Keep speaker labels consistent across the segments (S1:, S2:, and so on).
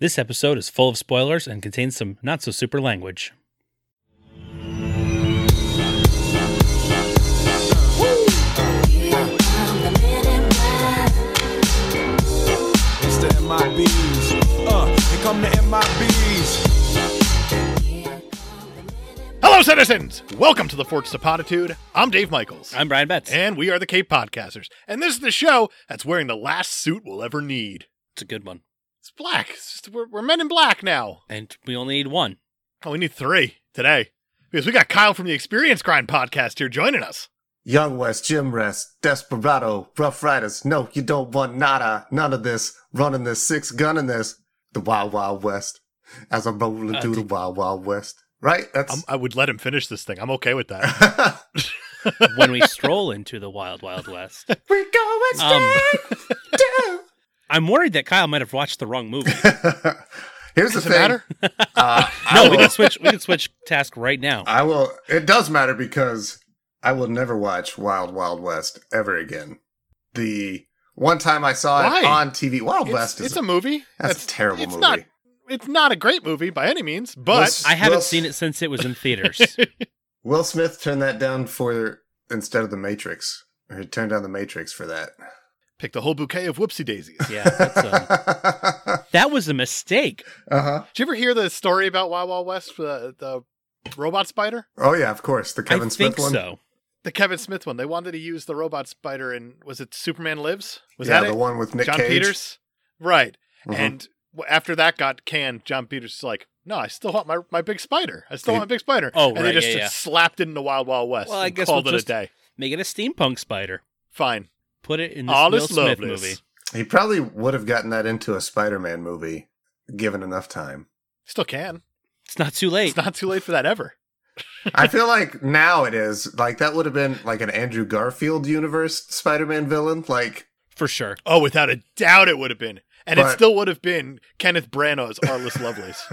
S1: This episode is full of spoilers and contains some not so super language.
S2: It's the MIBs. Uh, here come the MIBs.
S3: Hello, citizens! Welcome to the Forts of Potitude. I'm Dave Michaels.
S1: I'm Brian Betts.
S3: and we are the Cape Podcasters. And this is the show that's wearing the last suit we'll ever need.
S1: It's a good one.
S3: It's black. It's just- we're, we're men in black now.
S1: And we only need one.
S3: Oh, we need three today. Because we got Kyle from the Experience Grind podcast here joining us.
S4: Young West, Gym Rest, Desperado, Rough Riders. No, you don't want nada. None of this. Running this, six gunning this. The Wild Wild West. As I'm rolling
S1: Uh,
S4: through the Wild Wild West. Right?
S3: I'm,
S4: That's.
S3: I would let him finish this thing. I'm okay with that.
S1: When we stroll into the wild, wild west.
S4: We're going
S1: Um,
S4: straight
S1: I'm worried that Kyle might have watched the wrong movie.
S4: down. Here's
S3: Does
S4: the
S3: it
S4: thing.
S3: matter?
S4: Uh, I
S1: No, we
S4: will,
S1: can switch. We can switch task right now.
S4: I will. It does matter because I will never watch Wild Wild West ever again. The one time I saw
S3: Why?
S4: it on TV, Wild
S3: It's,
S4: West is
S3: it's a movie.
S4: that's a terrible
S3: it's
S4: movie.
S3: Not, it's not a great movie by any means, but
S4: Let's-
S1: I haven't
S4: well,
S1: seen it since it was in theaters.
S4: Will Smith turned that down for instead of the Matrix, or he turned down the Matrix for that.
S3: picked a whole bouquet of whoopsie daisies.
S1: Yeah, that's um that was a mistake.
S4: uh huh.
S3: Did you ever hear the story about Wild Wild West, the, the robot spider?
S4: Oh yeah, of course the Kevin
S1: I
S4: Smith
S1: think
S4: one.
S1: so.
S3: the Kevin Smith one. They wanted to use the robot spider in was it Superman Lives? Was
S4: yeah,
S3: that
S4: the
S3: it?
S4: one with Nick
S3: John
S4: Cage.
S3: Peters, right?
S4: Mhm.
S3: And w- after that got canned, John Peters is like, "No, I still want my my big spider. I still
S4: He-
S3: want my big spider."
S1: Oh,
S3: and
S1: right,
S3: they just,
S1: yeah, yeah.
S3: slapped it in the Wild Wild West.
S1: Well, I
S3: and
S1: guess
S3: called
S1: we'll
S3: it
S1: just-
S3: a day.
S1: Make it a steampunk spider.
S3: Fine,
S1: Put it in this
S3: all
S1: Will
S3: is
S1: Smith
S3: loveless.
S1: movie.
S4: He probably would have gotten that into a Spider-Man movie, given enough time.
S3: Still can.
S1: It's not too late.
S3: It's not too late for that ever.
S4: I feel like now it is like that would have been like an Andrew Garfield universe Spider-Man villain. Like
S1: for sure.
S3: Oh, without a doubt, it would have been, and it
S4: But-
S3: still would have been Kenneth Branagh's Artless Lovelace,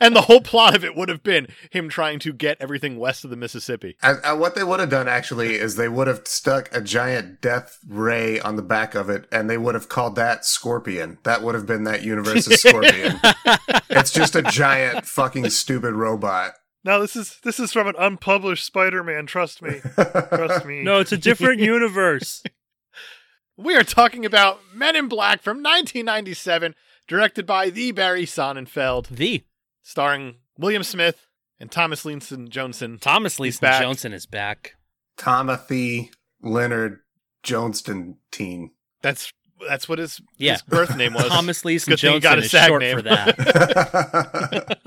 S3: and the whole plot of it would have been him trying to get everything west of the Mississippi.
S4: And, and what they would have done actually is they would have stuck a giant death ray on the back of it, and they would have called that Scorpion. That would have been that universe's Scorpion. it's just a giant fucking stupid robot.
S3: No, this is this is from an unpublished Spider-Man. Trust me, trust me.
S1: No, it's a different universe.
S3: we are talking about Men in Black from 1997, directed by the Barry Sonnenfeld,
S1: The
S3: starring William Smith and Thomas Leeson Johnson.
S1: Thomas
S3: He's
S1: Leeson
S3: back.
S1: Johnson is back.
S4: Tomothy Leonard Jonestontine.
S3: That's that's what his,
S1: Yeah.
S3: his birth name was.
S1: Thomas Leeson
S3: Good thing you got
S1: Johnson
S3: a
S1: is
S3: SAG
S1: short
S3: name.
S1: for that.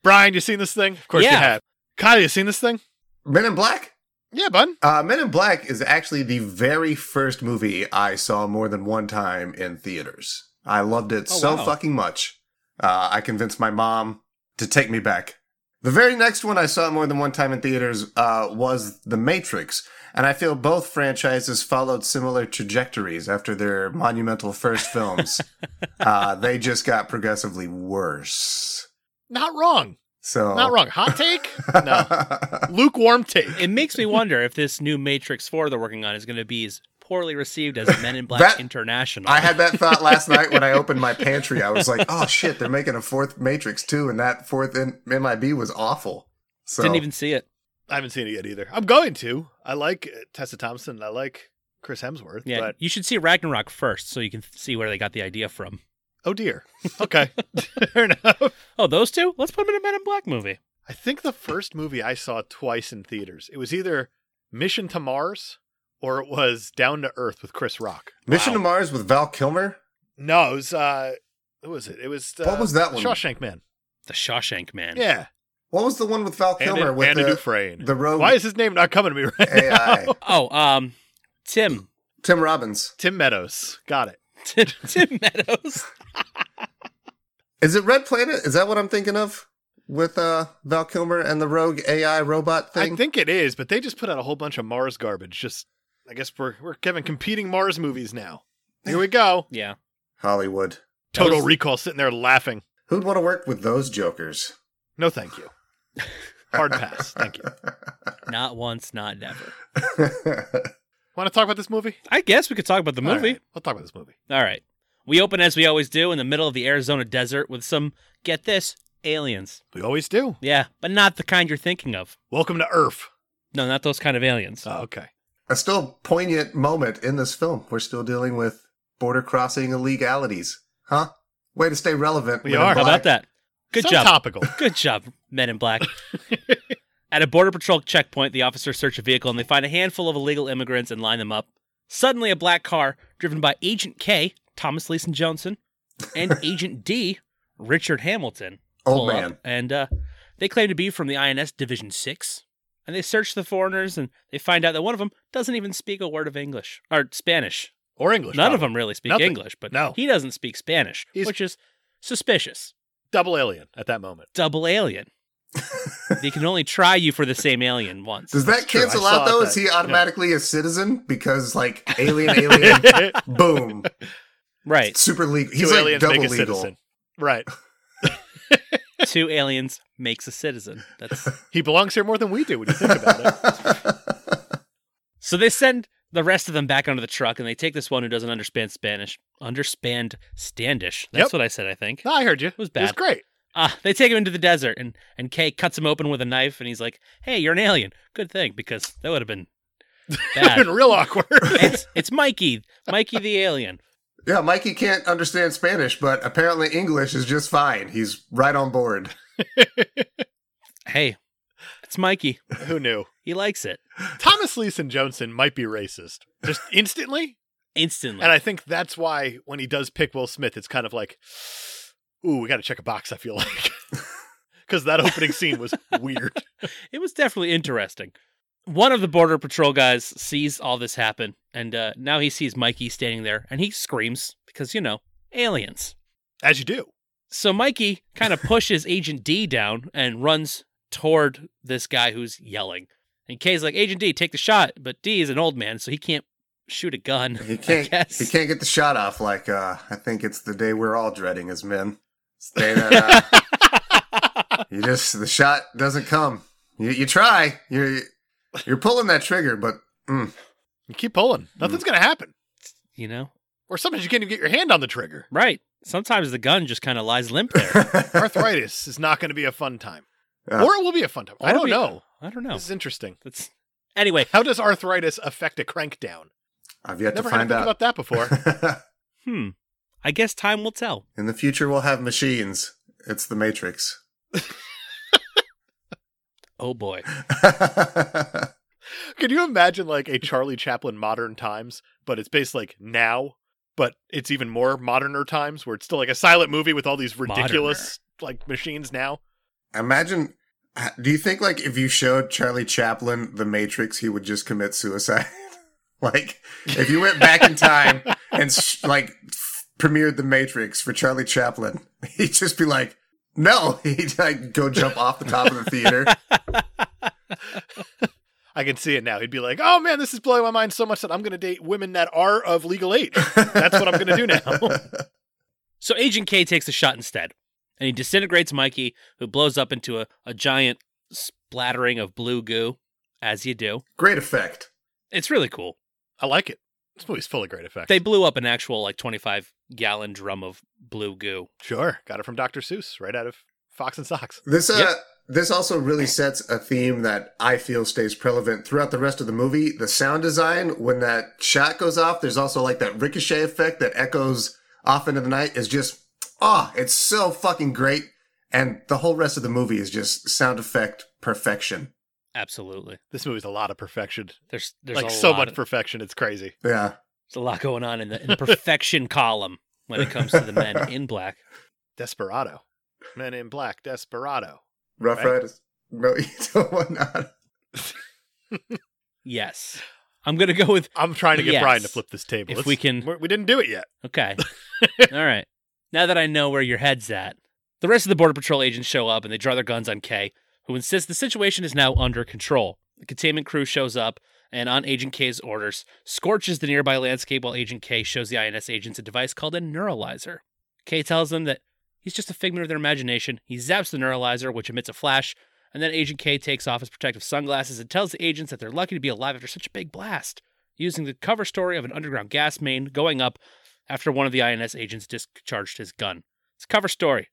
S3: Brian, you seen this thing? Of course you
S1: Yeah.
S3: have. Kyle, you seen this thing?
S4: Men in Black?
S3: Yeah, bud.
S4: Uh, Men in Black is actually the very first movie I saw more than one time in theaters. I loved it
S1: Oh,
S4: so
S1: wow.
S4: fucking much. Uh, I convinced my mom to take me back. The very next one I saw more than one time in theaters uh, was The Matrix, and I feel both franchises followed similar trajectories after their monumental first films. uh, they just got progressively worse.
S3: Not wrong.
S4: So
S3: Not wrong. Hot take? No. Lukewarm take.
S1: It makes me wonder if this new Matrix 4 they're working on is going to be as poorly received as Men in Black
S4: That-
S1: International.
S4: I had that thought last night when I opened my pantry. I was like, "Oh shit, they're making a fourth Matrix too," and that fourth N- MIB was awful. So
S1: Didn't even see it.
S3: I haven't seen it yet either. I'm going to. I like uh, Tessa Thompson. and I like Chris Hemsworth.
S1: Yeah,
S3: But
S1: you should see Ragnarok first so you can see where they got the idea from.
S3: oh dear. Okay. Fair enough.
S1: Oh, those two? Let's put them in a Men in Black movie.
S3: I think the first movie I saw twice in theaters. It was either Mission to Mars or it was Down to Earth with Chris Rock.
S4: Mission to
S3: Wow.
S4: Mars with Val Kilmer.
S3: No, it was. Uh, what was it? It was. Uh,
S4: What was that one?
S3: Shawshank Man.
S1: The Shawshank Man.
S3: Yeah.
S4: What was the one with Val
S3: And
S4: Kilmer with the,
S3: Dufresne.
S4: the rogue
S3: Why is his name not coming to me right
S4: AI?
S3: now?
S1: Oh, um, Tim.
S4: Tim Robbins.
S3: Tim Meadows. Got it.
S1: Tim, Tim Meadows.
S4: Is it Red Planet? Is that what I'm thinking of with uh, Val Kilmer and the rogue AI robot thing?
S3: I think it is, but they just put out a whole bunch of Mars garbage. Just, I guess we're we're Kevin competing Mars movies now. Here we go.
S1: Yeah.
S4: Hollywood.
S1: That
S3: Total
S1: was-
S3: Recall sitting there laughing.
S4: Who'd want to work with those jokers?
S3: No, thank you. Hard pass. Thank you.
S1: Not once, not never.
S3: Want to talk about this movie?
S1: I guess we could talk about the
S3: All
S1: movie.
S3: right, we'll talk about this movie.
S1: All right. We open as we always do in the middle of the Arizona desert with some, get this, aliens.
S3: We always do.
S1: Yeah, but not the kind you're thinking of.
S3: Welcome to Earth.
S1: No, not those kind of aliens.
S4: Uh,
S3: Oh, okay.
S4: A still poignant moment in this film. We're still dealing with border crossing illegalities. Huh? Way to stay relevant.
S3: We
S4: Men in
S3: are.
S1: How
S4: Black.
S1: about that? Good
S3: so
S1: job.
S3: topical.
S1: Good job, Men in Black. At a Border Patrol checkpoint, the officers search a vehicle and they find a handful of illegal immigrants and line them up. Suddenly, a black car, driven by Agent K, Thomas Leeson Johnson, and Agent D, Richard Hamilton,
S4: Old
S1: pull up,
S4: man.
S1: and uh, they claim to be from the INS Division 6. And they search the foreigners and they find out that one of them doesn't even speak a word of English or Spanish.
S3: Or English.
S1: None of
S3: probably.
S1: them really speak
S3: Nothing.
S1: English, but
S3: No.
S1: he doesn't speak Spanish,
S3: He's-
S1: which is suspicious
S3: Double alien at that moment.
S1: double alien. they can only try you for the same alien once.
S4: Does that
S3: true.
S4: cancel
S3: I
S4: out
S3: saw
S4: though?
S3: that.
S4: Is he
S3: Yeah.
S4: automatically a citizen because like alien, alien, boom,
S1: Right.
S4: super legal?
S3: Two
S4: He's like
S3: aliens make
S4: double
S3: a
S4: legal.
S3: citizen. Right.
S1: Two aliens makes a citizen. That's
S3: He belongs here more than we do when you think about it.
S1: So they send the rest of them back onto the truck and they take this one who doesn't understand Spanish. Understand Standish. That's
S3: Yep.
S1: what I said, I think.
S3: No, I heard you. It
S1: was
S3: It was
S1: bad.
S3: great.
S1: Ah, they take him into the desert and and Kay cuts him open with a knife and he's like, "Hey, you're an alien." Good thing because that would have been
S3: It's
S1: bad.
S3: been real awkward.
S1: it's, it's Mikey, Mikey the alien.
S4: yeah, Mikey can't understand Spanish, but apparently English is just fine. He's right on board.
S1: Hey, it's Mikey.
S3: Who knew?
S1: He likes it
S3: Thomas Leeson Johnson might be racist just instantly.
S1: instantly.
S3: And I think that's why when he does pick Will Smith, it's kind of like, ooh, we got to check a box, I feel like. Because that opening scene was weird.
S1: it was definitely interesting. One of the border patrol guys sees all this happen, and uh, now he sees Mikey standing there, and he screams because you know aliens.
S3: As you do.
S1: So Mikey kind of pushes Agent D down and runs toward this guy who's yelling. And Kay's like, "Agent D, take the shot," but D is an old man, so he can't shoot a gun.
S4: He
S1: I
S4: can't.
S1: guess.
S4: He can't get the shot off. Like uh, I think it's the day we're all dreading as men. It's the day that uh, you just the shot doesn't come. You, you try. You're you're pulling that trigger, but mm,
S3: You keep pulling. Nothing's going to happen.
S1: You know,
S3: Or sometimes you can't even get your hand on the trigger.
S1: right? Sometimes the gun just kind of lies limp there.
S3: Arthritis is not going to be a fun time.
S4: Yeah.
S3: Or it will be a fun time. I
S1: Or
S3: don't
S1: we-
S3: know.
S1: I don't know.
S3: This is interesting.
S1: That's anyway.
S3: How does arthritis affect a crank down?
S4: I've yet
S3: Never
S4: to
S3: had to
S4: find
S3: think
S4: out.
S3: about that before.
S1: Hmm. I guess time will tell.
S4: In the future, we'll have machines. It's the Matrix.
S1: Oh boy.
S3: Can you imagine like a Charlie Chaplin modern times, but it's based like now, but it's even more moderner times where it's still like a silent movie with all these ridiculous like machines now?
S4: Imagine. Do you think like if you showed Charlie Chaplin the Matrix, he would just commit suicide? like if you went back in time and sh- like premiered the Matrix for Charlie Chaplin, he'd just be like, "No," he'd like go jump off the top of the theater.
S3: I can see it now. He'd be like, "Oh man, this is blowing my mind so much that I'm going to date women that are of legal age. That's what I'm going to do now."
S1: So Agent K takes a shot instead, and he disintegrates Mikey, who blows up into a, a giant splattering of blue goo, as you do.
S4: Great effect.
S1: It's really cool.
S3: I like it. This movie's full of great effects.
S1: They blew up an actual like 25 gallon drum of blue goo.
S3: sure got it from Dr. Seuss, right out of Fox and Socks.
S4: This uh,
S1: Yep.
S4: this also really sets a theme that I feel stays prevalent throughout the rest of the movie. The sound design when that shot goes off, there's also like that ricochet effect that echoes off into the night. Is just ah, it's so fucking great. And the whole rest of the movie is just sound effect perfection.
S1: Absolutely.
S3: This movie's a lot of perfection.
S1: There's there's
S3: like
S1: a
S3: so
S1: lot
S3: much
S1: of-
S3: perfection, it's crazy.
S4: Yeah,
S1: there's a lot going on in the, in the perfection column when it comes to the men in black.
S3: Desperado. Men in Black, Desperado.
S4: Rough
S3: Right.
S4: Riders. No, you don't want not.
S1: Yes. I'm going to go with
S3: I'm trying to get
S1: Yes.
S3: Brian to flip this table.
S1: If we can-
S3: we're- we didn't do it yet.
S1: Okay. All right. Now that I know where your head's at, the rest of the Border Patrol agents show up and they draw their guns on Kay, who insists the situation is now under control. The containment crew shows up and, on Agent K's orders, scorches the nearby landscape while Agent K shows the INS agents a device called a neuralizer. Kay tells them that he's just a figment of their imagination. He zaps the neuralizer, which emits a flash, and then Agent K takes off his protective sunglasses and tells the agents that they're lucky to be alive after such a big blast, using the cover story of an underground gas main going up after one of the INS agents discharged his gun. It's a cover story.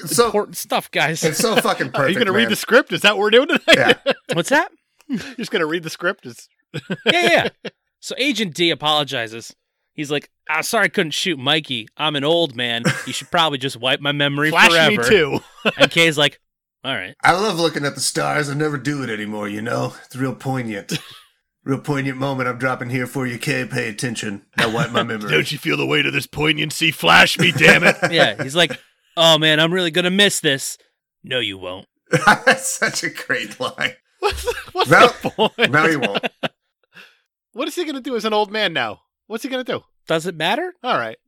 S1: It's
S4: So-
S1: important stuff, guys.
S4: It's so fucking perfect.
S3: Are you going to
S4: man.
S3: read the script? Is that what we're doing today?
S4: Yeah.
S1: What's that?
S3: You're just going to read the script? It's,
S1: yeah, yeah, yeah. So Agent D apologizes. He's like, "I'm sorry I couldn't shoot Mikey. I'm an old man. You should probably just wipe my memory
S3: flash
S1: forever."
S3: me too.
S1: And Kay's like, "All right."
S4: I love looking at the stars. I never do it anymore, you know? It's real poignant. real poignant moment I'm dropping here for you, Kay. Pay attention. Now wipe my memory.
S3: Don't you feel the weight of this poignancy? Flash me, damn it.
S1: Yeah, he's like, "Oh man, I'm really gonna miss this." No, you won't.
S4: That's such a great line.
S3: What's, what's
S4: No.
S3: the point?
S4: No, you won't.
S3: What is he going to do as an old man now? What's he going to do?
S1: Does it matter?
S3: All right.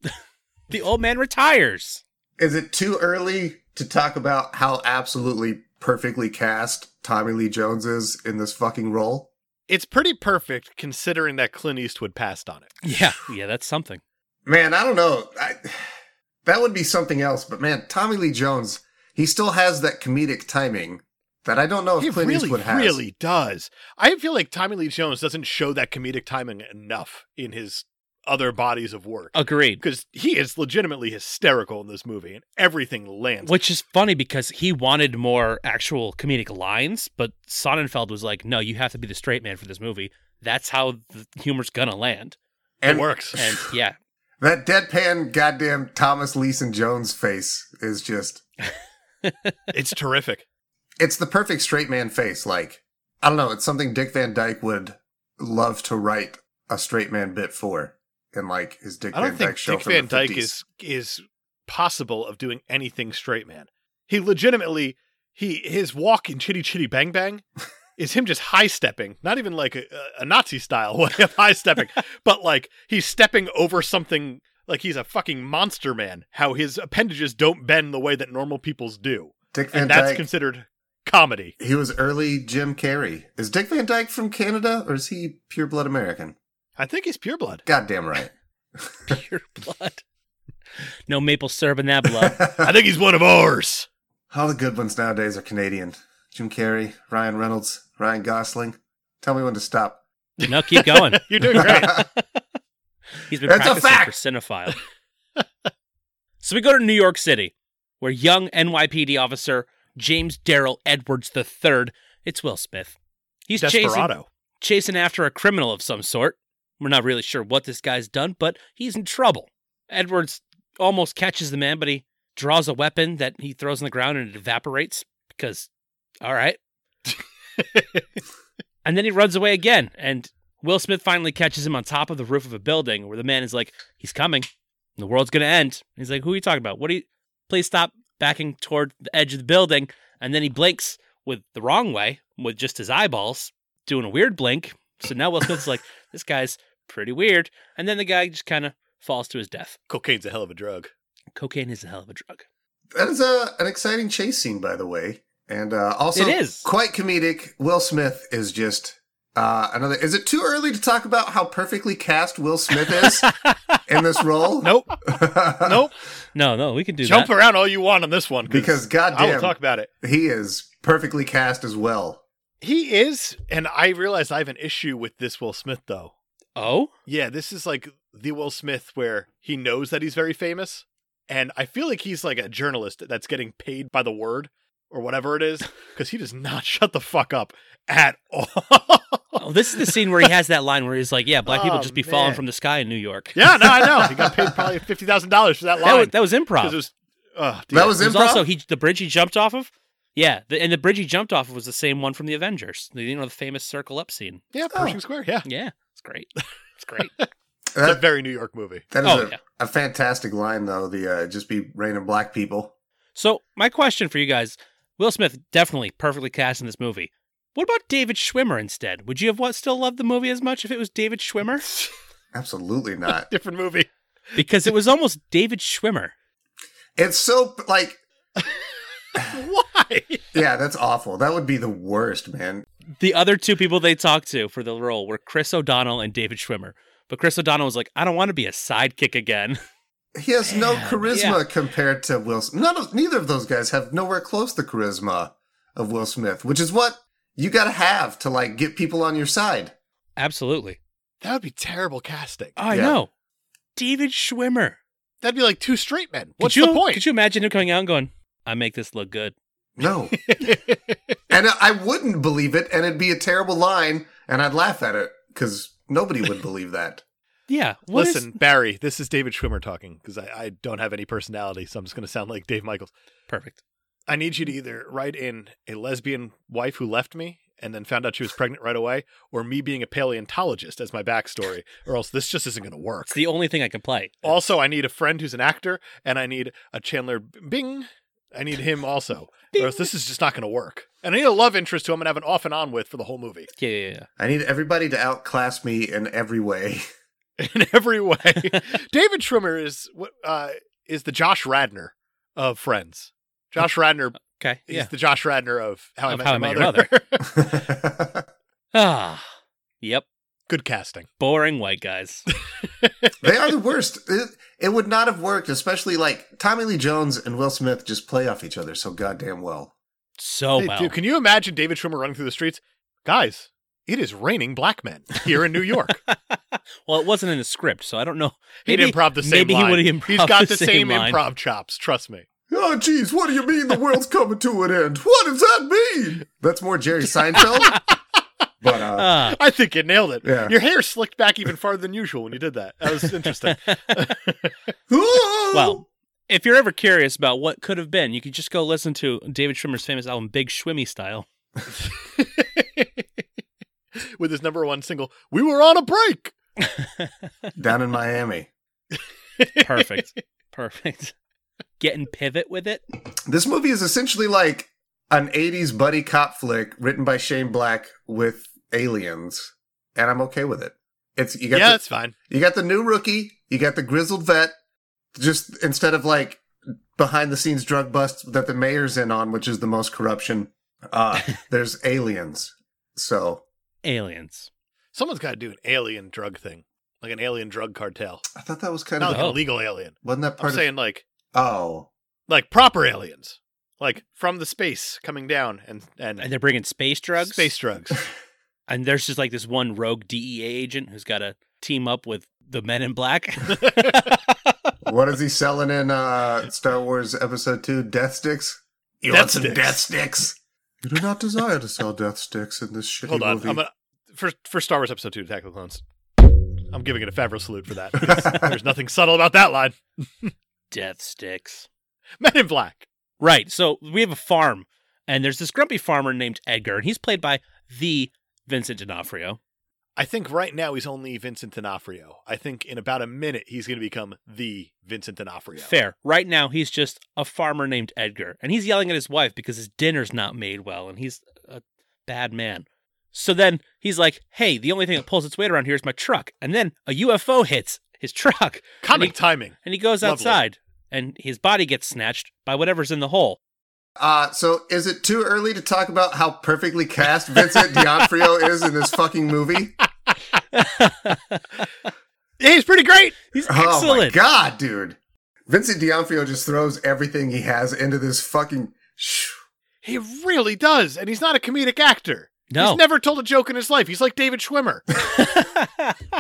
S1: The old man retires.
S4: Is it too early to talk about how absolutely perfectly cast Tommy Lee Jones is in this fucking role?
S3: It's pretty perfect considering that Clint Eastwood passed on it.
S1: Yeah, yeah, that's something.
S4: Man, I don't know. I, that would be something else, but man, Tommy Lee Jones, he still has that comedic timing that I don't know if
S3: He
S4: Oh, Clint
S3: really,
S4: Eastwood has.
S3: really does. I feel like Tommy Lee Jones doesn't show that comedic timing enough in his other bodies of work.
S1: Agreed.
S3: Because he is legitimately hysterical in this movie and everything lands.
S1: Which is funny because he wanted more actual comedic lines, but Sonnenfeld was like, "No, you have to be the straight man for this movie. That's how the humor's gonna land."
S3: it
S4: And
S3: works.
S1: And yeah,
S4: That deadpan, goddamn Thomas Leeson Jones face is just,
S3: it's terrific.
S4: it's the perfect straight man face. Like, I don't know, it's something Dick Van Dyke would love to write a straight man bit for in like his Dick
S3: I
S4: Van
S3: don't
S4: Dyke
S3: think
S4: show.
S3: Dick
S4: from
S3: Van
S4: the
S3: Dyke
S4: 50s.
S3: is is possible of doing anything straight man. He legitimately he his walk in Chitty Chitty Bang Bang is him just high stepping, not even like a, a Nazi style way of high stepping, but like he's stepping over something like he's a fucking monster man. How his appendages don't bend the way that normal people's do,
S4: Dick Van
S3: and that's
S4: Dyke.
S3: considered comedy.
S4: he was early Jim Carrey. Is Dick Van Dyke from Canada or is he pure blood American?
S3: I think he's pure blood.
S4: Goddamn right.
S1: pure blood. No maple syrup in that blood.
S3: I think he's one of ours.
S4: All the good ones nowadays are Canadian. Jim Carrey, Ryan Reynolds, Ryan Gosling. Tell me when to stop.
S1: No, keep going.
S3: You're doing great.
S1: He's been
S4: That's a
S1: practicing
S4: fact.
S1: for cinephile. so we go to New York City, where young NYPD officer James Darrell Edwards III. It's Will Smith. He's chasing
S3: Desperado.
S1: chasing after a criminal of some sort. We're not really sure what this guy's done, but he's in trouble. Edwards almost catches the man, but he draws a weapon that he throws on the ground and it evaporates because, all right. and then he runs away again. And Will Smith finally catches him on top of the roof of a building where the man is like, he's coming. The world's going to end. And he's like, who are you talking about? What do you, please stop backing toward the edge of the building. And then he blinks with the wrong way with just his eyeballs doing a weird blink. So now Will Smith's like, this guy's pretty weird. And then the guy just kind of falls to his death.
S3: Cocaine's a hell of a drug.
S1: Cocaine is a hell of a drug.
S4: That is a an exciting chase scene, by the way, and uh, also
S1: It is.
S4: quite comedic. Will Smith is just uh, another. Is it too early to talk about how perfectly cast Will Smith is in this role?
S3: Nope, nope.
S1: No, no, we can do
S3: Jump
S1: that.
S3: around all you want on this one I
S4: because
S3: will
S4: goddamn,
S3: talk about it.
S4: he is perfectly cast as well.
S3: He is, and I realize I have an issue with this Will Smith though.
S1: Oh,
S3: Yeah, this is like the Will Smith where he knows that he's very famous, and I feel like he's like a journalist that's getting paid by the word or whatever it is because he does not shut the fuck up at all.
S1: oh, this is the scene where he has that line where he's like, "Yeah, black people
S3: Oh,
S1: just be falling
S3: man.
S1: from the sky in New York."
S3: yeah, no, I know he got paid probably fifty thousand dollars for that
S1: that was,
S3: line.
S1: that was improv.
S3: 'Cause it was, oh, dude.
S4: That was
S1: It was
S4: improv.
S1: also he the bridge he jumped off of. Yeah, the, and the bridge he jumped off of was the same one from the Avengers. The, you know, the famous circle up scene.
S3: yeah, Pershing Square. Yeah,
S1: Yeah, it's great. It's great.
S3: it's a
S4: Oh. that,
S3: very New York movie.
S4: that is
S1: oh,
S4: a,
S1: yeah.
S4: a fantastic line, though. The uh, just be raining black people.
S1: So my question for you guys: Will Smith definitely perfectly cast in this movie. What about David Schwimmer instead? Would you have what still loved the movie as much if it was David Schwimmer?
S4: Absolutely not.
S3: Different movie.
S1: Because it was almost David Schwimmer.
S4: it's so like
S3: Why?
S4: yeah, that's awful. That would be the worst, man.
S1: The other two people they talked to for the role were Chris O'Donnell and David Schwimmer. But Chris O'Donnell was like, I don't want to be a sidekick again.
S4: He has no
S1: Man,
S4: charisma compared to Will. Smith. None of neither of those guys have nowhere close the charisma of Will Smith, which is what you got to have to like get people on your side.
S1: Absolutely.
S3: That would be terrible casting.
S1: I
S4: Yeah.
S1: know. David Schwimmer.
S3: That'd be like two straight men. What's
S1: could you,
S3: the point?
S1: Could you imagine him coming out and going, I make this look good?
S4: No. and I- I wouldn't believe it, and it'd be a terrible line, and I'd laugh at it because nobody would believe that.
S1: Yeah. what is-
S3: Listen, Barry, this is David Schwimmer talking because I, I don't have any personality, so I'm just going to sound like Dave Michaels.
S1: perfect.
S3: I need you to either write in a lesbian wife who left me and then found out she was pregnant right away, or me being a paleontologist as my backstory, or else this just isn't going to work.
S1: It's the only thing I can play.
S3: Also, I need a friend who's an actor, and I need a Chandler Bing. I need him also, or else this is just not going to work. And I need a love interest who I'm going to have an off and on with for the whole movie
S1: Yeah, yeah, yeah.
S4: I need everybody to outclass me in every way.
S3: in every way. David Schwimmer is what uh, is the Josh Radner of Friends. Josh Radner
S1: Okay.
S3: is
S1: Oh, Yeah.
S3: the Josh Radner of How I
S1: Of
S3: Met,
S1: How
S3: Your,
S1: I Met Your
S3: Mother.
S1: Ah. Yep.
S3: Good casting.
S1: Boring white guys.
S4: they are the worst. It, it would not have worked, especially like Tommy Lee Jones and Will Smith just play off each other so goddamn well.
S1: So
S3: Hey,
S1: well.
S3: dude, can you imagine David Schwimmer running through the streets? Guys, it is raining black men here in New York.
S1: well, it wasn't in the script, so I don't know.
S3: He'd improv the same
S1: maybe
S3: line.
S1: he would improv
S3: He's got the,
S1: same,
S3: same,
S1: line.
S3: improv chops, trust me.
S4: Oh, jeez, what do you mean the world's coming to an end? What does that mean? That's more Jerry Seinfeld. but uh,
S1: Ah,
S3: I think you nailed it.
S4: Yeah.
S3: Your hair slicked back even farther than usual when you did that. That was interesting.
S1: well, if you're ever curious about what could have been, you could just go listen to David Schwimmer's famous album, Big Schwimmy Style.
S3: With his number one single, We Were on a Break.
S4: down in Miami.
S1: Perfect. Perfect. Getting pivot with it.
S4: This movie is essentially like an 80s buddy cop flick written by Shane Black with aliens, and I'm okay with it. It's you got
S3: Yeah,
S4: the-
S3: that's fine.
S4: You got the new rookie. You got the grizzled vet. Just instead of like behind the scenes drug bust that the mayor's in on, which is the most corruption, uh, there's aliens. So
S1: Aliens.
S3: Someone's got to do an alien drug thing, like an alien drug cartel.
S4: I thought that was kind
S3: Not
S4: of
S3: like
S1: Oh.
S3: an illegal alien.
S4: wasn't that
S3: I'm
S4: part of
S3: saying like
S4: oh
S3: like proper aliens, like from the space coming down and and,
S1: And they're bringing space drugs.
S3: space drugs.
S1: And there's just like this one rogue DEA agent who's got to team up with the men in black.
S4: what is he selling in uh, Star Wars Episode Two? Death sticks. You
S3: Death
S4: want some
S3: sticks.
S4: death sticks? You do not desire to sell death sticks in this shitty
S3: Hold on,
S4: movie.
S3: I'm gonna for for Star Wars Episode Two: Attack of the Clones. I'm giving it a Favreau salute for that. There's nothing subtle about that line.
S1: Death sticks.
S3: Men in Black.
S1: Right. So we have a farm, and there's this grumpy farmer named Edgar, and he's played by the Vincent D'Onofrio.
S3: I think right now he's only Vincent D'Onofrio. I think in about a minute he's going to become the Vincent D'Onofrio.
S1: Fair. Right now, he's just a farmer named Edgar, and he's yelling at his wife because his dinner's not made well, and he's a bad man. So then he's like, hey, the only thing that pulls its weight around here is my truck. And then a UFO hits his truck,
S3: Comic
S1: I mean-
S3: timing.
S1: and he goes
S3: Lovely.
S1: outside, and his body gets snatched by whatever's in the hole.
S4: Uh, so is it too early to talk about how perfectly cast Vincent D'Onofrio is in this fucking movie?
S3: Yeah, he's pretty great.
S1: He's
S4: Oh my
S1: excellent.
S4: god, dude! Vincent D'Onofrio just throws everything he has into this fucking. Shh.
S3: He really does, and he's not a comedic actor.
S1: no.
S3: He's never told a joke in his life. He's like David Schwimmer.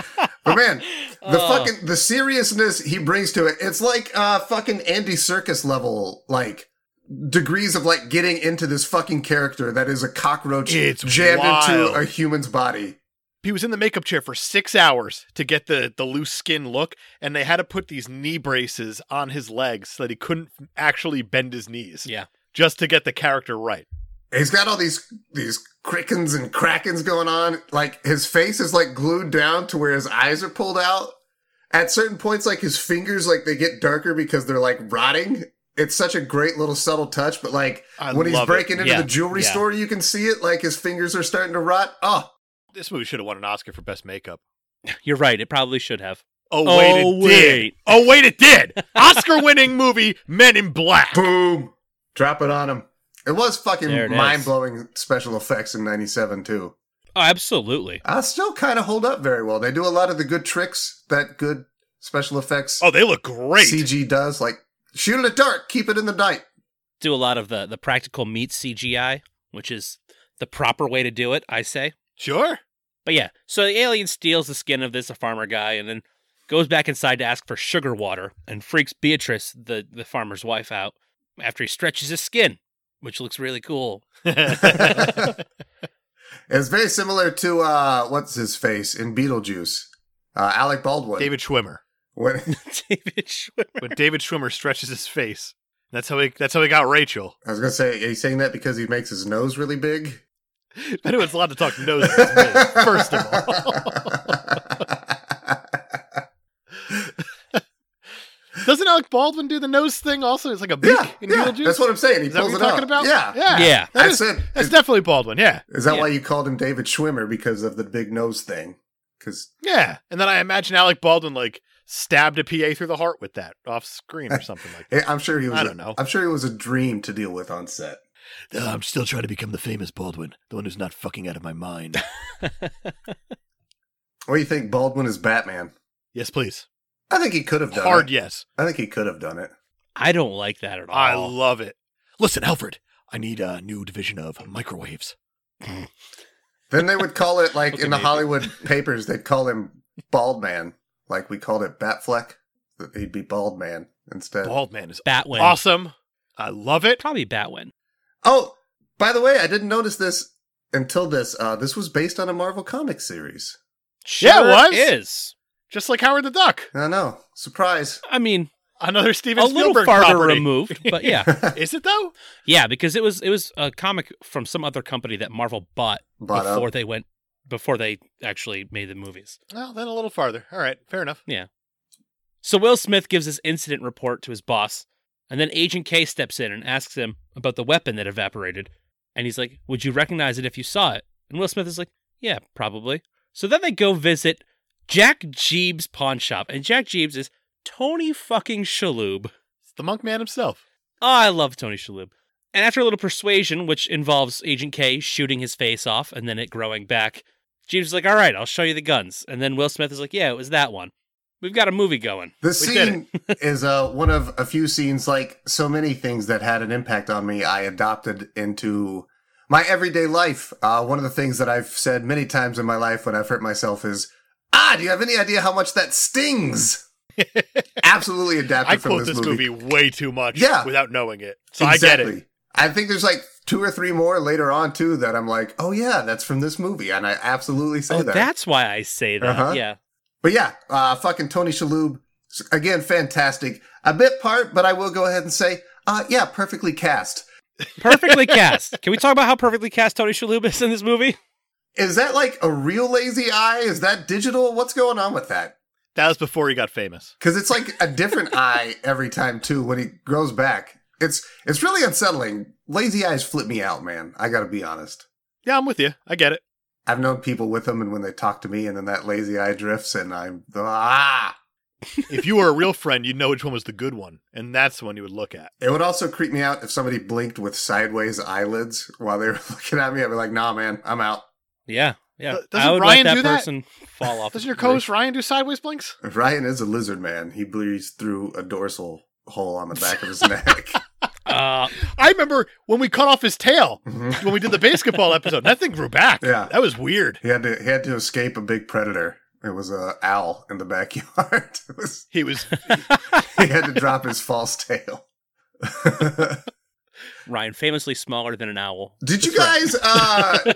S4: But man, the
S1: Oh.
S4: fucking the seriousness he brings to it, it's like uh fucking Andy Circus level like degrees of like getting into this fucking character that is a cockroach
S3: It's
S4: jammed
S3: wild.
S4: into a human's body.
S3: he was in the makeup chair for six hours to get the, the loose skin look, and they had to put these knee braces on his legs so that he couldn't actually bend his knees.
S1: Yeah.
S3: Just to get the character right.
S4: He's got all these these crickens and krakens going on. Like his face is like glued down to where his eyes are pulled out. At certain points, like his fingers, like they get darker because they're like rotting. It's such a great little subtle touch, but like
S3: I
S4: when he's
S3: love
S4: breaking
S3: it.
S4: into
S1: Yeah,
S4: the jewelry
S1: yeah.
S4: store, you can see it. Like his fingers are starting to rot. Oh,
S3: This movie should have won an Oscar for best makeup.
S1: You're right. It probably should have.
S3: Oh,
S1: Oh,
S3: wait, it did.
S1: wait.
S3: Oh, wait, it did. Oscar winning movie, Men in Black.
S4: boom! Drop it on him. It was fucking
S1: There it is.
S4: mind blowing special effects in '97 too.
S1: Oh, absolutely.
S4: I still kind of hold up very well. They do a lot of the good tricks that good special effects
S3: Oh, they look great.
S4: CG does. Like shoot it at dark, keep it in the night.
S1: do a lot of the the practical meets CGI, which is the proper way to do it, I say.
S3: Sure.
S1: But yeah, so the alien steals the skin of this farmer guy, and then goes back inside to ask for sugar water and freaks Beatrice, the, the farmer's wife, out after he stretches his skin, which looks really cool.
S4: It's very similar to uh, what's his face in Beetlejuice, uh, Alec Baldwin.
S3: David Schwimmer.
S4: When-
S1: David Schwimmer.
S3: When David Schwimmer stretches his face, that's how he that's how he got Rachel.
S4: I was gonna say, are you saying that because he makes his nose really big?
S3: If anyone's allowed to talk noses, it's me, first of all. Doesn't Alec Baldwin do the nose thing also? It's like a beak
S4: yeah,
S3: in
S4: yeah,
S3: Beetlejuice?
S4: that's what I'm saying. He
S3: Is that what
S4: pulls
S3: you're
S4: it
S3: talking about?
S4: up. Yeah,
S3: Yeah.
S1: Yeah.
S3: That is,
S4: that's it.
S3: that's
S4: Is-
S3: definitely Baldwin, yeah.
S4: Is that
S1: Yeah.
S4: why you called him David Schwimmer because of the big nose thing? Because
S3: Yeah. And then I imagine Alec Baldwin like stabbed a PA through the heart with that off screen or something like
S4: eh, I'm sure he was.
S3: I
S4: a-
S3: don't know.
S4: I'm sure he was a dream to deal with on set.
S3: that. I'm still trying to become the famous Baldwin, the one who's not fucking out of my mind.
S4: What do you think, Baldwin is Batman?
S3: yes, please.
S4: I think he could have done
S3: Hard
S4: it.
S3: yes.
S4: I think he could have done it.
S1: I don't like that at all.
S3: I love it. Oh. Listen, Alfred, I need a new division of microwaves.
S4: Then they would call it like
S1: Okay,
S4: in the
S1: maybe.
S4: Hollywood papers, they'd call him Bald Man, like we called it Batfleck. That He'd be Bald Man instead.
S3: Baldman is
S1: Batwin.
S3: awesome. I love it.
S1: Probably Batwin.
S4: Oh, by the way, I didn't notice this until this. Uh, this was based on a Marvel comic series.
S1: Sure
S3: it was.
S1: Is.
S3: Just like Howard the Duck,
S4: I know, surprise.
S1: I mean,
S3: another Steven
S1: a little
S3: Spielberg
S1: farther
S3: property.
S1: removed, but yeah.
S3: Is it though?
S1: Yeah, because it was it was a comic from some other company that Marvel bought
S4: But
S1: before
S4: uh,
S1: they went before they actually made the movies.
S3: Well, then a little farther. All right, fair enough.
S1: So Will Smith gives his incident report to his boss, and then Agent K steps in and asks him about the weapon that evaporated. And he's like, "Would you recognize it if you saw it?" And Will Smith is like, "Yeah, probably." So then they go visit Jack Jeebs' pawn shop, and Jack Jeebs is Tony fucking Shalhoub.
S3: It's the Monk Man himself.
S1: Oh, I love Tony Shalhoub. And after a little persuasion, which involves Agent K shooting his face off and then it growing back, Jeeves is like, "All right, I'll show you the guns." And then Will Smith is like, "Yeah, it was that one. We've got a movie going."
S4: this
S3: We did
S4: scene is uh, one of a few scenes, like so many things that had an impact on me. I adopted into my everyday life. Uh, one of the things that I've said many times in my life when I've hurt myself is, "Ah, do you have any idea how much that stings?" Absolutely adapted
S3: I
S4: from
S3: quote
S4: this,
S3: this movie. way too much
S4: Yeah.
S3: without knowing it. So I get it.
S4: I think there's like two or three more later on too that I'm like, oh yeah, that's from this movie, and I absolutely say
S1: oh,
S4: that.
S1: that's why I say that.
S4: Uh-huh.
S1: Yeah.
S4: But yeah, uh, fucking Tony Shalhoub s- again, fantastic. A bit part, but I will go ahead and say, uh, yeah, perfectly cast.
S1: Perfectly cast. Can we talk about how perfectly cast Tony Shalhoub is in this movie?
S4: Is that like a real lazy eye? Is that digital? What's going on with that?
S3: That was before he got famous.
S4: Because it's like a different eye every time too when he grows back. It's it's really unsettling. Lazy eyes flip me out, man. I gotta be honest.
S3: Yeah, I'm with you. I get it.
S4: I've known people with them, and when they talk to me, and then that lazy eye drifts, and I'm ah.
S3: if you were a real friend, you'd know which one was the good one, and that's the one you would look at.
S4: It would also creep me out if somebody blinked with sideways eyelids while they were looking at me. I'd be like, "Nah, man, I'm out."
S1: Yeah. Yeah.
S3: Th- doesn't
S1: I would
S3: Ryan
S1: let
S3: do
S1: that
S3: that?
S1: person fall off.
S3: Doesn't
S1: the
S3: your
S1: roof.
S3: co-host Ryan do sideways blinks?
S4: Ryan is a lizard man. He bleeds through a dorsal hole on the back of his neck.
S1: Uh,
S3: I remember when we cut off his tail
S4: Mhm.
S3: when we did the basketball episode. That thing grew back.
S4: Yeah.
S3: that was weird.
S4: He had to he had to escape a big predator. It was a owl in the backyard. It was,
S3: He was
S4: he had to drop his false tail.
S1: Ryan famously smaller than an owl.
S4: did you
S3: That's
S4: guys? Uh,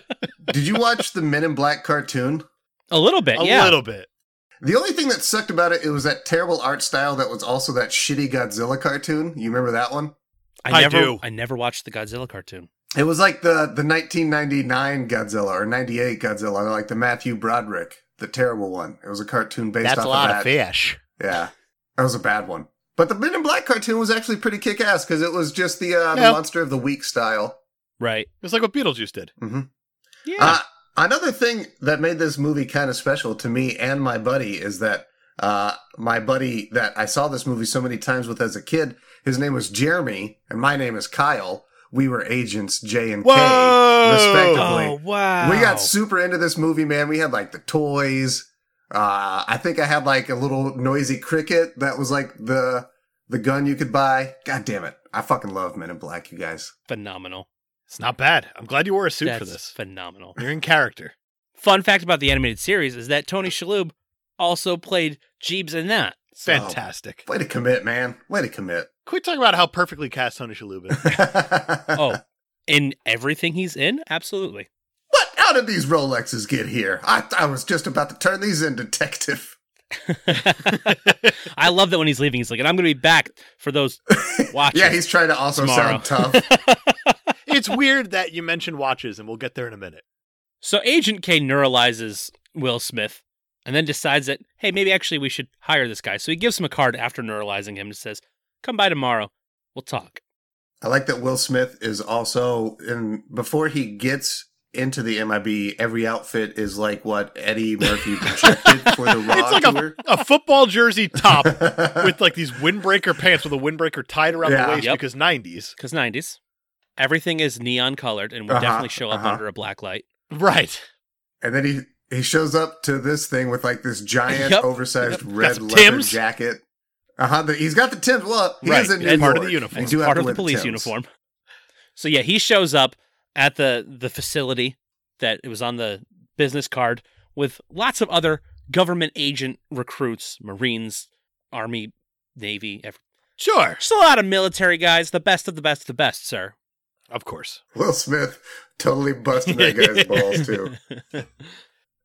S4: did you watch the Men in Black cartoon?
S1: A little bit.
S3: a
S1: yeah.
S3: little bit.
S4: The only thing that sucked about it, it was that terrible art style that was also that shitty Godzilla cartoon. You remember that one?
S1: I
S3: I
S1: never.
S3: do.
S1: I never watched the Godzilla cartoon.
S4: It was like the, the 1999 Godzilla or 98 Godzilla, like the Matthew Broderick, the terrible one. It was a cartoon based off of that.
S3: fish.
S4: yeah, that was a bad one. But the Men in Black cartoon was actually pretty kick ass because it was just the,
S3: Yeah.
S4: uh, the Monster of the Week style.
S1: Right.
S3: It's like what Beetlejuice did.
S4: hmm
S1: Yeah.
S4: Uh, another thing that made this movie kind of special to me and my buddy is that uh, my buddy that I saw this movie so many times with as a kid, his name was Jeremy, and my name is Kyle. We were agents J and K,
S3: Whoa!
S4: respectively.
S1: oh wow.
S4: We got super into this movie, man. We had like the toys. Uh, I think I had like a little noisy cricket that was like the the gun you could buy. God damn it! I fucking love Men in Black, you guys.
S1: phenomenal.
S3: It's not bad. I'm glad you wore a suit
S1: That's
S3: for this.
S1: phenomenal.
S3: You're in character.
S1: Fun fact about the animated series is that Tony Shalhoub also played Jeebs in that.
S3: Fantastic.
S4: Way to commit, man. Way to commit.
S3: Quit talking about how perfectly cast Tony Shalhoub is.
S1: Oh, in everything he's in? Absolutely.
S4: What? How did these Rolexes get here? I, I was just about to turn these in, detective.
S1: I love that when he's leaving, he's like, and I'm going to be back for those watches.
S4: Yeah, he's trying to also
S1: Tomorrow.
S4: sound tough.
S3: it's weird that you mentioned watches, and we'll get there in a minute.
S1: So Agent K neuralizes Will Smith and then decides that, hey, maybe actually we should hire this guy. So he gives him a card after neuralizing him and says, come by tomorrow. We'll talk.
S4: I like that Will Smith is also in before he gets into the MIB, every outfit is like what Eddie Murphy projected for the Raw
S3: It's like
S4: tour.
S3: A football jersey top with like these windbreaker pants with a windbreaker tied around
S4: Yeah.
S3: the waist
S1: Yep.
S3: because 90s.
S1: Because 90s, everything is neon colored and would
S4: Uh-huh,
S1: definitely show up
S4: uh-huh.
S1: under a black light.
S3: Right.
S4: and then he he shows up to this thing with like this giant,
S1: Yep.
S4: oversized
S3: Yep.
S4: red
S3: Got some
S4: leather
S3: Tims.
S4: jacket. Uh huh. He's got the Tim's. Well, he
S3: Right,
S4: is in New
S3: and part of
S4: York.
S3: the uniform.
S4: You
S1: It's
S4: do have
S1: part
S4: to
S1: of the
S4: wear
S1: police
S4: Tims.
S1: uniform. So yeah, he shows up at the the facility that it was on the business card with lots of other government agent recruits, Marines, Army, Navy, every-
S3: Sure.
S1: just a lot of military guys, the best of the best of the best, sir.
S3: Of course.
S4: Will Smith totally busting that guy's balls too.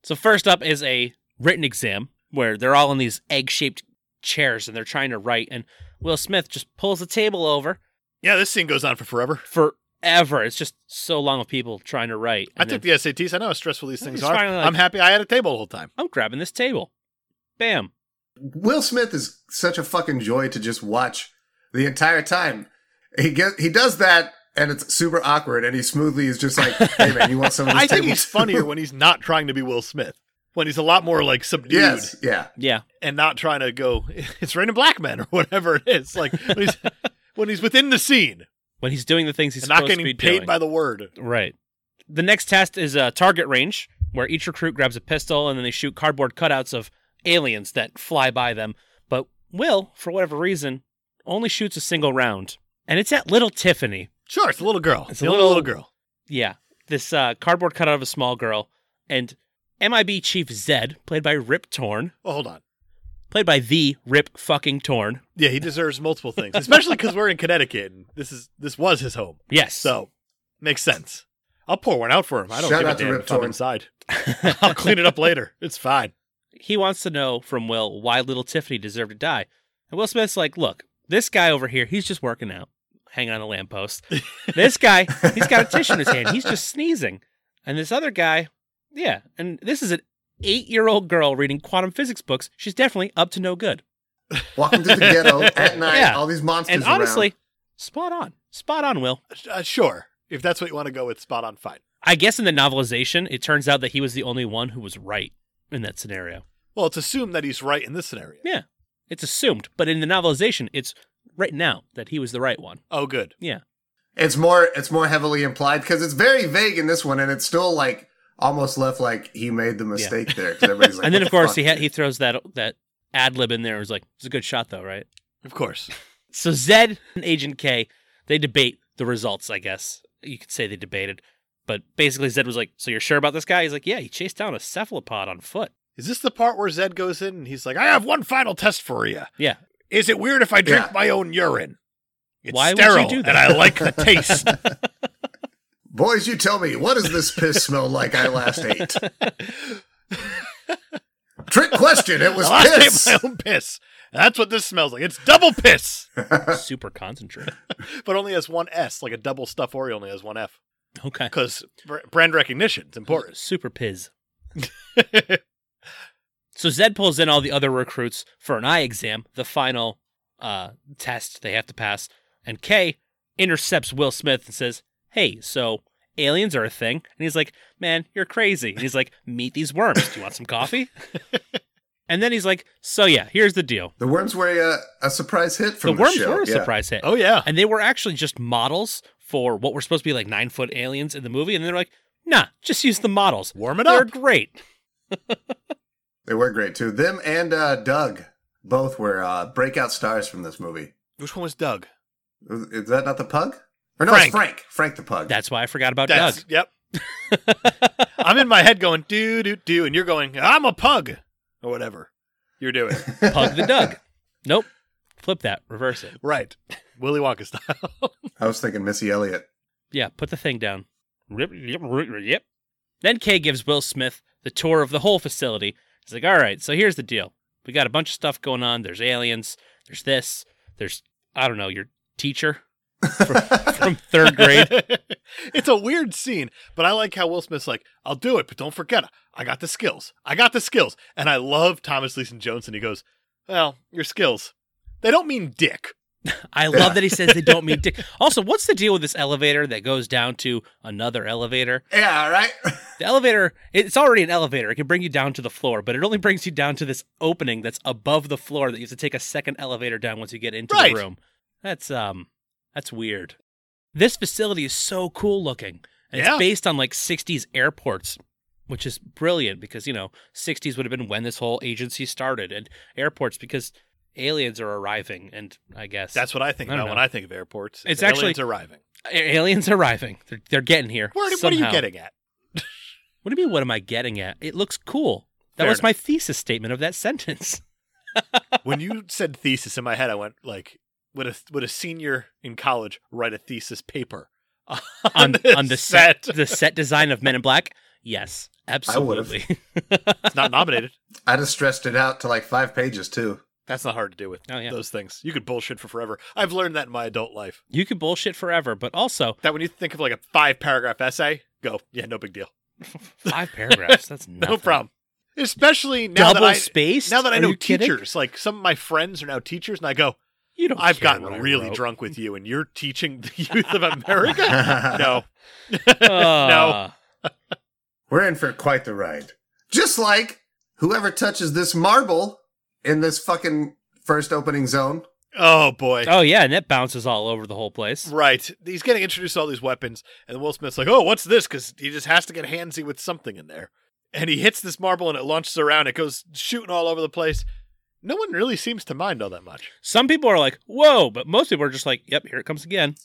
S1: so first up is a written exam where they're all in these egg-shaped chairs and they're trying to write and Will Smith just pulls the table over
S3: Yeah, this scene goes on for forever.
S1: forever. It's just so long of people trying to write.
S3: I
S1: And then-
S3: took the SATs. I know how stressful these
S1: He's
S3: things are.
S1: finally like-
S3: I'm happy I had a table the whole time.
S1: I'm grabbing this table. Bam.
S4: Will Smith is such a fucking joy to just watch the entire time. He gets he does that and it's super awkward and he smoothly is just like, "Hey man, you want some of this
S3: I think
S4: table
S3: he's
S4: too?"
S3: funnier when he's not trying to be Will Smith. When he's a lot more like subdued
S4: Yes, yeah.
S1: Yeah.
S3: and not trying to go, it's raining black men or whatever it is. Like when he's, when he's within the scene
S1: When he's doing the things he's
S3: and not
S1: supposed to
S3: getting
S1: be
S3: paid
S1: doing.
S3: by the word.
S1: right. The next test is a target range where each recruit grabs a pistol and then they shoot cardboard cutouts of aliens that fly by them. But Will, for whatever reason, only shoots a single round. And it's at Little Tiffany.
S3: Sure, it's a little girl.
S1: It's
S3: It's
S1: a
S3: a little,
S1: little-
S3: little girl.
S1: Yeah. This uh, cardboard cutout of a small girl. And MIB Chief Zed, played by Rip Torn,
S3: Well, Oh, hold on.
S1: played by the Rip fucking Torn.
S3: Yeah, he deserves multiple things, especially because we're in Connecticut and this is this was his home.
S1: Yes.
S3: So makes sense. I'll pour one out for him. I don't
S4: Shout
S3: give
S4: out
S3: a
S4: to
S3: damn
S4: Rip
S3: if I'm
S4: Torn.
S3: inside. I'll clean it up later. It's fine.
S1: he wants to know from Will why little Tiffany deserved to die. And Will Smith's like, look, this guy over here, he's just working out, hanging on a lamppost. this guy, he's got a tissue in his hand. He's just sneezing. And this other guy, yeah. And this is an eight year old girl reading quantum physics books. She's definitely up to no good.
S4: Walking through the ghetto at night,
S1: Yeah.
S4: all these monsters.
S1: and
S4: around.
S1: honestly, spot on. Spot on, Will.
S3: Uh, sure. If that's what you want to go with, spot on, fine.
S1: I guess in the novelization, it turns out that he was the only one who was right in that scenario.
S3: Well, it's assumed that he's right in this scenario.
S1: Yeah. It's assumed, but in the novelization, it's right now that he was the right one.
S3: Oh, good.
S1: Yeah.
S4: it's more it's more heavily implied because it's very vague in this one and it's still like almost left like he made the mistake there 'cause everybody's like,
S1: and then
S4: "What
S1: of
S4: the
S1: course
S4: fuck,
S1: he ha-
S4: dude?"
S1: he throws that that ad lib in there. It was like it's a good shot though, right?
S3: Of course.
S1: So Zed and Agent K they debate the results. I guess you could say they debated, but basically Zed was like, "So you're sure about this guy?" He's like, "Yeah, he chased down a cephalopod on foot."
S3: Is this the part where Zed goes in and he's like, I have one final test for you.
S1: Yeah.
S3: Is it weird if I drink
S4: Yeah.
S3: my own urine? It's
S1: Why would you
S3: sterile
S1: do that?
S3: and I like the taste.
S4: Boys, you tell me, what does this piss smell like I last ate? Trick question, it was
S3: I like
S4: piss.
S3: my own piss. That's what this smells like. It's double piss,
S1: Super concentrated.
S3: but only has one S, like a double stuff Oreo only has one F,
S1: Okay.
S3: because brand recognition is important.
S1: Super piz. So Zed pulls in all the other recruits for an eye exam, the final uh, test they have to pass. And Kay intercepts Will Smith and says, Hey, so aliens are a thing? And he's like, Man, you're crazy. And he's like, Meet these worms. Do you want some coffee? and then he's like, So yeah, here's the deal.
S4: The worms were a, a surprise hit from
S1: the
S4: the,
S1: worms
S4: show.
S1: were a
S4: yeah.
S1: surprise hit.
S3: oh yeah,
S1: And they were actually just models for what were supposed to be like nine foot aliens in the movie. And they're like, Nah, just use the models.
S3: warm it
S1: They're
S3: up.
S1: great.
S4: They were great too. Them and uh, Doug both were uh, breakout stars from this movie.
S3: Which one was Doug?
S4: Is that not the pug? Or no, it's
S3: Frank.
S4: Frank. Frank the pug.
S1: That's why I forgot about
S3: That's-
S1: Doug.
S3: Yep. I'm in my head going do do do, and you're going I'm a pug or whatever. you're doing.
S1: Pug the Doug. Nope. Flip that. Reverse it.
S3: right. Willy Wonka style.
S4: I was thinking Missy Elliott.
S1: Yeah, put the thing down. Rip, yip, rip, yip. Then Kay gives Will Smith the tour of the whole facility. He's like, all right, so here's the deal. We got a bunch of stuff going on. There's aliens. There's this. There's, I don't know, your teacher from, from third grade.
S3: it's a weird scene, but I like how Will Smith's like, I'll do it, but don't forget, I got the skills. I got the skills. And I love Thomas Leeson Jones, and he goes, Well, your skills. They don't mean dick.
S1: I love that he says they don't mean dick. Also, what's the deal with this elevator that goes down to another elevator?
S4: Yeah, right?
S1: The elevator, it's already an elevator. It can bring you down to the floor, but it only brings you down to this opening that's above the floor that you have to take a second elevator down once you get into
S3: Right.
S1: the room. That's um that's weird. This facility is so cool looking. And
S3: Yeah.
S1: it's based on like 60s airports, which is brilliant because, you know, 60s would have been when this whole agency started and airports because aliens are arriving and I guess
S3: That's what I think
S1: I don't
S3: about
S1: know.
S3: when I think of airports.
S1: It's
S3: The aliens
S1: actually-
S3: arriving.
S1: A- aliens arriving. They're, they're getting here.
S3: Where, what are you
S1: somehow.
S3: getting at?
S1: What do you mean? What am I getting at? It looks cool. That
S3: Fair
S1: was my thesis statement of that sentence.
S3: when you said thesis in my head, I went like, would a would a senior in college write a thesis paper on,
S1: On,
S3: this
S1: on the
S3: set?
S1: set, the set design of Men in Black. Yes,
S4: would've.
S1: absolutely.
S3: It's not nominated.
S4: I just stretched it out to like five pages, too.
S3: That's not hard to do with
S1: Oh, yeah.
S3: those things. You could bullshit for forever. I've learned that in my adult life.
S1: you could bullshit forever, but also
S3: That when you think of like a five paragraph essay, go yeah, no big deal,
S1: five paragraphs. That's
S3: no
S1: nothing.
S3: problem. Especially now
S1: Double
S3: that I
S1: spaced.
S3: now that I
S1: Are
S3: know
S1: you kidding?
S3: teachers, like some of my friends are now teachers, and I go,
S1: you don't.
S3: I've
S1: care
S3: gotten
S1: what I
S3: really
S1: wrote.
S3: drunk with you, and you're teaching the youth of America. no,
S1: Ah.
S4: We're in for quite the ride. Just like whoever touches this marble in this fucking first opening zone.
S3: oh boy,
S1: Oh yeah, and that bounces all over the whole place.
S3: Right. He's getting introduced to all these weapons, and Will Smith's like, oh, what's this? Because he just has to get handsy with something in there. And he hits this marble and it launches around. It goes shooting all over the place. No one really seems to mind all that much.
S1: Some people are like, "Whoa," but most people are just like, "Yep, here it comes again."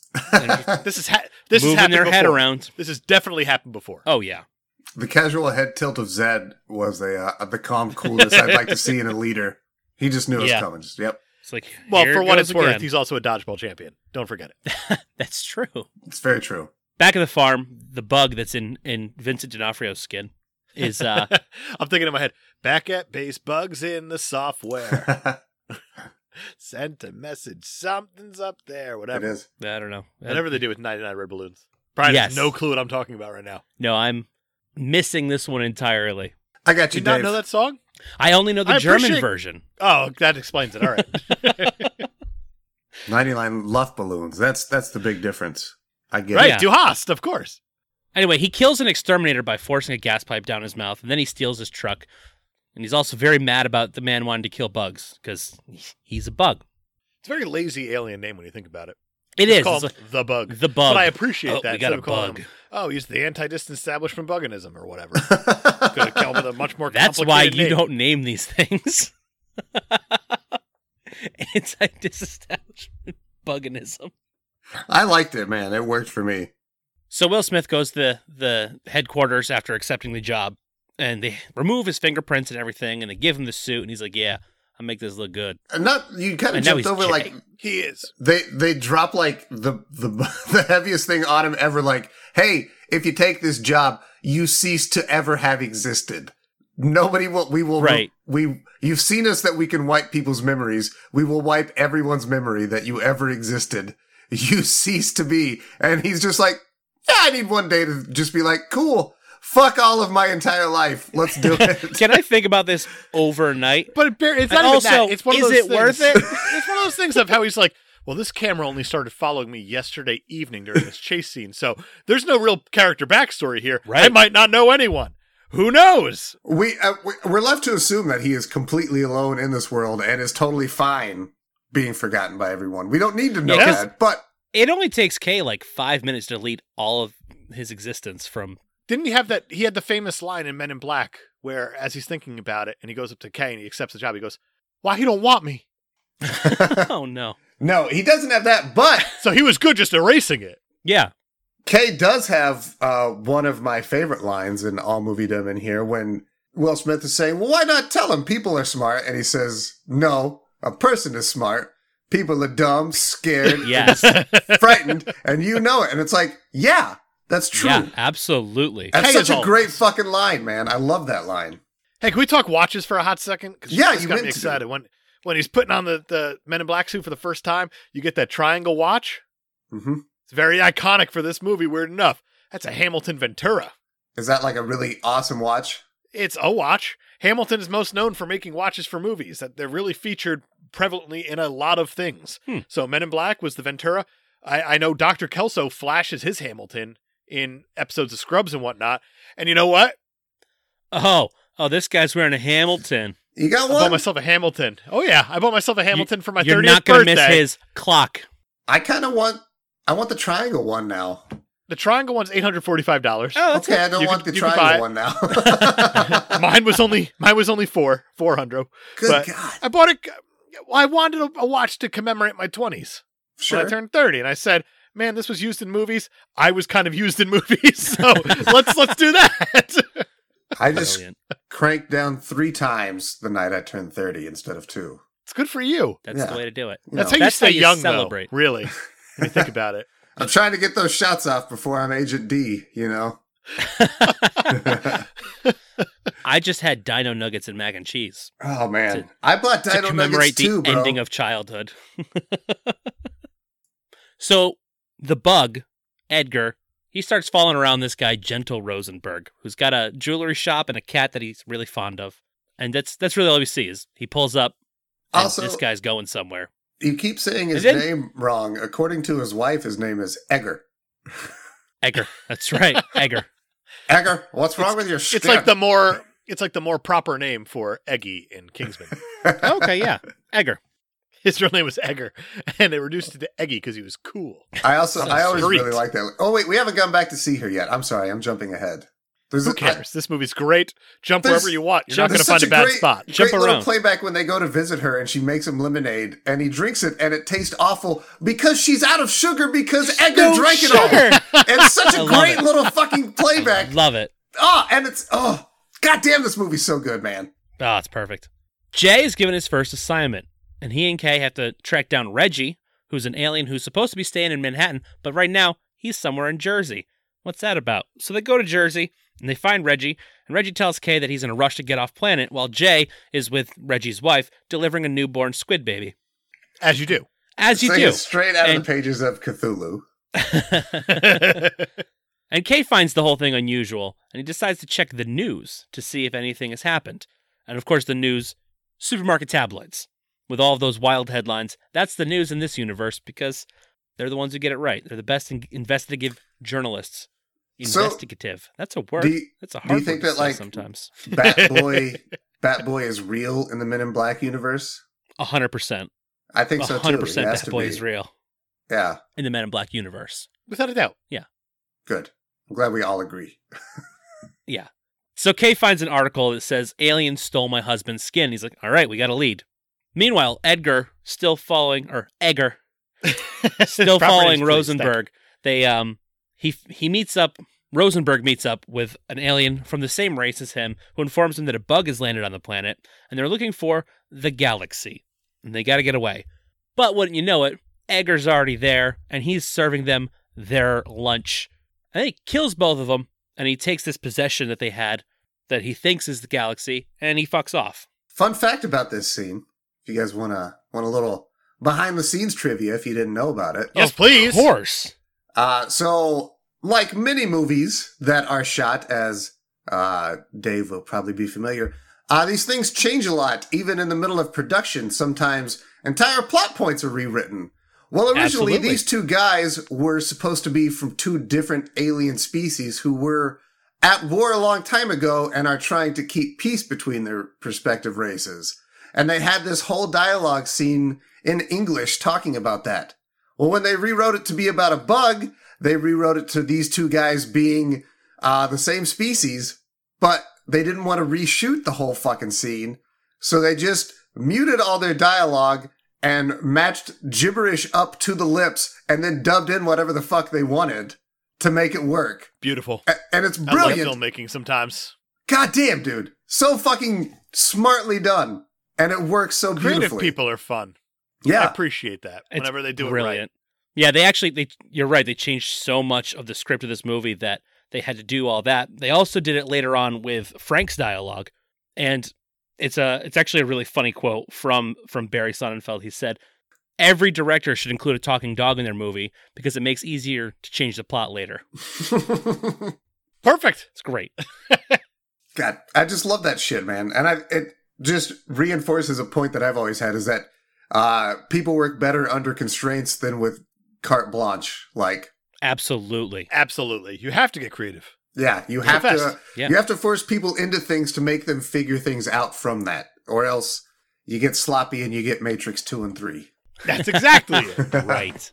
S3: This is ha- this has
S1: moving
S3: happened
S1: their
S3: before.
S1: head around.
S3: This has definitely happened before.
S1: Oh yeah.
S4: The casual head tilt of Zed was the uh, the calm coolness I'd like to see in a leader. He just knew it was
S1: Yeah.
S4: coming. Just, yep,
S1: It's like
S3: well,
S1: here
S3: for
S1: it
S3: what
S1: goes
S3: it's worth,
S1: again.
S3: he's also a dodgeball champion. Don't forget it.
S1: that's true.
S4: it's very true.
S1: Back at the farm, the bug that's in in Vincent D'Onofrio's skin is uh
S3: I'm thinking in my head, back at base, bugs in the software.
S4: it
S3: Sent a message. Something's up there, whatever.
S4: is.
S1: I don't know.
S3: Whatever they do with 99 red balloons. Brian has
S1: Yes.
S3: no clue what I'm talking about right now.
S1: No, I'm missing this one entirely.
S4: I got
S3: Do
S4: you,
S3: you not
S4: Dave.
S3: know that song?
S1: I only know the
S3: I
S1: German
S3: appreciate-
S1: version.
S3: Oh, that explains it. All right.
S4: Ninety-nine luff balloons. That's that's the big difference. I get
S3: right.
S1: Yeah.
S3: Du Hast, of course.
S1: Anyway, he kills an exterminator by forcing a gas pipe down his mouth, and then he steals his truck. And he's also very mad about the man wanting to kill bugs because he's a bug.
S3: It's a very lazy alien name when you think about it.
S1: It
S3: it's
S1: is.
S3: called
S1: It's
S3: the bug.
S1: like, the bug.
S3: But I appreciate
S1: Oh,
S3: that.
S1: we got
S3: instead
S1: a
S3: of calling
S1: bug.
S3: him, oh, he's the anti-distant establishment buganism or whatever.
S4: it.
S3: Could have come with a much more.
S1: That's why
S3: complicated
S1: you
S3: name.
S1: don't name these things. Anti disestablishment buganism.
S4: I liked it, man. It worked for me.
S1: So Will Smith goes to the, the headquarters after accepting the job and they remove his fingerprints and everything and they give him the suit and he's like, Yeah, I'll make this look good.
S4: And not you kind of
S1: And now
S4: jumped
S1: he's
S4: over like
S1: Jay.
S3: He is.
S4: they they drop like the the the heaviest thing on him ever. Like, hey, if you take this job, you cease to ever have existed. Nobody will. We will.
S1: Right.
S4: We you've seen us that we can wipe people's memories. We will wipe everyone's memory that you ever existed. You cease to be. And he's just like, yeah, I need one day to just be like, cool. Fuck all of my entire life. Let's do it.
S1: Can I think about this overnight?
S3: But it bar- it's not
S1: And
S3: even
S1: also,
S3: that. It's one of
S1: is it
S3: those
S1: worth
S3: things-
S1: it?
S3: it's one of those things of how he's like, well, this camera only started following me yesterday evening during this chase scene, so there's no real character backstory here. I
S1: Right.
S3: might not know anyone. Who knows?
S4: we, uh, we we're left to assume that he is completely alone in this world and is totally fine being forgotten by everyone. We don't need to know
S1: Yeah, 'cause-
S4: that, but
S1: It only takes Kay like five minutes to delete all of his existence from.
S3: Didn't he have that? He had the famous line in Men in Black where, as he's thinking about it, and he goes up to Kay and he accepts the job. He goes, "Why he don't want me?"
S1: oh, no.
S4: no, he doesn't have that. But
S3: So he was good just erasing it.
S1: Yeah.
S4: Kay does have uh, one of my favorite lines in all moviedom in here when Will Smith is saying, well, why not tell him people are smart? And he says, no, a person is smart. People are dumb, scared,
S1: Yes.
S4: frightened, and you know it. And it's like, yeah, that's true.
S1: yeah, absolutely.
S4: That's
S3: Hey,
S4: such
S3: it's
S4: a
S3: all-
S4: great fucking line, man. I love that line.
S3: Hey, can we talk watches for a hot second? Because
S4: Yeah,
S3: it's
S4: you
S3: got
S4: meant
S3: me
S4: to.
S3: excited when when he's putting on the the Men in Black suit for the first time. You get that triangle watch.
S4: hmm
S3: It's very iconic for this movie. Weird enough, that's a Hamilton Ventura.
S4: Is that like a really awesome watch?
S3: It's a watch. Hamilton is most known for making watches for movies that they're really featured prevalently in a lot of things.
S1: Hmm.
S3: So Men in Black was the Ventura. I, I know Dr. Kelso flashes his Hamilton in episodes of Scrubs and whatnot. And you know what?
S1: Oh, oh, this guy's wearing a Hamilton.
S4: You got
S3: I bought
S4: one?
S3: myself a Hamilton. Oh yeah, I bought myself a Hamilton for my 30th
S1: You're not gonna
S3: birthday.
S1: miss his clock.
S4: I kind of want. I want the triangle one now.
S3: The triangle one's eight hundred forty-five dollars.
S1: Oh, that's
S4: Okay, I don't
S3: You
S4: want
S3: could-
S4: the
S3: you could buy it.
S4: triangle one now.
S3: mine was only mine was only four four hundred.
S4: Good
S3: But-
S4: God!
S3: I bought it. I wanted a, a watch to commemorate my twenties
S4: Sure.
S3: when I turned thirty, and I said, "Man, this was used in movies. I was kind of used in movies, so let's let's do that."
S4: I just
S1: Brilliant.
S4: cranked down three times the night I turned thirty instead of two.
S3: it's good for you.
S1: That's
S4: Yeah.
S1: the way to do it.
S4: You
S3: That's
S4: know,
S3: how you
S1: That's
S3: stay
S1: how you
S3: young,
S1: celebrate.
S3: though. Really, when you think about it.
S4: I'm trying to get those shots off before I'm Agent D. You know.
S1: I just had dino nuggets and mac and cheese
S4: oh man,
S1: To-
S4: I bought
S1: to
S4: Dino Nuggets
S1: commemorate the
S4: too, bro.
S1: ending of childhood. so the bug, Edgar, he starts falling around this guy, Gentle Rosenberg, who's got a jewelry shop and a cat that he's really fond of. And that's that's really all we see is he pulls up and
S4: Also-
S1: this guy's going somewhere.
S4: you keep saying
S1: Is
S4: his
S1: it?
S4: name wrong. According to his wife, his name is Egger.
S1: Edgar. That's right. Edgar.
S4: Egger, what's wrong with your?
S3: It's like the more it's like the more proper name for Eggy in Kingsman.
S1: Okay, yeah. Edgar.
S3: His real name was Egger, and they reduced it to Eggy because he was cool.
S4: I also I always
S3: Street.
S4: really like that. Oh wait, we haven't gone back to see her yet. I'm sorry, I'm jumping ahead. There's
S3: Who
S4: a-
S3: cares? This movie's great. Jump
S4: There's-
S3: wherever you want. You're not going to
S4: there's
S3: find
S4: such
S3: a bad
S4: great,
S3: spot.
S1: Jump
S4: great little
S1: around.
S4: playback when they go to visit her and she makes him lemonade and he drinks it and it tastes awful because she's out of sugar because Edgar drank it all. It's such
S1: I
S4: a
S1: love
S4: great
S1: it.
S4: little fucking playback.
S1: Love it.
S4: Oh, and it's oh goddamn, this movie's so good, man.
S1: Ah, it's perfect. Jay is given his first assignment, and he and Kay have to track down Reggie, who's an alien who's supposed to be staying in Manhattan, but right now he's somewhere in Jersey. What's that about? So they go to Jersey and they find Reggie, and Reggie tells Kay that he's in a rush to get off planet while Jay is with Reggie's wife delivering a newborn squid baby.
S3: As you do.
S1: As you
S4: Sing
S1: do.
S4: it straight out
S1: And-
S4: of the pages of Cthulhu.
S1: And Kay finds the whole thing unusual, and he decides to check the news to see if anything has happened. And of course, the news supermarket tabloids with all of those wild headlines. That's the news in this universe because they're the ones who get it right. They're the best in- investigative journalists.
S4: So,
S1: Investigative. That's a word.
S4: do you-
S1: That's a hard
S4: do you
S1: word
S4: think
S1: to
S4: that,
S1: say
S4: like-
S1: sometimes.
S4: Bat Boy Bat Boy is real in the Men in Black universe.
S1: 100%.
S4: I think so too.
S1: 100%
S4: It has
S1: Bat
S4: to
S1: Boy
S4: be.
S1: is real
S4: Yeah,
S1: in the Men in Black universe.
S3: Without a doubt.
S4: good. I'm glad we all agree.
S1: So Kay finds an article that says alien stole my husband's skin. He's like, "All right, we got a lead." Meanwhile, Edgar still following or Edgar still following Rosenberg. They um he he meets up Rosenberg meets up with an alien from the same race as him who informs him that a bug has landed on the planet and they're looking for the galaxy and they got to get away. But wouldn't you know it, Edgar's already there and he's serving them their lunch. And he kills both of them and he takes this possession that they had that he thinks is the galaxy and he fucks off.
S4: Fun fact about this scene, if you guys want to want a little behind the scenes trivia if you didn't know about it.
S3: Yes, please.
S1: Of course.
S4: Uh so like many movies that are shot as uh Dave will probably be familiar, uh these things change a lot even in the middle of production. Sometimes entire plot points are rewritten. Well, originally
S1: Absolutely.
S4: these two guys were supposed to be from two different alien species who were at war a long time ago and are trying to keep peace between their prospective races. And they had this whole dialogue scene in English talking about that. Well, when they rewrote it to be about a bug, they rewrote it to these two guys being uh, the same species, but they didn't want to reshoot the whole fucking scene. So they just muted all their dialogue and matched gibberish up to the lips and then dubbed in whatever the fuck they wanted to make it work.
S3: Beautiful.
S4: A- And it's
S3: I love
S4: brilliant.
S3: filmmaking sometimes.
S4: God damn, dude. so fucking smartly done, and it works so
S3: Creative
S4: beautifully.
S3: people are fun. I
S4: Yeah,
S3: appreciate that.
S1: It's
S3: Whenever they do it right.
S1: Brilliant. Yeah, they actually they you're right, they changed so much of the script of this movie that they had to do all that. They also did it later on with Frank's dialogue. And it's a it's actually a really funny quote from from Barry Sonnenfeld. He said, "Every director should include a talking dog in their movie because it makes easier to change the plot later."
S3: Perfect.
S1: It's great.
S4: God, I just love that shit, man. And I it just reinforces a point that I've always had is that uh, people work better under constraints than with carte blanche. Like,
S1: Absolutely.
S3: Absolutely. You have to get creative.
S4: yeah, you have
S3: Confessed.
S4: to
S1: Yeah.
S4: you have to force people into things to make them figure things out from that, or else you get sloppy and you get Matrix two and three.
S3: That's exactly it.
S1: right.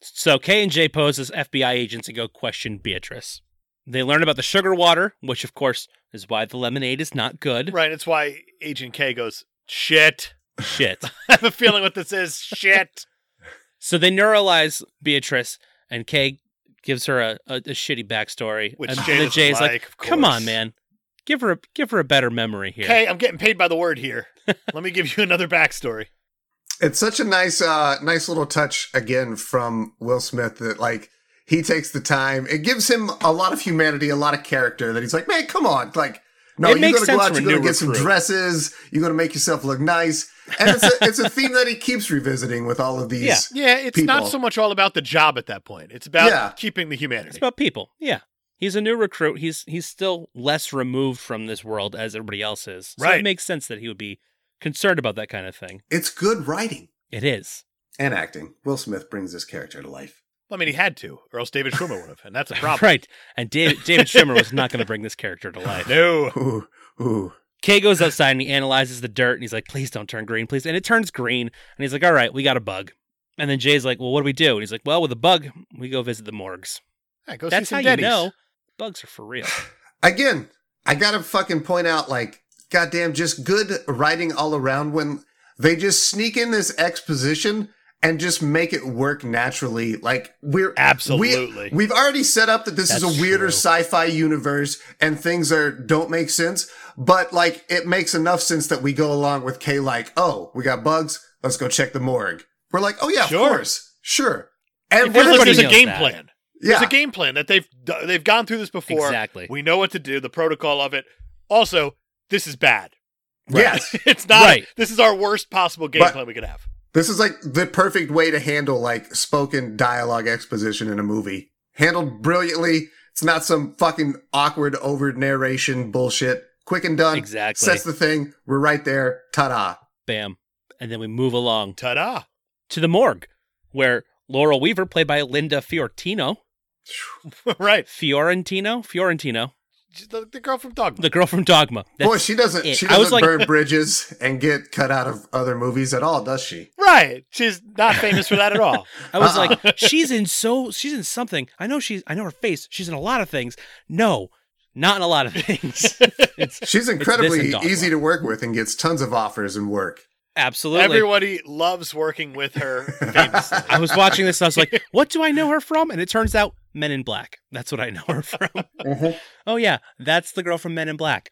S1: So K and J pose as FBI agents and go question Beatrice. They learn about the sugar water, which of course is why the lemonade is not good.
S3: Right. It's why Agent K goes, shit.
S1: Shit.
S3: I have a feeling what this is. Shit.
S1: So they neuralize Beatrice, and Kay gives her a, a, a shitty backstory.
S3: Which
S1: and
S3: Jay
S1: then
S3: doesn't
S1: Jay's
S3: like, of
S1: "Come
S3: course."
S1: on, man, give her a, give her a better memory here."
S3: K, I'm getting paid by the word here. Let me give you another backstory.
S4: It's such a nice, uh, nice little touch again from Will Smith that like he takes the time. It gives him a lot of humanity, a lot of character. That he's like, man, come on, like, no,
S1: It
S4: you're
S1: makes
S4: gonna
S1: sense
S4: go out,
S1: for a
S4: you're gonna
S1: new
S4: get some
S1: recruit.
S4: dresses, you're gonna make yourself look nice, and it's a, it's a theme that he keeps revisiting with all of these.
S1: Yeah.
S3: Yeah, it's not
S4: people.
S3: so much all about the job at that point. It's about
S4: Yeah.
S3: keeping the humanity.
S1: It's about people. Yeah, he's a new recruit. He's he's still less removed from this world as everybody else is. So
S3: Right.
S1: It makes sense that he would be concerned about that kind of thing.
S4: It's good writing
S1: It is.
S4: and acting. Will Smith brings this character to life.
S3: I mean, he had to, or else David Schwimmer would have, and that's a problem.
S1: Right. And David, David Schwimmer was not going to bring this character to life.
S3: No.
S4: Ooh, ooh.
S1: Kay goes outside and he analyzes the dirt and he's like, please don't turn green, please. And it turns green. And he's like, all right, we got a bug. And then Jay's like, well, what do we do? And he's like, well, with a bug, we go visit the morgues.
S3: Yeah, go
S1: That's
S3: see
S1: how
S3: some
S1: you
S3: Denny's.
S1: know bugs are for real.
S4: again, I gotta fucking point out, like, goddamn, just good writing all around when they just sneak in this exposition and just make it work naturally. Like, we're
S3: Absolutely.
S4: We, have already set up that this
S1: That's
S4: is a weirder
S1: true.
S4: sci-fi universe and things are don't make sense, but like it makes enough sense that we go along with K. Like, oh, we got bugs. Let's go check the morgue. We're like, oh yeah,
S3: Sure.
S4: of course, sure. And
S1: If
S4: we're-
S1: you're
S3: Everybody there's a
S1: knows
S3: game
S1: that.
S3: plan.
S4: yeah,
S3: There's a game plan that they've d- they've gone through this before.
S1: Exactly.
S3: We know what to do, the protocol of it. Also, this is bad.
S4: yes.
S3: it's not.
S1: Right.
S3: This is our worst possible game
S4: But-
S3: plan we could have.
S4: This is like the perfect way to handle like spoken dialogue exposition in a movie. Handled brilliantly. It's not some fucking awkward over narration bullshit. Quick and done.
S1: Exactly.
S4: Sets the thing. We're right there. Ta da.
S1: Bam. And then we move along
S3: Ta-da!
S1: to the morgue where Laurel Weaver, played by Linda Fiorentino,
S3: right.
S1: Fiorentino, Fiorentino,
S3: She's The, the girl from Dog.
S1: the girl from Dogma. That's-
S4: Boy, she doesn't
S1: it.
S4: she
S1: I
S4: doesn't
S1: was like-
S4: burn bridges and get cut out of other movies at all, does she?
S3: right. She's not famous for that at all.
S1: I was
S4: Uh-uh.
S1: like, she's in so she's in something. I know she's I know her face. She's in a lot of things. No, not in a lot of things. it's
S4: She's
S1: and
S4: incredibly
S1: Dogma.
S4: easy to work with and gets tons of offers and work.
S1: absolutely
S3: Everybody loves working with her famously.
S1: I was watching this and I was like, what do I know her from? And it turns out Men in Black. That's what I know her from. oh, yeah. That's the girl from Men in Black.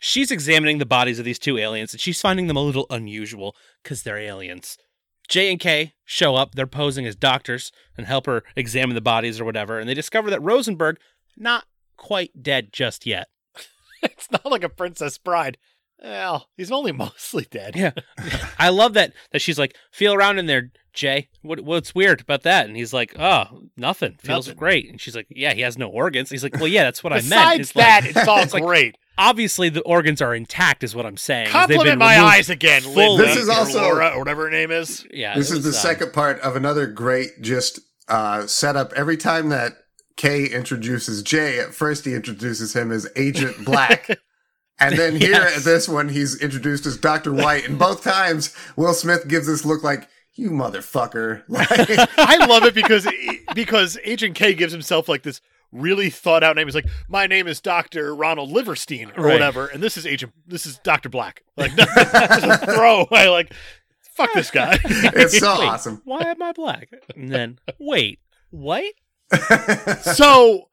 S1: She's examining the bodies of these two aliens and she's finding them a little unusual because they're aliens. J and K show up. They're posing as doctors and help her examine the bodies or whatever. And they discover that Rosenberg, not quite dead just yet.
S3: it's not like a Princess Bride. Well, he's only mostly dead.
S1: Yeah. I love that that she's like, feel around in there, Jay. What what's weird about that? And he's like, oh, nothing. Feels
S3: Nothing.
S1: great. And she's like, yeah, he has no organs. He's like, well, yeah, that's what I meant.
S3: Besides
S1: It's like,
S3: that, it's all
S1: it's like-
S3: great.
S1: obviously the organs are intact, is what I'm saying. is they've
S3: Compliment
S1: been
S3: my
S1: removed-
S3: eyes again,
S1: fully.
S3: Linda.
S4: This is
S3: or
S4: also-
S3: Laura or whatever her name is.
S1: Yeah,
S4: this
S1: it
S4: is the
S1: was, um,
S4: second part of another great just uh setup every time that Kay introduces Jay, at first he introduces him as Agent Black. And then here
S1: Yes.
S4: at this one, he's introduced as Dr. White. And both times, Will Smith gives this look like, you motherfucker. Like,
S3: I love it because e, because Agent K gives himself like this really thought out name. He's like, my name is Doctor Ronald Liverstein or
S1: Right.
S3: whatever, and this is Agent. This is Doctor Black. Like, no, just a throwaway. Like, fuck this guy.
S4: it's so
S1: Wait.
S4: awesome.
S1: Why am I black? And then wait, what?
S3: so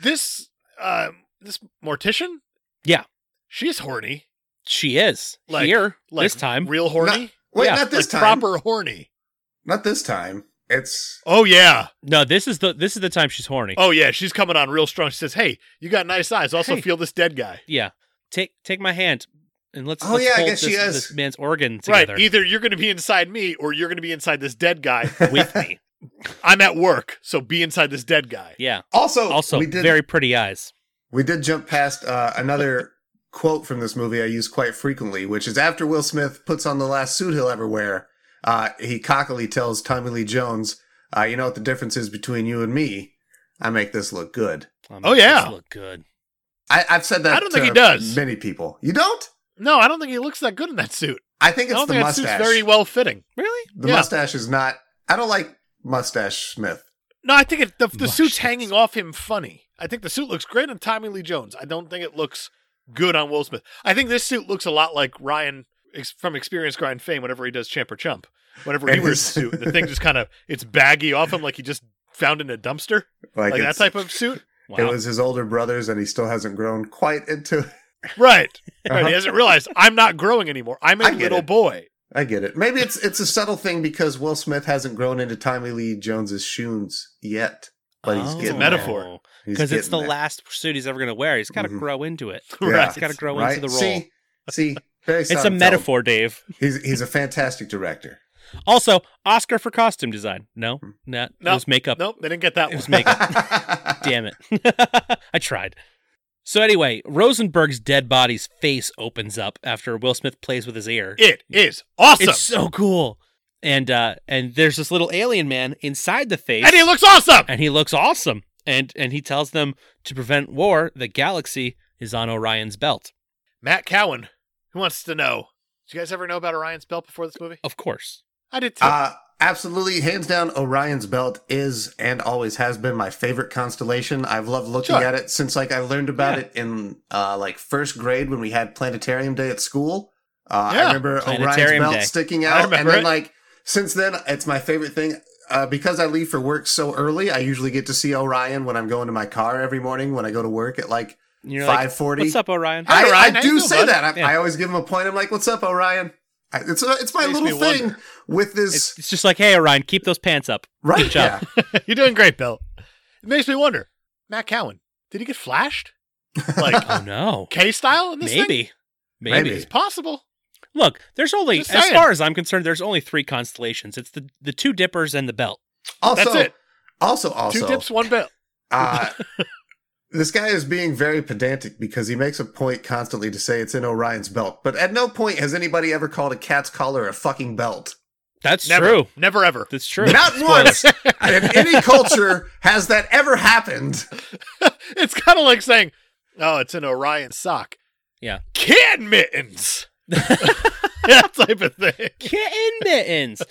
S3: this um, this mortician,
S1: Yeah.
S3: She's horny.
S1: She is
S3: Like-
S1: here
S3: like
S1: this time.
S3: Real horny?
S4: Wait,
S1: Yeah,
S4: not this
S3: like
S4: time.
S3: proper horny.
S4: Not this time. It's
S3: Oh yeah.
S1: no, this is the this is the time she's horny.
S3: Oh yeah. She's coming on real strong. She says, Hey, you got nice eyes. Also
S1: Hey.
S3: feel this dead guy.
S1: Yeah, take take my hand and let's.
S4: Oh,
S1: let's
S4: yeah, I
S1: hold
S4: guess
S1: this,
S4: she is.
S1: this man's organ together
S3: Right. Either you're gonna be inside me or you're gonna be inside this dead guy.
S1: with me.
S3: I'm at work, so be inside this dead guy.
S1: Yeah.
S4: also
S1: Also,
S4: we did
S1: very pretty eyes.
S4: we did jump past uh, another quote from this movie I use quite frequently, which is after Will Smith puts on the last suit he'll ever wear, uh, he cockily tells Tommy Lee Jones, uh, "You know what the difference is between you and me? I make this look good."
S1: Um,
S3: Oh, yeah.
S1: those look good.
S4: I, I've said that.
S3: I don't
S4: to
S3: think he does.
S4: Many people. You don't.
S3: No, I don't think he looks that good in that suit.
S4: I think
S3: I
S4: it's
S3: don't
S4: the
S3: think that suit's
S4: mustache.
S3: very well fitting.
S1: Really?
S4: the
S3: yeah.
S4: mustache is not. I don't like mustache Smith.
S3: No, I think it, the, the
S1: Mushrooms.
S3: suit's hanging off him funny. I think the suit looks great on Tommy Lee Jones. I don't think it looks good on Will Smith. I think this suit looks a lot like Ryan ex- from Experience Grind Fame whenever he does Champ or Chump. Whenever he
S4: And
S3: wears a
S4: his-
S3: suit, the thing just kind of it's baggy off him like he just found in a dumpster,
S4: Like,
S3: like that
S4: it's-
S3: type of suit.
S1: Wow.
S4: It was his older brothers, and he still hasn't grown quite into.
S3: Right. right.
S4: Uh-huh.
S3: He hasn't realized I'm not growing anymore. I'm a
S4: I get
S3: little
S4: it.
S3: boy.
S4: I get it. Maybe it's it's a subtle thing because Will Smith hasn't grown into Tommy Lee Jones's shoes yet, but he's
S1: Oh.
S4: getting
S3: a metaphor.
S4: there. He's
S1: because it's the
S4: getting there.
S1: last suit he's ever going to wear. He's got to
S4: Mhm.
S1: grow into it.
S4: Yeah.
S3: Right.
S1: He's got to grow
S4: Right?
S1: into the role.
S4: See, see, very
S1: it's a
S4: Seinfeld.
S1: metaphor, Dave.
S4: He's he's a fantastic director.
S1: Also, Oscar for costume design. No,
S4: Mm-hmm.
S1: not
S3: No.
S1: it was makeup.
S3: Nope, they didn't get that
S1: It
S3: one.
S1: was makeup. Damn it. I tried. So anyway, Rosenberg's dead body's face opens up after Will Smith plays with his ear.
S3: It is awesome.
S1: It's so cool. And uh and there's this little alien man inside the face
S3: and he looks awesome.
S1: and he looks awesome. And and he tells them to prevent war, the galaxy is on Orion's belt.
S3: Matt Cowan, who wants to know? Did you guys ever know about Orion's Belt before this movie?
S1: Of course.
S3: I did too.
S4: Uh, absolutely, hands down, Orion's Belt is and always has been my favorite constellation. I've loved looking
S3: Sure.
S4: at it since like I learned about
S1: Yeah.
S4: it in uh, like first grade when we had planetarium day at school. Uh,
S3: Yeah.
S4: I remember
S1: Planetarium
S4: Orion's Belt
S1: Day.
S4: sticking
S3: I
S4: out, and
S3: remember
S4: then
S3: it.
S4: like since then, it's my favorite thing. Uh, because I leave for work so early, I usually get to see Orion when I'm going to my car every morning when I go to work at like
S1: And you're like,
S4: five forty.
S1: What's up, Orion?
S3: Hi,
S4: I,
S3: Orion.
S4: I
S3: How you
S4: do
S3: doing,
S4: say
S3: bud?
S4: that. I,
S1: Yeah.
S4: I always give him a point. I'm like, "What's up, Orion?" I, it's a, it's my
S3: Makes
S4: little
S3: me
S4: thing
S3: wonder.
S4: with this,
S1: It's, it's just like, hey, Orion, keep those pants up.
S4: right?
S1: good job.
S3: You're doing great, Bill. It makes me wonder, Matt Cowan, did he get flashed? Like
S1: Oh no,
S3: K style in this thing?
S1: maybe, maybe.
S4: Maybe.
S3: It's possible.
S1: Look, there's only
S3: Just
S1: as
S3: saying.
S1: far as I'm concerned, there's only three constellations. It's the the two dippers and the belt.
S4: Also,
S3: That's it.
S4: Also, also,
S3: Two dips, one belt.
S4: uh, this guy is being very pedantic because he makes a point constantly to say it's in Orion's belt, but at no point has anybody ever called a cat's collar a fucking belt.
S1: That's
S3: Never.
S1: true.
S3: Never ever.
S1: That's true.
S4: Not
S1: Spoilers.
S4: once in any culture has that ever happened.
S3: it's kind of like saying, oh, it's an Orion sock.
S1: Yeah.
S3: Kid mittens. that type of thing.
S1: Kitten mittens.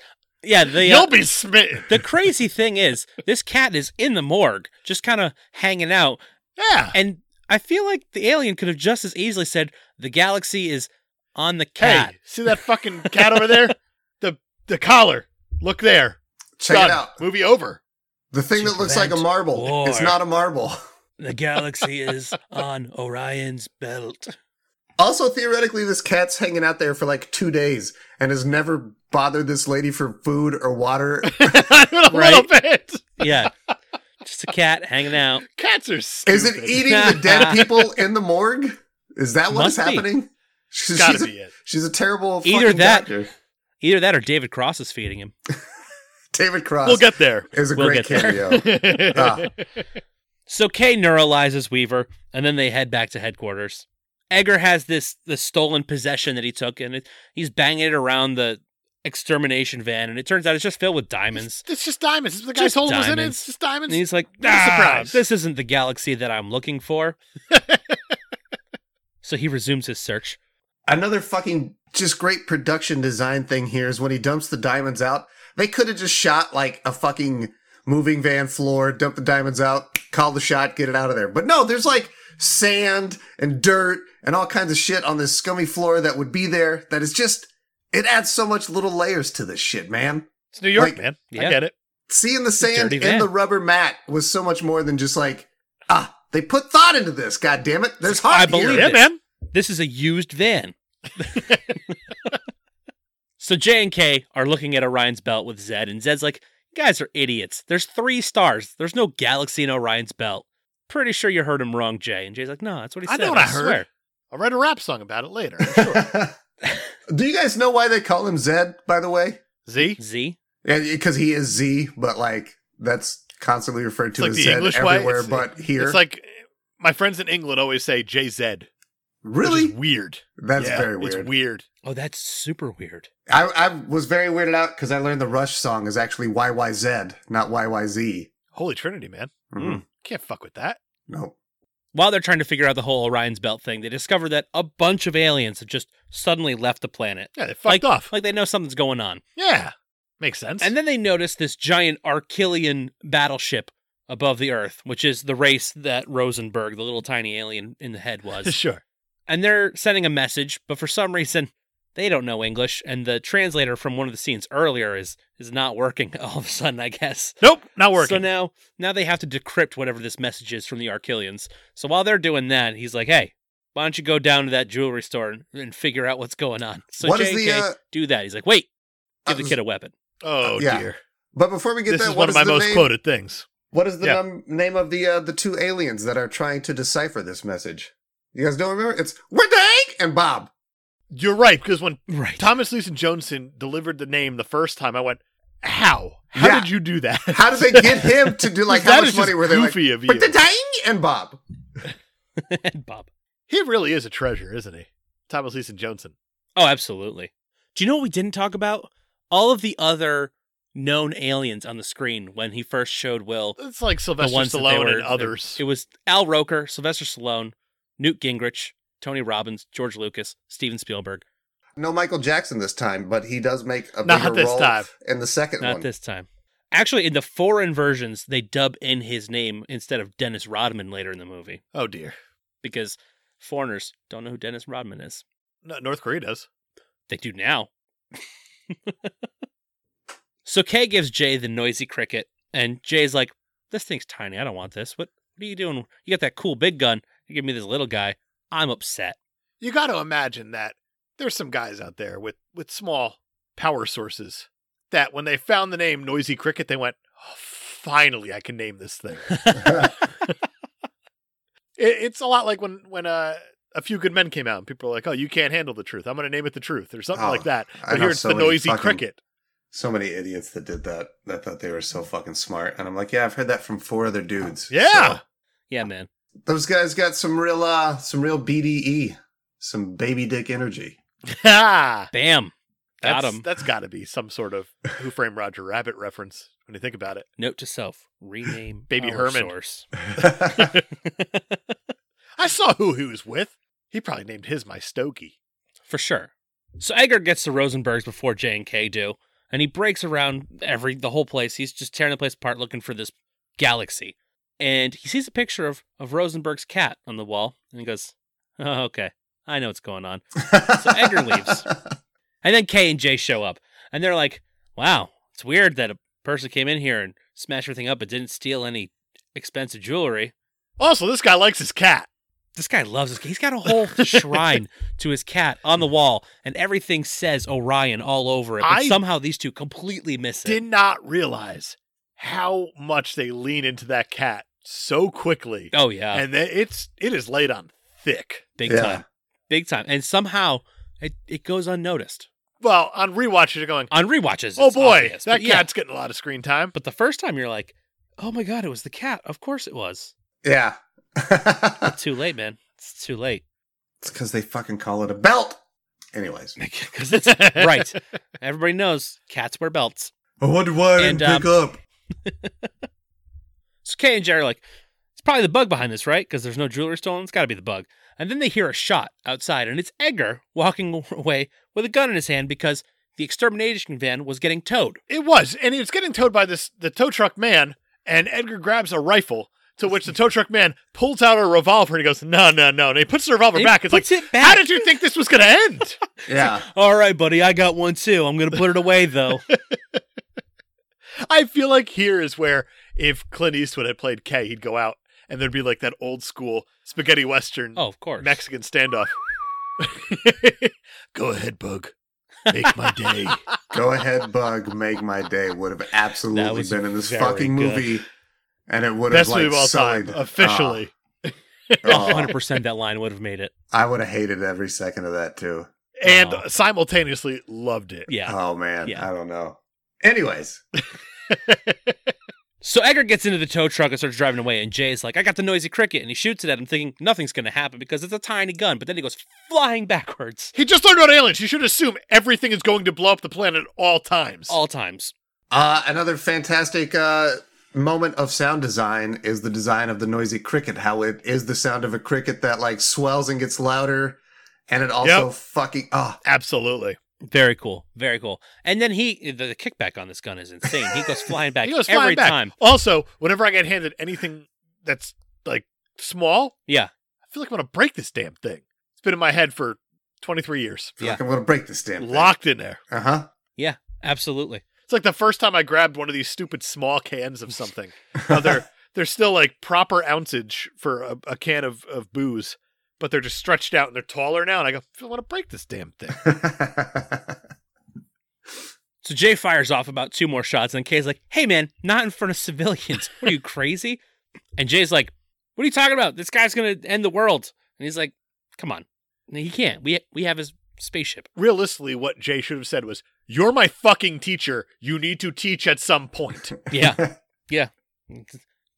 S1: Yeah, the uh,
S3: You'll be smitten.
S1: the crazy thing is this cat is in the morgue, just kind of hanging out,
S3: Yeah.
S1: and I feel like the alien could have just as easily said the galaxy is on the cat.
S3: Hey, see that fucking cat over there? The the collar. Look there.
S4: Check
S3: Done.
S4: it out.
S3: Movie over.
S4: The thing
S1: To
S4: that looks like
S1: prevent
S4: a marble
S1: war.
S4: is not a marble.
S1: The galaxy is on Orion's belt.
S4: Also, theoretically, this cat's hanging out there for like two days and has never bothered this lady for food or water.
S3: a little
S1: Right.
S3: bit.
S1: Yeah, just a cat hanging out.
S3: Cats are stupid.
S4: Is it eating the dead people in the morgue? Is that
S1: Must
S4: what's
S1: be.
S4: happening? She's,
S3: Gotta
S4: she's a,
S3: be it.
S4: she's a terrible
S1: Either
S4: fucking
S1: that-
S4: doctor.
S1: Either that or David Cross is feeding him.
S4: David Cross
S3: We'll get there.
S4: is a
S1: we'll
S4: great
S1: get
S4: cameo. Ah.
S1: So Kay neuralizes Weaver, and then they head back to headquarters. Edgar has this this stolen possession that he took, and it, he's banging it around the extermination van, and it turns out it's just filled with diamonds.
S3: it's just diamonds. It's what the guy
S1: Just
S3: told him was in it.
S1: diamonds.
S3: It's just
S1: And
S3: diamonds.
S1: he's like,
S3: What a
S1: ah,
S3: surprise."
S1: this isn't the galaxy that I'm looking for. so he resumes his search.
S4: Another fucking just great production design thing here is when he dumps the diamonds out. They could have just shot like a fucking moving van floor, dump the diamonds out, call the shot, get it out of there. But no, there's like sand and dirt and all kinds of shit on this scummy floor that would be there that is just it adds so much little layers to this shit, man.
S3: It's New York,
S4: Like-
S3: man. I
S1: Yeah.
S3: get it.
S4: seeing the sand
S1: dirty
S4: and
S1: van.
S4: the rubber mat was so much more than just like ah they put thought into this god damn it there's heart
S1: I believe
S4: here.
S3: Yeah,
S1: it.
S3: man.
S1: This is a used van. so J and K are looking at Orion's belt with Zed, and Zed's like, "You guys are idiots. There's three stars. There's no galaxy in Orion's belt. Pretty sure you heard him wrong, Jay." And Jay's like, "No, that's what he
S3: I
S1: said.
S3: know what I heard."
S1: swear."
S3: I'll write a rap song about it later.
S4: Do you guys know why they call him Zed, by the way?
S3: Z?
S1: Z.
S4: Because he is Z, but like that's constantly referred to
S3: It's like
S4: as
S3: the
S4: Zed
S3: English way.
S4: everywhere
S3: It's-
S4: but here.
S3: It's like my friends in England always say JZ. Which
S4: really?
S3: is weird.
S4: That's
S3: Yeah,
S4: very weird.
S3: It's weird.
S1: Oh, that's super weird.
S4: I, I was very weirded out because I learned the Rush song is actually YYZ, not YYZ.
S3: Holy Trinity, man.
S4: Mm.
S3: Can't fuck with that.
S4: No.
S1: While they're trying to figure out the whole Orion's belt thing, they discover that a bunch of aliens have just suddenly left the planet.
S3: Yeah, they fucked
S1: Like-
S3: off.
S1: Like they know something's going on.
S3: yeah. Makes sense.
S1: And then they notice this giant Archillian battleship above the Earth, which is the race that Rosenberg, the little tiny alien in the head, was.
S3: sure.
S1: and they're sending a message, but for some reason, they don't know English, and the translator from one of the scenes earlier is is not working all of a sudden, I guess.
S3: Nope, not working.
S1: So now now they have to decrypt whatever this message is from the Archillians. So while they're doing that, he's like, Hey, why don't you go down to that jewelry store and, and figure out what's going on? So
S4: What is
S1: JK
S4: the, uh,
S1: do that. He's like, Wait,
S4: I
S1: give the
S4: was-
S1: kid a weapon.
S3: oh
S4: Yeah.
S3: dear.
S4: But before we get
S3: This
S4: that,
S3: is one
S4: what
S3: of my
S4: the
S3: most
S4: name?
S3: quoted things.
S4: What is the
S3: Yeah.
S4: num- name of the uh, the two aliens that are trying to decipher this message? You guys don't remember? It's we're Dank and Bob.
S3: You're right, because when
S1: Right.
S3: Thomas Leeson Johnson delivered the name the first time, I went, How? How
S4: Yeah.
S3: did you do that?
S4: How did they get him to do like how
S3: That
S4: much
S3: is
S4: money
S3: just
S4: were they like?
S3: goofy of
S4: We're
S3: you.
S4: Dank and Bob.
S1: and Bob.
S3: He really is a treasure, isn't he? Thomas Leeson Johnson.
S1: Oh, absolutely. Do you know what we didn't talk about? All of the other known aliens on the screen when he first showed Will
S3: It's like Sylvester
S1: the ones that they
S3: Stallone
S1: were-
S3: and others.
S1: It was Al Roker, Sylvester Stallone, Newt Gingrich, Tony Robbins, George Lucas, Steven Spielberg.
S4: No Michael Jackson this time, but he does make a
S3: Not
S4: bigger
S3: this
S4: role
S3: time.
S4: in the second
S1: Not
S4: one.
S1: this time. Actually, in the foreign versions, they dub in his name instead of Dennis Rodman later in the movie
S3: oh dear.
S1: because foreigners don't know who Dennis Rodman is.
S3: No, North Korea does.
S1: They do now. so Kay gives Jay the noisy cricket, and Jay's like, "This thing's tiny. I don't want this. What? What are you doing? You got that cool big gun. You give me this little guy. I'm upset."
S3: You got to imagine that there's some guys out there with with small power sources that when they found the name Noisy Cricket, they went, oh, "Finally, I can name this thing." It, it's a lot like when when uh, a few good men came out and people were like, "Oh, you can't handle the truth. I'm going to name it the truth" or something
S4: Oh,
S3: like that. But
S4: I know
S3: here it's
S4: so
S3: the
S4: many
S3: Noisy
S4: fucking-
S3: Cricket.
S4: So many idiots that did that that thought they were so fucking smart, and I'm like, yeah, I've heard that from four other dudes.
S3: Yeah.
S4: So
S3: Ah.
S1: yeah, man.
S4: those guys got some real uh some real BDE, some baby dick energy.
S3: Ah,
S1: Bam. Got
S3: That's-
S1: him.
S3: That's got to be some sort of Who Framed Roger Rabbit reference when you think about it.
S1: Note to self: rename
S3: Baby
S1: power
S3: Herman.
S1: Source.
S3: I saw who he was with. He probably named his my Stokey.
S1: For sure. So Edgar gets to Rosenberg's before J and K do, and he breaks around every the whole place. He's just tearing the place apart looking for this galaxy. And he sees a picture of, of Rosenberg's cat on the wall, and he goes, oh, okay. I know what's going on.
S4: so
S1: Edgar leaves. And then K and J show up, and they're like, wow, it's weird that a person came in here and smashed everything up but didn't steal any expensive jewelry.
S3: Also, this guy likes his cat.
S1: This guy loves his. He's got a whole shrine to his cat on the wall, and everything says Orion all over it. But
S3: I
S1: somehow these two completely miss it.
S3: Did not realize how much they lean into that cat so quickly,
S1: Oh yeah,
S3: and then it's it is laid on thick.
S1: big
S4: Yeah.
S1: time, big time. And somehow it, it goes unnoticed
S3: Well, on rewatch, you're going,
S1: on rewatches.
S3: "Oh
S1: it's
S3: boy,
S1: obvious,
S3: that
S1: but yeah.
S3: cat's getting a lot of screen time."
S1: But the first time you're like, oh my god, it was the cat. Of course it was.
S4: Yeah. it's
S1: Too late, man. It's too late.
S4: because they fucking call it a belt. Anyways,
S1: 'Cause it's right. Everybody knows cats wear belts.
S4: I wonder why
S1: And, um,
S4: up.
S1: So Kay and Jerry are like, it's probably the bug behind this, right? Because there's no jewelry stolen. It's got to be the bug. And then they hear a shot outside, and it's Edgar walking away with a gun in his hand because the extermination van was getting towed.
S3: It was, and it's getting towed by this the tow truck man, and Edgar grabs a rifle. To which the tow truck man pulls out a revolver and he goes, "No, no, no!" And he puts the revolver
S1: He
S3: back. It's
S1: puts
S3: like,
S1: it back.
S3: "How did you think this was going to end?"
S4: Yeah.
S1: All right, buddy, I got one too. I'm gonna put it away though.
S3: I feel like here is where if Clint Eastwood had played K, he'd go out and there'd be like that old school spaghetti western
S1: oh, of course.
S3: Mexican standoff. Go ahead, Bug. Make my day.
S4: Go ahead, Bug. Make my day would have absolutely
S1: was
S4: been in this
S1: very
S4: fucking
S1: good.
S4: movie, and it would have
S3: Best
S4: like
S3: move of all time,
S4: sullied-
S1: Ah.
S3: officially.
S4: Uh, uh,
S1: 100% that line would have made it.
S4: I would have hated every second of that too.
S3: and
S1: Wow.
S3: simultaneously loved it.
S1: Ah. Yeah.
S4: Oh man,
S1: Yeah.
S4: I don't know. Anyways,
S1: So Edgar gets into the tow truck and starts driving away, and Jay's like, I got the noisy cricket, and he shoots it at him, thinking nothing's gonna happen because it's a tiny gun, but then he goes flying backwards.
S3: He just learned about aliens. You should assume everything is going to blow up the planet at all times.
S1: All times.
S4: uh, another fantastic uh, moment of sound design is the design of the noisy cricket. How it is the sound of a cricket that like swells and gets louder, and it also fucking ah.
S3: Absolutely.
S1: Very cool. Very cool. And then he the, the kickback on this gun is insane. He goes flying back
S3: He goes flying
S1: every
S3: back.
S1: time.
S3: Also, whenever I get handed anything that's like small,
S1: Yeah.
S3: I feel like I'm gonna break this damn thing. It's been in my head for 23 years.
S4: I feel like I'm gonna break this damn.
S3: Locked in there.
S4: Uh huh.
S1: Absolutely.
S3: It's like the first time I grabbed one of these stupid small cans of something. Now they're they're still like proper ounceage for a, a can of, of booze, but they're just stretched out and they're taller now. And I go, I want to break this damn thing.
S1: So Jay fires off about two more shots, and Kay's like, Hey man, not in front of civilians. What are you crazy? And Jay's like, What are you talking about? This guy's gonna end the world. And he's like, Come on. No, He can't. We we have his spaceship.
S3: Realistically, what Jay should have said was, "You're my fucking teacher. You need to teach at some point."
S1: Yeah. yeah.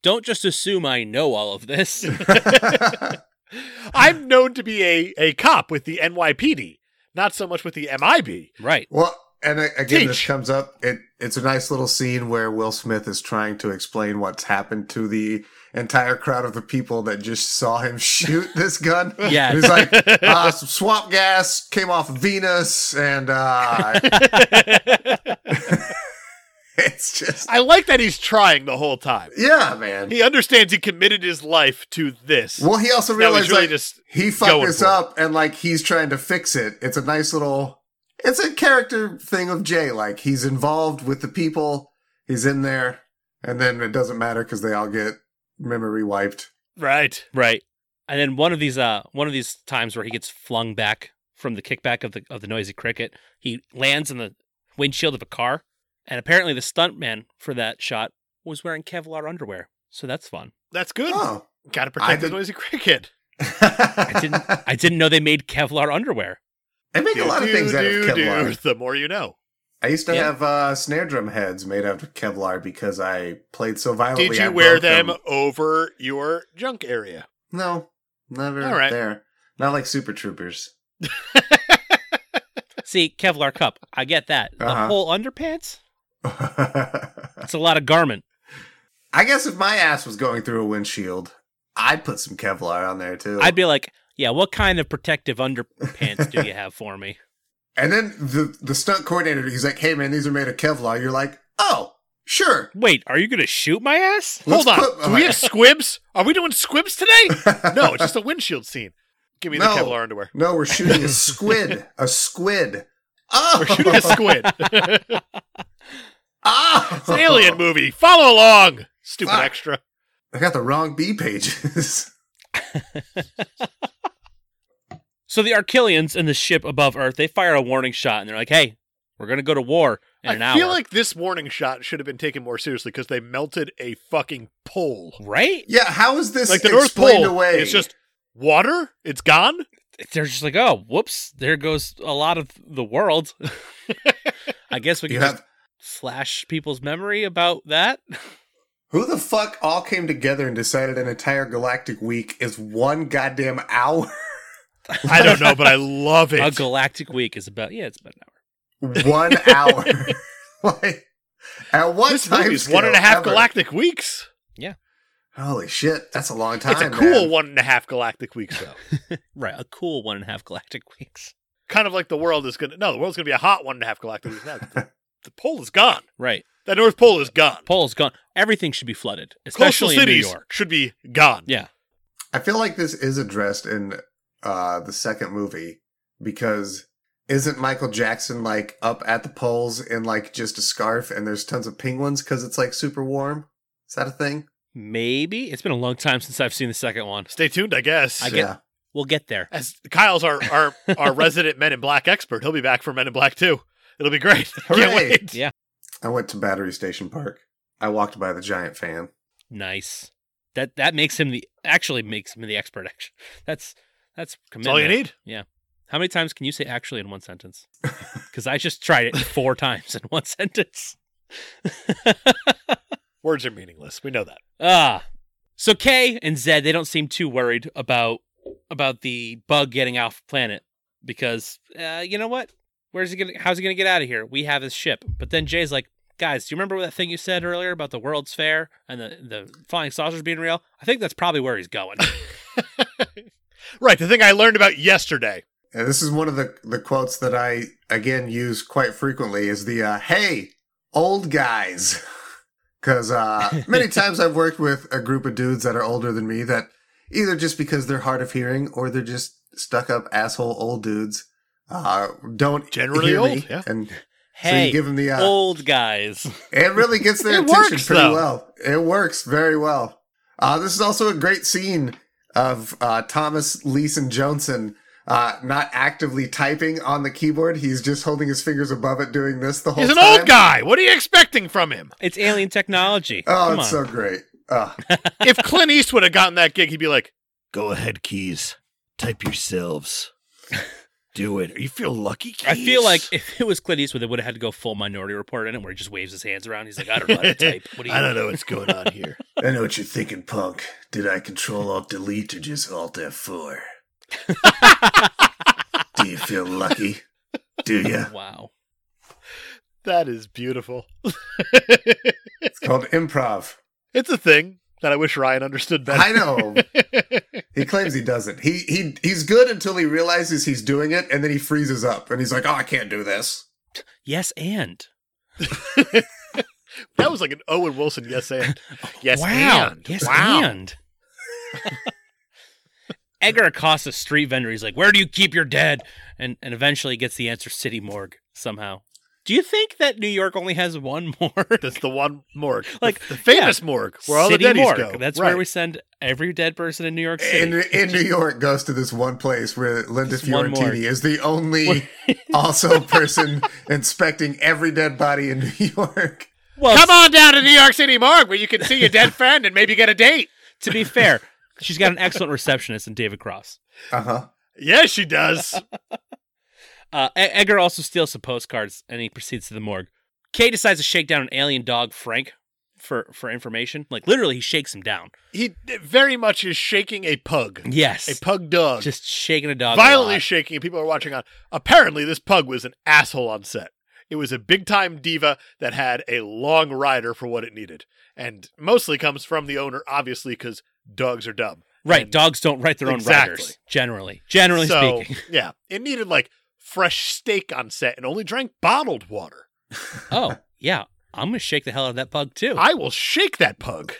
S1: Don't just assume I know all of this.
S4: Uh-huh.
S3: I'm known to be a a cop with the NYPD, not so much with the MIB.
S1: right.
S4: Well, and uh, again, this
S3: Teach.
S4: comes up. It it's a nice little scene where Will Smith is trying to explain what's happened to the entire crowd of the people that just saw him shoot this gun.
S1: Yeah.
S4: And he's like, uh, some swamp gas came off of Venus, and uh, it's just
S3: I like that he's trying the whole time.
S4: yeah, man.
S3: He understands he committed his life to this.
S4: Well, he also
S3: Now he's
S4: realized
S3: really
S4: like,
S3: just
S4: he fucked
S3: going
S4: this
S3: for it.
S4: up, and like he's trying to fix it. It's a nice little. It's a character thing of Jay. Like he's involved with the people. He's in there, and then it doesn't matter because they all get memory wiped.
S3: Right.
S1: Right. And then one of these uh one of these times where he gets flung back from the kickback of the of the noisy cricket, he lands in the windshield of a car, and apparently the stuntman for that shot was wearing Kevlar underwear. So that's fun.
S3: That's good.
S4: Oh,
S3: Gotta
S4: I
S3: protect the
S4: did-
S3: noisy cricket.
S4: I
S1: didn't- I didn't know they made Kevlar underwear.
S4: They make a lot of
S3: Do,
S4: things out of
S3: do,
S4: Kevlar.
S3: do. The more you know.
S4: I used to
S1: Yeah.
S4: have uh, snare drum heads made out of Kevlar because I played so violently.
S3: Did
S4: I
S3: you wear
S4: broke
S3: them, over your junk area?
S4: No, never
S3: All right.
S4: there. Not like Super Troopers.
S1: See, Kevlar cup. I get that. The
S4: Uh-huh.
S1: whole underpants? It's a lot of garment.
S4: I guess if my ass was going through a windshield, I'd put some Kevlar on there too.
S1: I'd be like, yeah, what kind of protective underpants do you have for me?
S4: and then the the stunt coordinator, he's like, "Hey man, these are made of Kevlar." You're like, "Oh, sure."
S1: Wait, are you gonna shoot my ass?
S4: Let's
S3: Hold on.
S4: put-
S3: do we have squibs? Are we doing squibs today? no, it's just a windshield scene. Give me the
S4: No.
S3: Kevlar underwear.
S4: No, we're shooting a squid. A squid. Oh,
S3: We're shooting a squid. it's
S4: Oh!
S3: an alien movie. Follow along. Stupid
S4: Fuck.
S3: extra.
S4: I got the wrong B pages.
S1: So the Archillians in the ship above Earth, they fire a warning shot and they're like, "Hey, we're gonna go to war in an
S3: I feel
S1: hour."
S3: like this warning shot should have been taken more seriously because they melted a fucking pole.
S1: right?
S4: yeah, how is this
S3: Like the North
S4: explained
S3: Pole
S4: away?
S3: is just water. It's gone.
S1: They're just like, "Oh, whoops! There goes a lot of the world." I guess we
S4: you
S1: can
S4: have
S1: just flash people's memory about that.
S4: Who the fuck all came together and decided an entire galactic week is one goddamn hour?
S3: I don't know, but I love it.
S1: A galactic week is about yeah, it's about an hour.
S4: one hour. like, at what
S3: this
S4: time?
S3: movie's one and a half
S4: ever?
S3: galactic weeks.
S4: Holy shit, that's a long time.
S3: it's a cool
S4: man.
S3: one and a half galactic weeks, though.
S1: Right, a cool one and a half galactic weeks.
S3: kind of like the world is gonna. No, the world's gonna be a hot one and a half galactic weeks now. The, the pole is gone.
S1: Right,
S3: That North Pole is gone.
S1: Pole's gone. Everything should be flooded,
S3: Coastal
S1: especially in New
S3: cities
S1: York.
S3: should be gone.
S1: Yeah,
S4: I feel like this is addressed in uh, the second movie because isn't Michael Jackson like up at the poles in like just a scarf and there's tons of penguins because it's like super warm? Is that a thing?
S1: maybe it's been a long time since I've seen the second one.
S3: Stay tuned, I guess.
S1: I get-
S4: yeah.
S1: We'll get there.
S3: As Kyle's our our, our resident Men in Black expert, he'll be back for Men in Black too. It'll be great.
S4: Hooray.
S3: Can't wait.
S1: Yeah.
S4: I went to Battery Station Park. I walked by the giant fan.
S1: Nice. That that makes him the actually makes him the expert. Actually, that's that's
S3: That's all
S1: commitment.
S3: you need.
S1: How many times can you say actually in one sentence? Because I just tried it four times in one sentence.
S3: Words are meaningless. We know that.
S1: Ah. So K and Z, they don't seem too worried about about the bug getting off planet because uh, you know what? Where's he gonna? How's he gonna get out of here? We have his ship. But then Jay's like, guys, do you remember that thing you said earlier about the World's Fair and the the flying saucers being real? I think that's probably where he's going.
S3: Right. The thing I learned about yesterday.
S4: And this is one of the, the quotes that I, again, use quite frequently is the, uh, hey, old guys. Because uh, many times I've worked with a group of dudes that are older than me that either just because they're hard of hearing or they're just stuck up asshole old dudes uh, don't
S3: Generally
S4: hear me.
S3: old, yeah.
S4: And so you
S1: hey,
S4: give them the, uh,
S1: old guys.
S4: It really gets their
S3: It
S4: attention
S3: works,
S4: pretty
S3: though.
S4: well. It works very well. Uh, this is also a great scene of uh, Thomas Leeson Johnson uh, not actively typing on the keyboard. He's just holding his fingers above it, doing this the whole
S3: He's an
S4: time.
S3: old guy. What are you expecting from him?
S1: It's alien technology.
S4: Oh,
S1: Come
S4: it's
S1: on.
S4: so great. Uh,
S3: If Clint Eastwood had gotten that gig, he'd be like,
S5: Go ahead, Keys. Type yourselves. Do it. You feel lucky, Keys?
S1: I feel like if it was Clint Eastwood, they would have had to go full Minority Report in it, where he just waves his hands around. He's like, I don't know how to type. What do you?
S5: I don't know what's going on here.
S4: I know what you're thinking, punk. Did I control alt delete or just alt F4? Do you feel lucky? Do ya?
S1: Wow.
S3: that is beautiful.
S4: It's called improv.
S3: it's a thing that I wish Ryan understood better.
S4: I know. He claims he doesn't. He he he's good until he realizes he's doing it, and then he freezes up and he's like, "Oh, I can't do this."
S1: Yes, and
S3: that was like an Owen Wilson yes and. Yes
S1: wow,
S3: and.
S1: yes,
S3: wow.
S1: and. Edgar Acosta, street vendor, he's like, "Where do you keep your dead?" And and eventually gets the answer, city morgue somehow. Do you think that New York only has one morgue?
S3: That's the one morgue.
S1: Like,
S3: the, the famous morgue where all
S1: city
S3: the deadies
S1: morgue.
S3: go.
S1: That's
S3: right.
S1: where we send every dead person in New York City.
S4: In in New York, goes to this one place where Linda
S1: Just one more.
S4: Fiorentini is the only also person inspecting every dead body in New York.
S1: well,
S3: Come on down to New York City morgue where you can see your dead friend and maybe get a date.
S1: to be fair, she's got an excellent receptionist in David Cross.
S4: Uh huh.
S3: Yes, she does.
S1: Uh, E- Edgar also steals some postcards and he proceeds to the morgue. Kay decides to shake down an alien dog, Frank, for, for information. Like, literally, he shakes him down.
S3: he very much is shaking a pug. A
S1: Yes.
S3: pug dog.
S1: Just shaking a dog. a
S3: violently
S1: lot.
S3: shaking, and people are watching on. Apparently, this pug was an asshole on set. It was a big time diva that had a long rider for what it needed, and mostly comes from the owner, obviously, because dogs are dumb.
S1: Right.
S3: And
S1: dogs don't write their own
S3: Exactly.
S1: riders, generally. Generally
S3: so,
S1: speaking.
S3: yeah, it needed like fresh steak on set and only drank bottled water.
S1: Oh, yeah. I'm going to shake the hell out of that pug, too.
S3: I will shake that pug.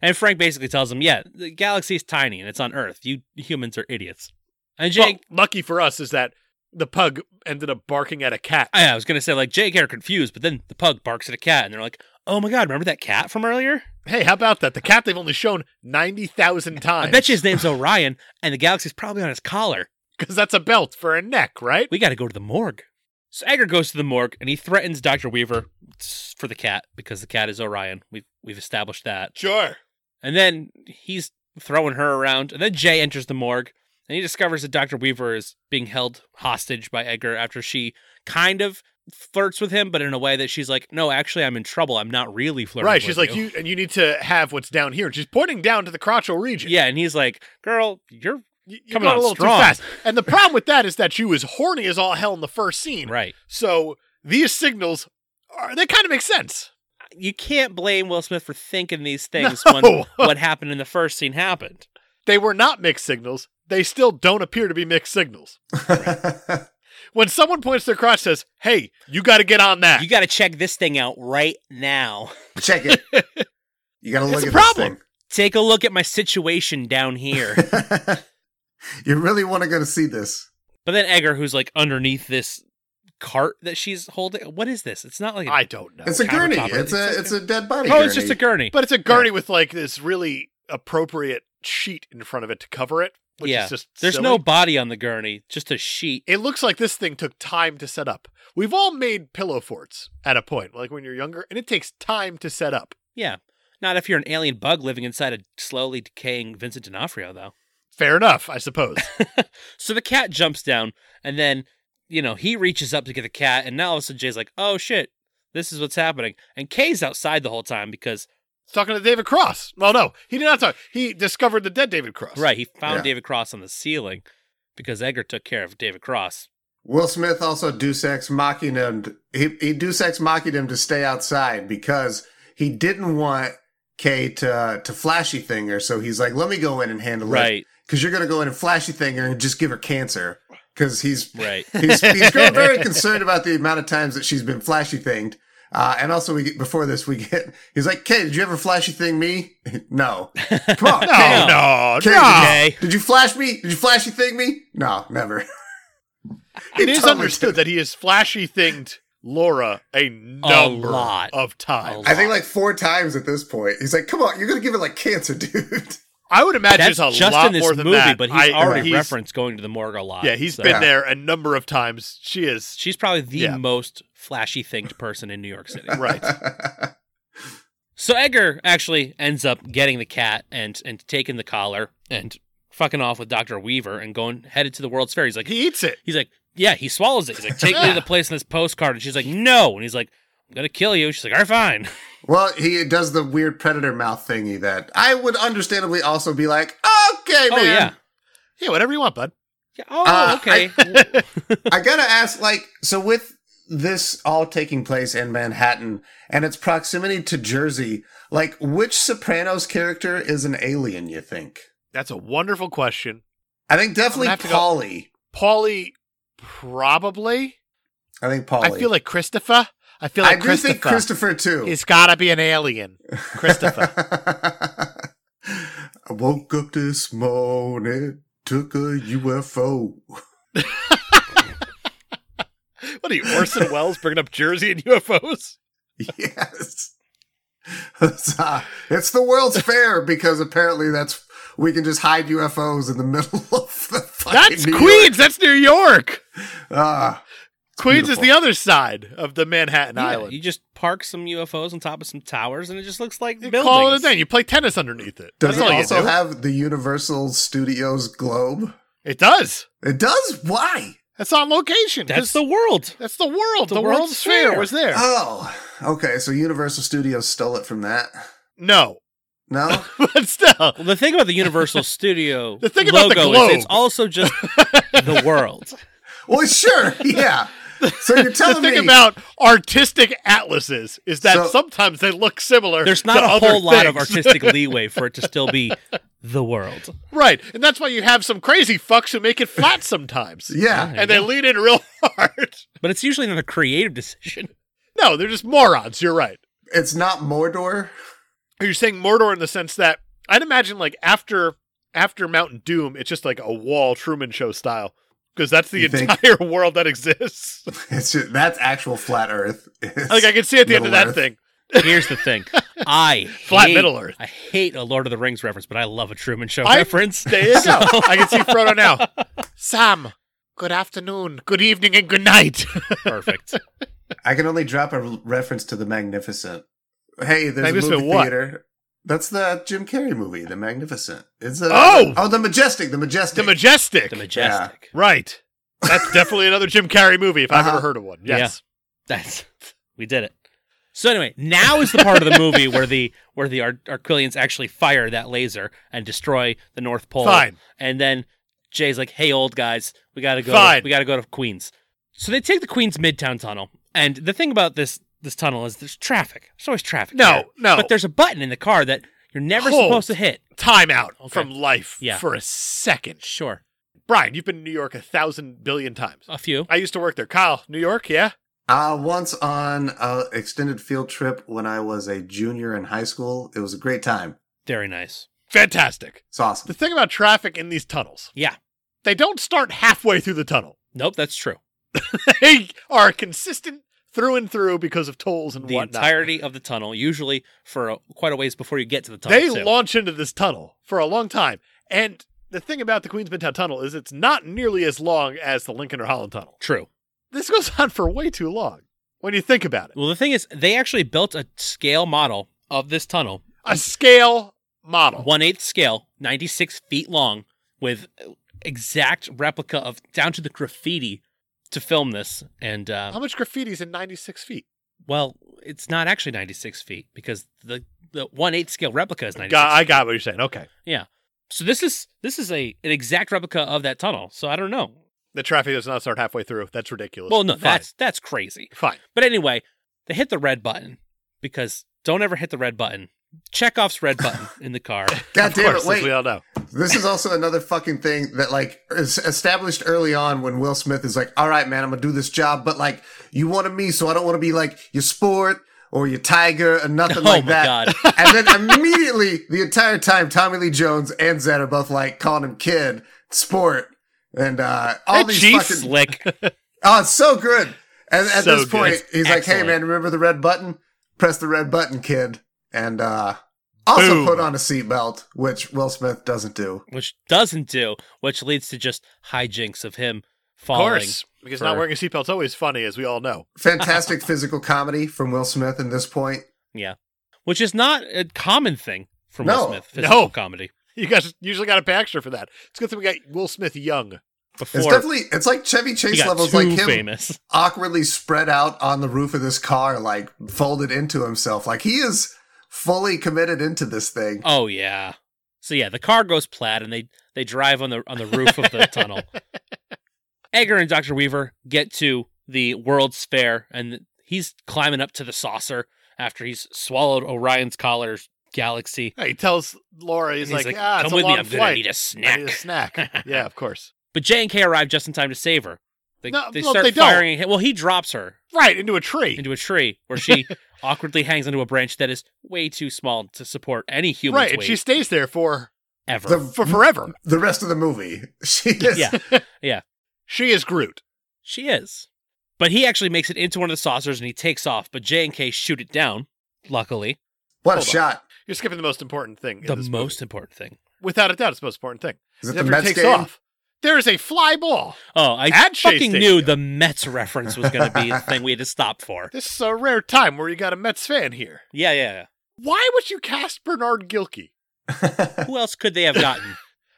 S1: And Frank basically tells him, yeah, the galaxy's tiny and it's on Earth. You humans are idiots. And
S3: Well,
S1: Jake,
S3: lucky for us is that the pug ended up barking at a cat.
S1: I I was going to say, like, Jake are confused, but then the pug barks at a cat and they're like, oh my God, remember that cat from earlier?
S3: Hey, how about that? The cat they've only shown 90,000 times.
S1: I bet you his name's Orion, and the galaxy's probably on his collar.
S3: Because that's a belt for a neck, right?
S1: We got to go to the morgue. So Edgar goes to the morgue, and he threatens Doctor Weaver s- for the cat because the cat is Orion. We've we've established that.
S3: Sure.
S1: And then he's throwing her around, and then Jay enters the morgue, and he discovers that Doctor Weaver is being held hostage by Edgar after she kind of flirts with him, but in a way that she's like, "No, actually, I'm in trouble. I'm not really flirting."
S3: Right.
S1: with
S3: She's like,
S1: you.
S3: you and you need to have what's down here. And she's pointing down to the crotchal region.
S1: Yeah, and he's like, "Girl, you're
S3: You, you
S1: Coming
S3: going
S1: on
S3: a little
S1: strong.
S3: too fast. And the problem with that is that she was horny as all hell in the first scene.
S1: right."
S3: So these signals are they kind of make sense.
S1: you can't blame Will Smith for thinking these things when
S3: No.
S1: what happened in the first scene happened.
S3: They were not mixed signals. They still don't appear to be mixed signals. When someone points their crotch says, Hey, you gotta get on that.
S1: You got to check this thing out right now.
S4: Check it. You gotta look
S3: It's a
S4: at
S3: problem.
S1: Take a look at my situation down here.
S4: this thing. you really want to go to see this?
S1: but then Edgar, who's like underneath this cart that she's holding, what is this? It's not like a-
S3: I don't know.
S4: It's a gurney.
S1: Countertop.
S4: It's a it's a dead body.
S1: oh, it's just
S4: gurney.
S1: a gurney.
S3: But it's a gurney with like this really appropriate sheet in front of it to cover it. Which
S1: Yeah.
S3: is just
S1: There's
S3: silly.
S1: no body on the gurney, just a sheet.
S3: It looks like this thing took time to set up. We've all made pillow forts at a point, like when you're younger, and it takes time to set up.
S1: Yeah. Not if you're an alien bug living inside a slowly decaying Vincent D'Onofrio, though.
S3: Fair enough, I suppose.
S1: So the cat jumps down, and then, you know, he reaches up to get the cat, and now all of a sudden Jay's like, oh shit, this is what's happening. And Kay's outside the whole time because,
S3: Talking to David Cross. Well, no, he did not talk. He discovered the dead David Cross.
S1: right, he found
S4: Yeah.
S1: David Cross on the ceiling because Edgar took care of David Cross.
S4: Will Smith also Deus Ex mocking him. He, he Deus Ex mocking him to stay outside because he didn't want Kay to, to flashy thing her. So he's like, let me go in and handle it.
S1: Right,
S4: Because you're going to go in and flashy thing her and just give her cancer. Because he's,
S1: right.
S4: he's, he's grown very concerned about the amount of times that she's been flashy thinged. Uh, and also, we get, before this, we get, he's like, Kay, did you ever flashy thing me? no. Come on.
S1: No,
S4: Kay.
S3: No, no,
S4: Kay,
S3: no.
S4: Did, you, did you flash me? Did you flashy thing me? No, never.
S3: It is
S4: totally
S3: understood that he has flashy thinged Laura a number
S1: lot.
S3: of times.
S1: A
S4: I think like four times at this point. He's like, "Come on, you're gonna give it like cancer, dude."
S3: I would imagine
S1: That's
S3: it's a
S1: just
S3: lot
S1: in this
S3: more than
S1: movie,
S3: that.
S1: but he's
S3: I-
S1: already
S3: he's-
S1: referenced going to the morgue a lot.
S3: Yeah, he's
S1: so-
S3: been
S4: Yeah.
S3: there a number of times. She is
S1: She's probably the
S3: Yeah.
S1: most flashy thinged person in New York City.
S3: right.
S1: So Edgar actually ends up getting the cat and and taking the collar and fucking off with Doctor Weaver and going headed to the World's Fair. He's like,
S3: He eats it.
S1: he's like, yeah, he swallows it. He's like, take me to the place in this postcard, and she's like, no, and he's like, I'm gonna kill you. She's like, all right, fine.
S4: well, he does the weird predator mouth thingy that I would understandably also be like, "Okay, man."
S1: Oh yeah,
S3: Yeah, whatever you want, bud.
S1: yeah. Oh
S4: Uh,
S1: okay.
S4: I gotta ask, like, so with this all taking place in Manhattan and its proximity to Jersey, like, which Sopranos character is an alien? You think?
S3: That's a wonderful question.
S4: I think definitely
S3: I'm gonna have to go-
S4: Polly.
S3: Paulie, probably.
S4: I think Polly.
S3: I feel like Christopher. I feel
S4: I
S3: like
S4: do
S3: Christopher.
S4: think Christopher too.
S3: He's gotta be an alien. Christopher.
S4: I woke up this morning, took a UFO.
S3: what are you, Orson Welles, bringing up Jersey and UFOs?
S4: Yes. It's, uh, it's the World's Fair because apparently that's we can just hide UFOs in the middle of the fucking
S3: That's
S4: New
S3: Queens. That's New York.
S4: York. Ah,
S3: Queens is
S4: beautiful.
S3: the other side of the Manhattan
S1: Yeah,
S3: Island.
S1: you just park some UFOs on top of some towers, and it just looks like
S3: You
S1: buildings.
S3: call it a thing. You play tennis underneath it.
S4: does
S3: That's all
S4: it
S3: you
S4: also
S3: do.
S4: have the Universal Studios globe?
S3: it does.
S4: It does. Why?
S3: That's on location.
S1: That's
S3: 'cause
S1: the world.
S3: that's the world.
S1: the
S3: The,
S1: World's
S3: World's, Fair.
S1: Fair.
S3: was there.
S4: Oh, okay. So Universal Studios stole it from that.
S3: no,
S4: No,
S3: but still,
S1: Well, the thing about the Universal Studio
S3: The thing
S1: logo
S3: about the
S1: is it's
S3: globe.
S1: also just the world.
S4: well, sure, yeah. So you're
S3: the
S4: telling
S3: thing
S4: me
S3: about artistic atlases is that
S4: So-
S3: sometimes they look similar.
S1: There's
S3: to
S1: not a
S3: other
S1: whole lot of
S3: things.
S1: artistic leeway for it to still be the world.
S3: right, and that's why you have some crazy fucks who make it flat sometimes,
S4: yeah.
S3: and they lean in real hard.
S1: But it's usually not a creative decision.
S3: No, they're just morons. You're right.
S4: It's not Mordor.
S3: Are you saying Mordor in the sense that I'd imagine like after after Mountain Doom, it's just like a wall Truman Show style because that's the
S4: You think?
S3: entire world that exists.
S4: It's just, that's actual flat Earth.
S3: like I can see at the end of
S4: Middle
S3: that
S4: Earth.
S3: thing.
S1: Here's the thing. I
S3: Flat
S1: hate-
S3: Middle Earth.
S1: I hate a Lord of the Rings reference, but I love a Truman Show
S3: I-
S1: reference.
S3: There you go. I can see Frodo now. Sam, good afternoon, good evening, and good night.
S1: Perfect.
S4: I can only drop a reference to The Magnificent. Hey, there's a
S3: Magnificent
S4: movie
S3: what?
S4: theater. That's the Jim Carrey movie, The Magnificent. It's a,
S3: Oh!
S4: oh, The Majestic, The
S3: the
S4: Majestic.
S3: Majestic.
S1: The Majestic.
S3: right. That's definitely another Jim Carrey movie if I've
S4: Uh-huh.
S3: ever heard of one.
S1: Yeah.
S3: Yes.
S1: That's we did it. So anyway, now is the part of the movie where the where the Ar- Arquillians actually fire that laser and destroy the North Pole.
S3: Fine.
S1: And then Jay's like, "Hey, old guys, we gotta go.
S3: Fine.
S1: We gotta go to Queens." So they take the Queens Midtown Tunnel, and the thing about this this tunnel is there's traffic. There's always traffic.
S3: No,
S1: here.
S3: no.
S1: But there's a button in the car that you're never
S3: Hold.
S1: supposed to hit.
S3: Time out from life
S1: Yeah.
S3: for a second.
S1: Sure,
S3: Brian, you've been in New York a thousand billion times.
S1: a few.
S3: I used to work there. Kyle, New York, yeah?
S4: Uh, once on a extended field trip when I was a junior in high school, it was a great time.
S1: Very nice.
S3: Fantastic.
S4: It's awesome.
S3: The thing about traffic in these tunnels,
S1: Yeah.
S3: they don't start halfway through the tunnel.
S1: Nope, that's true.
S3: They are consistent through and through because of tolls and
S1: The
S3: whatnot.
S1: entirety of the tunnel, usually for a, quite a ways before you get to the tunnel.
S3: they
S1: too.
S3: launch into this tunnel for a long time and the thing about the Queens Midtown Tunnel is it's not nearly as long as the Lincoln or Holland Tunnel.
S1: True.
S3: This goes on for way too long when you think about it.
S1: Well, the thing is, they actually built a scale model of this tunnel,
S3: A scale model.
S1: one eighth scale, 96 feet long, with exact replica of down to the graffiti to film this. And,
S3: How
S1: uh,
S3: much graffiti's in 96 feet?
S1: well, it's not actually 96 feet because the, the one eighth scale replica is 96
S3: Got, I got what you're saying. Okay.
S1: So this is this is a an exact replica of that tunnel. So I don't know.
S3: The traffic does not start halfway through. That's ridiculous.
S1: Well, no,
S3: Fine.
S1: that's that's crazy.
S3: fine.
S1: But anyway, they hit the red button because don't ever hit the red button. Chekhov's red button in the car.
S4: God
S3: Of
S4: damn
S3: course, as
S4: it! Wait,
S3: we all know.
S4: This is also another fucking thing that like is established early on when Will Smith is like, "All right, man, I'm gonna do this job, but like you wanted me, so I don't want to be like your sport or your tiger or nothing
S1: Oh
S4: like
S1: my
S4: that." and then immediately, the entire time, Tommy Lee Jones and Zed are both like calling him kid, sport, and uh, all
S3: Hey,
S4: these
S3: Chief.
S4: fucking
S1: Slick.
S4: Oh, it's so good. And at
S3: So
S4: this
S3: good.
S4: point, he's like, "Hey,
S1: excellent.
S4: man, remember the red button? Press the red button, kid." And uh, also
S3: Boom.
S4: put on a seatbelt, which Will Smith doesn't do.
S1: which doesn't do, which leads to just hijinks of him
S3: Of
S1: falling.
S3: course. Because not
S1: for-
S3: wearing a seatbelt's always funny, as we all know.
S4: Fantastic physical comedy from Will Smith at this point.
S1: Which is not a common thing from
S4: No.
S1: Will Smith physical
S3: No.
S1: comedy.
S3: You guys usually got to pay extra for that. It's a good thing we got Will Smith young.
S4: It's
S1: Before
S4: definitely it's like Chevy
S1: he
S4: Chase
S1: got
S4: levels,
S1: too
S4: like him
S1: famous.
S4: awkwardly spread out on the roof of this car, like folded into himself. Like he is fully committed into this thing.
S1: Oh yeah. So yeah, the car goes plaid, and they they drive on the on the roof of the tunnel. Edgar and Doctor Weaver get to the World's Fair, and he's climbing up to the saucer after he's swallowed Orion's collar galaxy.
S3: Hey, He tells Laura, he's,
S1: And
S3: like, ah, it's
S1: "Come
S3: a
S1: with
S3: long
S1: me, I'm
S3: flight.
S1: gonna need a
S3: I
S1: snack."
S3: need a snack. yeah, of course.
S1: But J and K arrive just in time to save her. They,
S3: No,
S1: they
S3: well,
S1: start
S3: they don't.
S1: firing. at him. Well, he drops her
S3: Right into a tree.
S1: into a tree where she awkwardly hangs onto a branch that is way too small to support any human's
S3: right, and
S1: weight
S3: she stays there for
S1: ever.
S4: The
S3: for forever.
S4: the rest of the movie, she is
S1: yeah,
S3: She is Groot.
S1: she is. But he actually makes it into one of the saucers and he takes off. But J and K shoot it down. Luckily,
S4: what a
S3: Hold on.
S4: shot.
S3: You're skipping the most important thing. in
S1: the
S3: this
S1: most
S3: movie.
S1: important thing.
S3: without a doubt, it's the most important thing.
S4: Is it the
S3: After
S4: Mets
S3: it takes
S4: game?
S3: off, there is a fly ball.
S1: Oh, I
S3: At Shea
S1: fucking
S3: Stadium.
S1: knew the Mets reference was going to be the thing we had to stop for.
S3: This is a rare time where you got a Mets fan here.
S1: Yeah, yeah.
S3: Why would you cast Bernard Gilkey?
S1: yeah. Who else could they have gotten?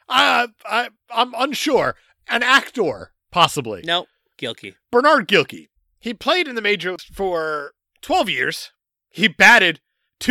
S3: Uh, I, I'm unsure. An actor, possibly.
S1: no, Gilkey.
S3: Bernard Gilkey. He played in the majors for 12 years. He batted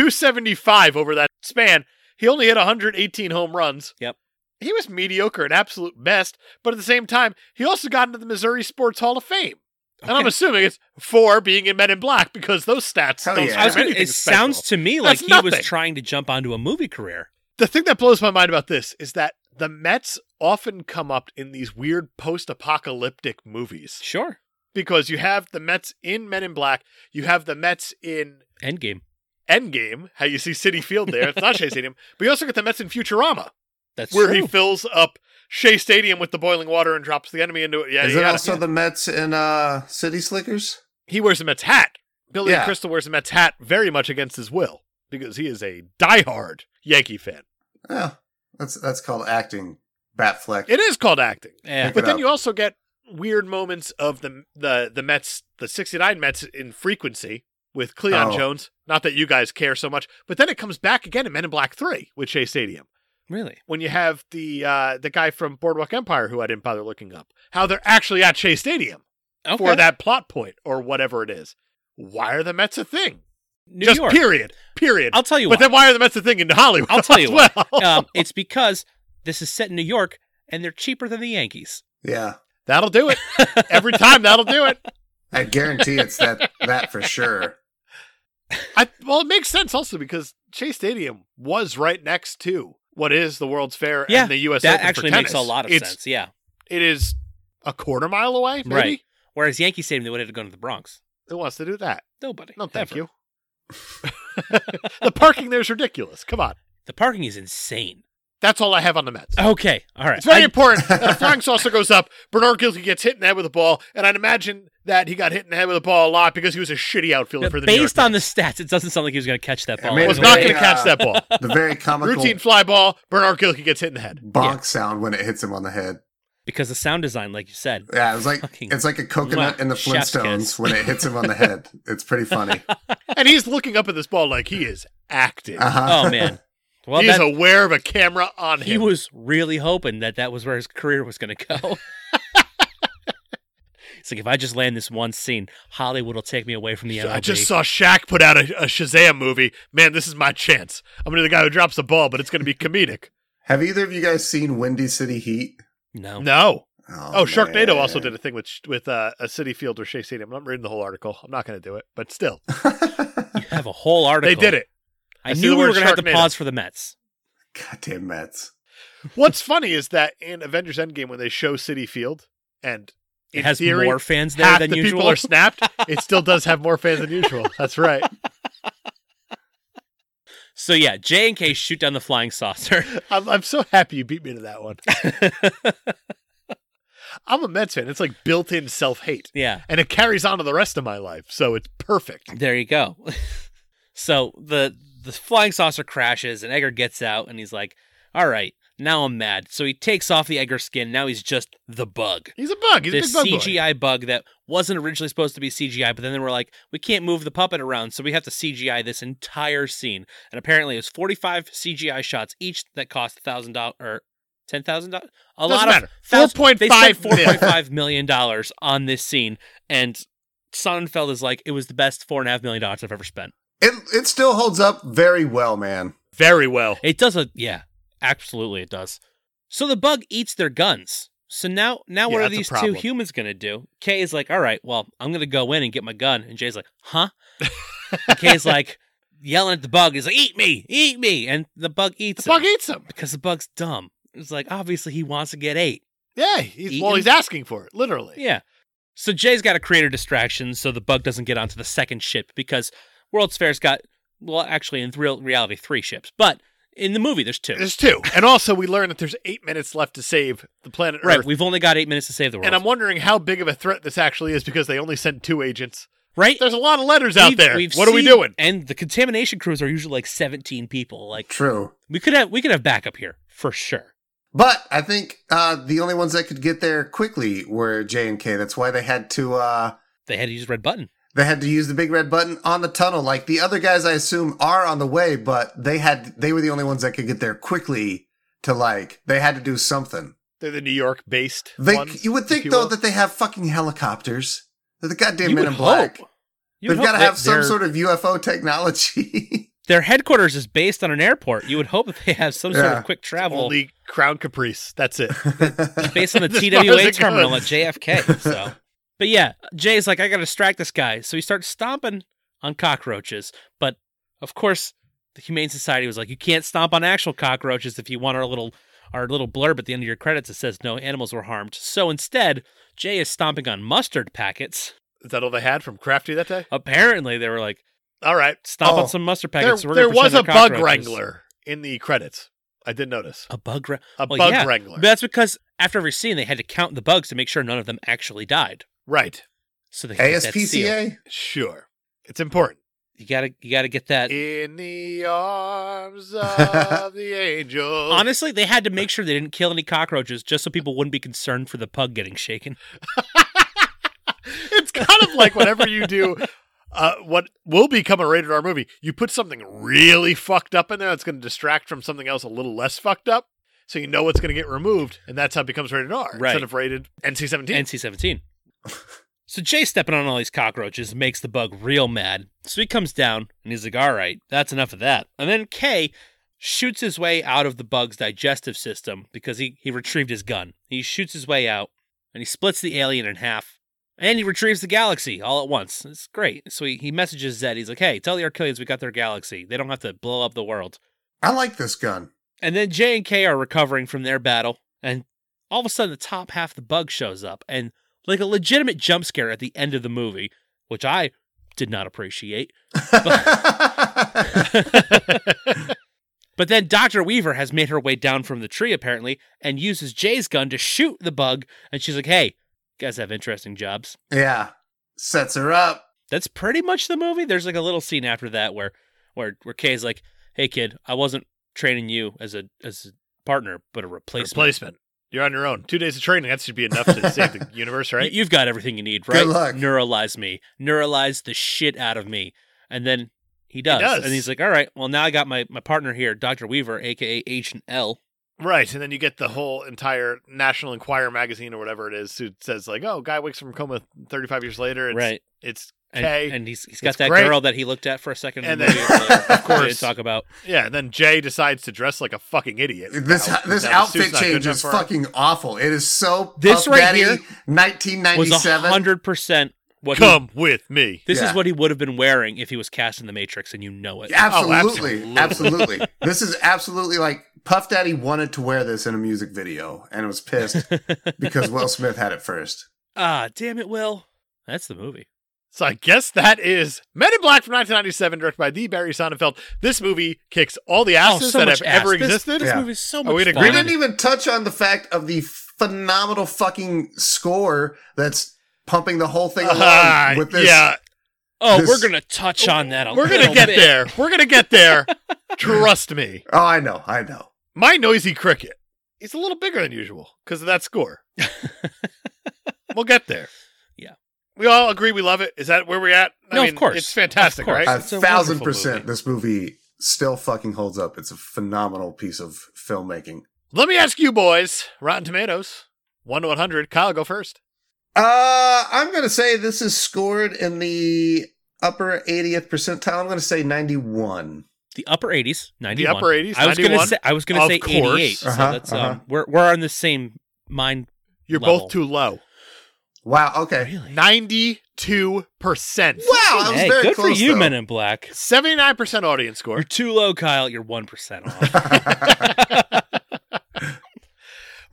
S3: 275 over that span. He only hit 118 home runs.
S1: Yep.
S3: He was mediocre at absolute best, but at the same time, he also got into the Missouri Sports Hall of Fame. And I'm
S1: Okay.
S3: assuming it's for being in Men in Black because those stats
S4: Hell
S3: don't
S4: yeah.
S1: I was
S3: have
S1: gonna,
S3: anything
S1: it sounds
S3: special.
S1: to me like
S3: That's
S1: he was
S3: nothing.
S1: trying to jump onto a movie career.
S3: The thing that blows my mind about this is that the Mets often come up in these weird post-apocalyptic movies
S1: Sure.
S3: because you have the Mets in Men in Black, you have the Mets in
S1: Endgame.
S3: Endgame, how you see City Field there. It's not Shea Stadium, but you also get the Mets in Futurama,
S1: That's
S3: where
S1: true.
S3: he fills up Shea Stadium with the boiling water and drops the enemy into it. Yeah,
S4: Is it
S3: yeah.
S4: also the Mets in uh, City Slickers?
S3: he wears the Mets hat. Billy
S4: Yeah.
S3: Crystal wears the Mets hat very much against his will because he is a diehard Yankee fan.
S4: Yeah, that's that's called acting, Batfleck.
S3: It is called acting,
S1: yeah.
S4: Pick
S3: but
S4: it
S3: then
S4: up.
S3: you also get weird moments of the the the Mets, the '69 Mets in frequency with Cleon
S4: Oh.
S3: Jones. Not that you guys care so much, but then it comes back again in Men in Black Three with Shea Stadium.
S1: Really?
S3: when you have the uh, the guy from Boardwalk Empire who I didn't bother looking up, how they're actually at Shea Stadium
S1: Okay.
S3: for that plot point or whatever it is. Why are the Mets a thing?
S1: New
S3: Just
S1: York.
S3: period. Period.
S1: I'll tell you
S3: but
S1: why.
S3: then why are the Mets a thing in Hollywood?
S1: I'll tell you
S3: as well?
S1: um, it's because this is set in New York and they're cheaper than the Yankees.
S4: yeah,
S3: That'll do it. Every time that'll do it.
S4: I guarantee it's that that for sure.
S3: I, well, it makes sense also because Shea Stadium was right next to what is the World's Fair
S1: Yeah,
S3: and the U.S.
S1: that
S3: Open for
S1: actually makes a
S3: tennis.
S1: lot of
S3: It's-
S1: sense. Yeah.
S3: It is a quarter mile away, maybe.
S1: Right. Whereas Yankee Stadium, they would have gone to the Bronx.
S3: Who wants to do that?
S1: Nobody.
S3: No, thank
S1: Ever.
S3: you. the parking there's ridiculous. Come on.
S1: The parking is insane.
S3: That's all I have on the Mets.
S1: Okay, all right.
S3: It's very
S1: I-
S3: important that a flying saucer goes up. Bernard Gilkey gets hit in the head with a ball, and I'd imagine that he got hit in the head with a ball a lot because he was a shitty outfielder for the New
S1: based
S3: York
S1: on the stats, it doesn't sound like he was going to catch that ball.
S4: mean,
S3: Mets.
S1: anyway.
S3: was not going
S4: They,
S3: to
S4: uh,
S3: catch that ball.
S4: The very comical
S3: Routine fly ball. Bernard Gilkey gets hit in the head.
S4: bonk sound when it hits him on the head.
S1: because the sound design, like you said,
S4: Yeah, it was like
S1: Fucking
S4: it's like a coconut in the
S1: chef's
S4: Flintstones
S1: kiss.
S4: when it hits him on the head. It's pretty funny.
S3: And he's looking up at this ball like he is acting.
S4: Uh-huh.
S1: oh man, well
S3: he is
S1: that,
S3: aware of a camera on
S1: he
S3: him.
S1: was really hoping that that was where his career was going to go. it's like if I just land this one scene, Hollywood will take me away from the MLB.
S3: I just saw Shaq put out a, a Shazam movie. Man, this is my chance. I'm gonna be the guy who drops the ball, but it's gonna be comedic.
S4: Have either of you guys seen Windy City Heat?
S1: no.
S3: No. Oh,
S4: man.
S3: Sharknado also did a thing with with uh, a City Field or Shea Stadium. I'm not reading the whole article. I'm not gonna do it, but still,
S1: You have a whole article.
S3: they did it.
S1: I,
S3: I see
S1: knew
S3: the
S1: we were
S3: word
S1: going to have to
S3: Sharknado.
S1: pause for the Mets.
S4: Goddamn Mets.
S3: What's funny is that in Avengers Endgame, when they show City Field, and
S1: It
S3: in
S1: has
S3: theory,
S1: more fans there
S3: half
S1: than
S3: the
S1: usual.
S3: people are snapped, it still does have more fans than usual. That's right.
S1: So yeah, J and K shoot down the flying saucer.
S3: I'm, I'm so happy you beat me to that one. I'm a Mets fan. It's like built-in self-hate,
S1: yeah,
S3: and it carries on to the rest of my life, so it's perfect.
S1: there you go. so the the flying saucer crashes and Edgar gets out and he's like, "All right, now I'm mad." So he takes off the Edgar skin. Now he's just the bug.
S3: He's a bug. He's
S1: this
S3: a big bug boy.
S1: CGI bug that wasn't originally supposed to be CGI, but then they were like, we can't move the puppet around, so we have to CGI this entire scene. And apparently, it was 45 CGI shots each that cost thousand dollars or ten thousand dollars. A
S3: Doesn't
S1: lot
S3: matter.
S1: of thousand- They spent
S3: 4.5
S1: four
S3: mil.
S1: point five million dollars on this scene, and Sonnenfeld is like, it was the best four and a half million dollars I've ever spent.
S4: It it still holds up very well, man.
S3: Very well.
S1: It does a yeah, absolutely it does. So the bug eats their guns. So now now
S3: Yeah,
S1: what are
S3: that's a
S1: these two
S3: problem.
S1: humans gonna do? Kay is like, all right, well, I'm gonna go in and get my gun. And Jay's like, huh? and Kay's like yelling at the bug. He's like, eat me, eat me. And the bug eats
S3: The bug
S1: him
S3: eats him.
S1: because the bug's dumb. It's like obviously he wants to get ate.
S3: Yeah. He's, well,
S1: Eaten?
S3: he's asking for it, literally.
S1: Yeah. So Jay's got to create a distraction so the bug doesn't get onto the second ship because World's Fair's got well, actually in real reality three ships, but in the movie there's two.
S3: There's two. And also, we learn that there's eight minutes left to save the planet
S1: Right,
S3: Earth.
S1: we've only got eight minutes to save the world.
S3: and I'm wondering how big of a threat this actually is because they only sent two agents.
S1: right?
S3: There's a lot of letters out
S1: We've-
S3: there.
S1: we've
S3: What are we
S1: seen-
S3: doing?
S1: And the contamination crews are usually like 17 people. Like
S4: True.
S1: we could have we could have backup here for sure.
S4: But I think uh, the only ones that could get there quickly were J and K. That's why they had to uh,
S1: They had to use red button.
S4: they had to use the big red button on the tunnel. Like the other guys, I assume are on the way, but they had they were the only ones that could get there quickly. To like they had to do something.
S3: They're the New York based.
S4: They
S3: ones,
S4: you would think
S3: if you
S4: though
S3: will.
S4: that they have fucking helicopters. They're the goddamn
S1: You
S4: men
S1: would
S4: in black.
S1: hope. You would
S4: They've got to
S1: hope that
S4: have some
S1: their-
S4: sort of UFO technology.
S1: Their headquarters is based on an airport. You would hope that they have some sort
S4: Yeah.
S1: of quick travel
S3: only Crown Caprice. That's it.
S1: based on the
S3: As far as
S1: TWA
S3: it
S1: terminal at
S3: goes.
S1: JFK. So, but yeah, Jay's like, I gotta distract this guy, so he starts stomping on cockroaches. But of course, the Humane Society was like, you can't stomp on actual cockroaches if you want our little our little blurb at the end of your credits that says no animals were harmed. So instead, Jay is stomping on mustard packets.
S3: Is that all they had from Crafty that day?
S1: Apparently, they were like,
S3: All right.
S1: stomp
S4: Oh,
S1: on some mustard
S3: There,
S1: packets. so we're
S3: there
S1: gonna
S3: was
S1: pretend
S3: a
S1: they're
S3: bug
S1: cockroaches."
S3: wrangler in the credits. I did notice.
S1: A bug wrangler.
S3: A
S1: Well,
S3: bug
S1: yeah.
S3: wrangler.
S1: That's because after every scene, they had to count the bugs to make sure none of them actually died.
S3: right.
S1: So they could get that seal.
S4: ASPCA?
S3: Sure. It's important.
S1: You gotta you gotta get that.
S3: In the arms of the angel.
S1: Honestly, they had to make sure they didn't kill any cockroaches just so people wouldn't be concerned for the pug getting shaken.
S3: it's kind of like whenever you do uh, what will become a rated R movie, you put something really fucked up in there that's going to distract from something else a little less fucked up. So you know what's going to get removed, and that's how it becomes rated R
S1: Right.
S3: instead of rated NC seventeen.
S1: NC 17. So Jay stepping on all these cockroaches makes the bug real mad. So he comes down and he's like, all right, that's enough of that. And then Kay shoots his way out of the bug's digestive system because he, he retrieved his gun. He shoots his way out and he splits the alien in half and he retrieves the galaxy all at once. It's great. So he, he messages Zed. He's like, hey, tell the Archelians we got their galaxy. They don't have to blow up the world.
S4: I like this gun.
S1: And then J and K are recovering from their battle, and all of a sudden the top half of the bug shows up, and like a legitimate jump scare at the end of the movie, which I did not appreciate. But then Dr. Weaver has made her way down from the tree, apparently, and uses Jay's gun to shoot the bug. And she's like, hey, you guys have interesting jobs.
S4: Yeah. Sets her up.
S1: That's pretty much the movie. There's like a little scene after that where where where Kay's like, hey kid, I wasn't training you as a as a partner, but a replacement.
S3: Replacement. You're on your own. Two days of training. That should be enough to save the universe, right?
S1: You- You've got everything you need, right?
S4: Good luck.
S1: Neuralize me. Neuralize the shit out of me. And then he does.
S3: does.
S1: And he's like, all right, well, now I got my, my partner here, Dr. Weaver, aka Agent L.
S3: Right, and then you get the whole entire National Enquirer magazine or whatever it is, who says like, "Oh, guy wakes from coma 35 years later." It's,
S1: right.
S3: It's
S1: And,
S3: Kay.
S1: and he's, he's got
S3: It's
S1: that
S3: great.
S1: girl that he looked at for a second. in
S3: And
S1: the
S3: then-
S1: movie, like,
S4: Of
S1: we didn't
S3: course.
S1: talk about.
S3: yeah. and then Jay decides to dress like a fucking idiot.
S4: This
S3: Now,
S4: this
S3: now the
S4: outfit
S3: suit's not good
S4: change
S3: enough
S4: is
S3: for him.
S4: fucking awful. It is so
S1: This
S4: Puff
S1: right
S4: Daddy,
S1: here Was
S4: 1997.
S1: hundred percent what. he-
S3: Come with me.
S1: this
S4: Yeah.
S1: is what he would have been wearing if he was cast in the Matrix, and you know it.
S4: Absolutely,
S3: Oh, absolutely.
S4: absolutely. this is absolutely like Puff Daddy wanted to wear this in a music video and was pissed because Will Smith had it first.
S1: ah, damn it, Will. That's the movie.
S3: So I guess that is Men in Black from 1997, directed by the Barry Sonnenfeld. This movie kicks all the asses that have
S1: Oh, ass.
S3: ever
S1: This-
S3: existed.
S1: This,
S4: Yeah.
S1: movie's so
S3: we'd
S1: much
S3: agree
S1: fun.
S4: We didn't even touch on the fact of the phenomenal fucking score that's pumping the whole thing along
S3: Ah,
S4: with this.
S3: yeah,
S1: Oh,
S4: This-
S1: we're gonna touch on that. A
S3: we're gonna
S1: little
S3: get
S1: bit.
S3: there. We're gonna get there. Trust me.
S4: Oh, I know, I know.
S3: My noisy cricket is a little bigger than usual because of that score. we'll get there.
S1: Yeah.
S3: We all agree we love it. Is that where we're at?
S1: No, of course.
S3: It's fantastic,
S1: Of course.
S3: right?
S4: A
S1: It's a
S4: thousand
S3: wonderful
S4: percent,
S3: movie.
S4: this movie still fucking holds up. It's a phenomenal piece of filmmaking.
S3: Let me ask you boys Rotten Tomatoes, 1 to 100. Kyle, go first.
S4: Uh, I'm gonna say this is scored in the upper 80th percentile. I'm gonna say 91.
S1: The upper eighties, ninety.
S3: upper 80s,
S1: I was gonna
S3: 91.
S1: say. I was gonna
S3: Of
S1: say
S3: course.
S1: eighty-eight.
S4: Uh-huh,
S1: so that's
S4: uh-huh.
S1: um, we're we're on the same mind.
S3: You're
S1: Level.
S3: both too low.
S4: Wow. Okay.
S1: Really?
S3: 92%.
S4: Wow, I was
S1: Hey,
S4: very
S1: good
S4: close.
S1: for you,
S4: though.
S1: Men in Black.
S3: 79% audience
S1: You're
S3: score.
S1: too low, Kyle. You're one percent off.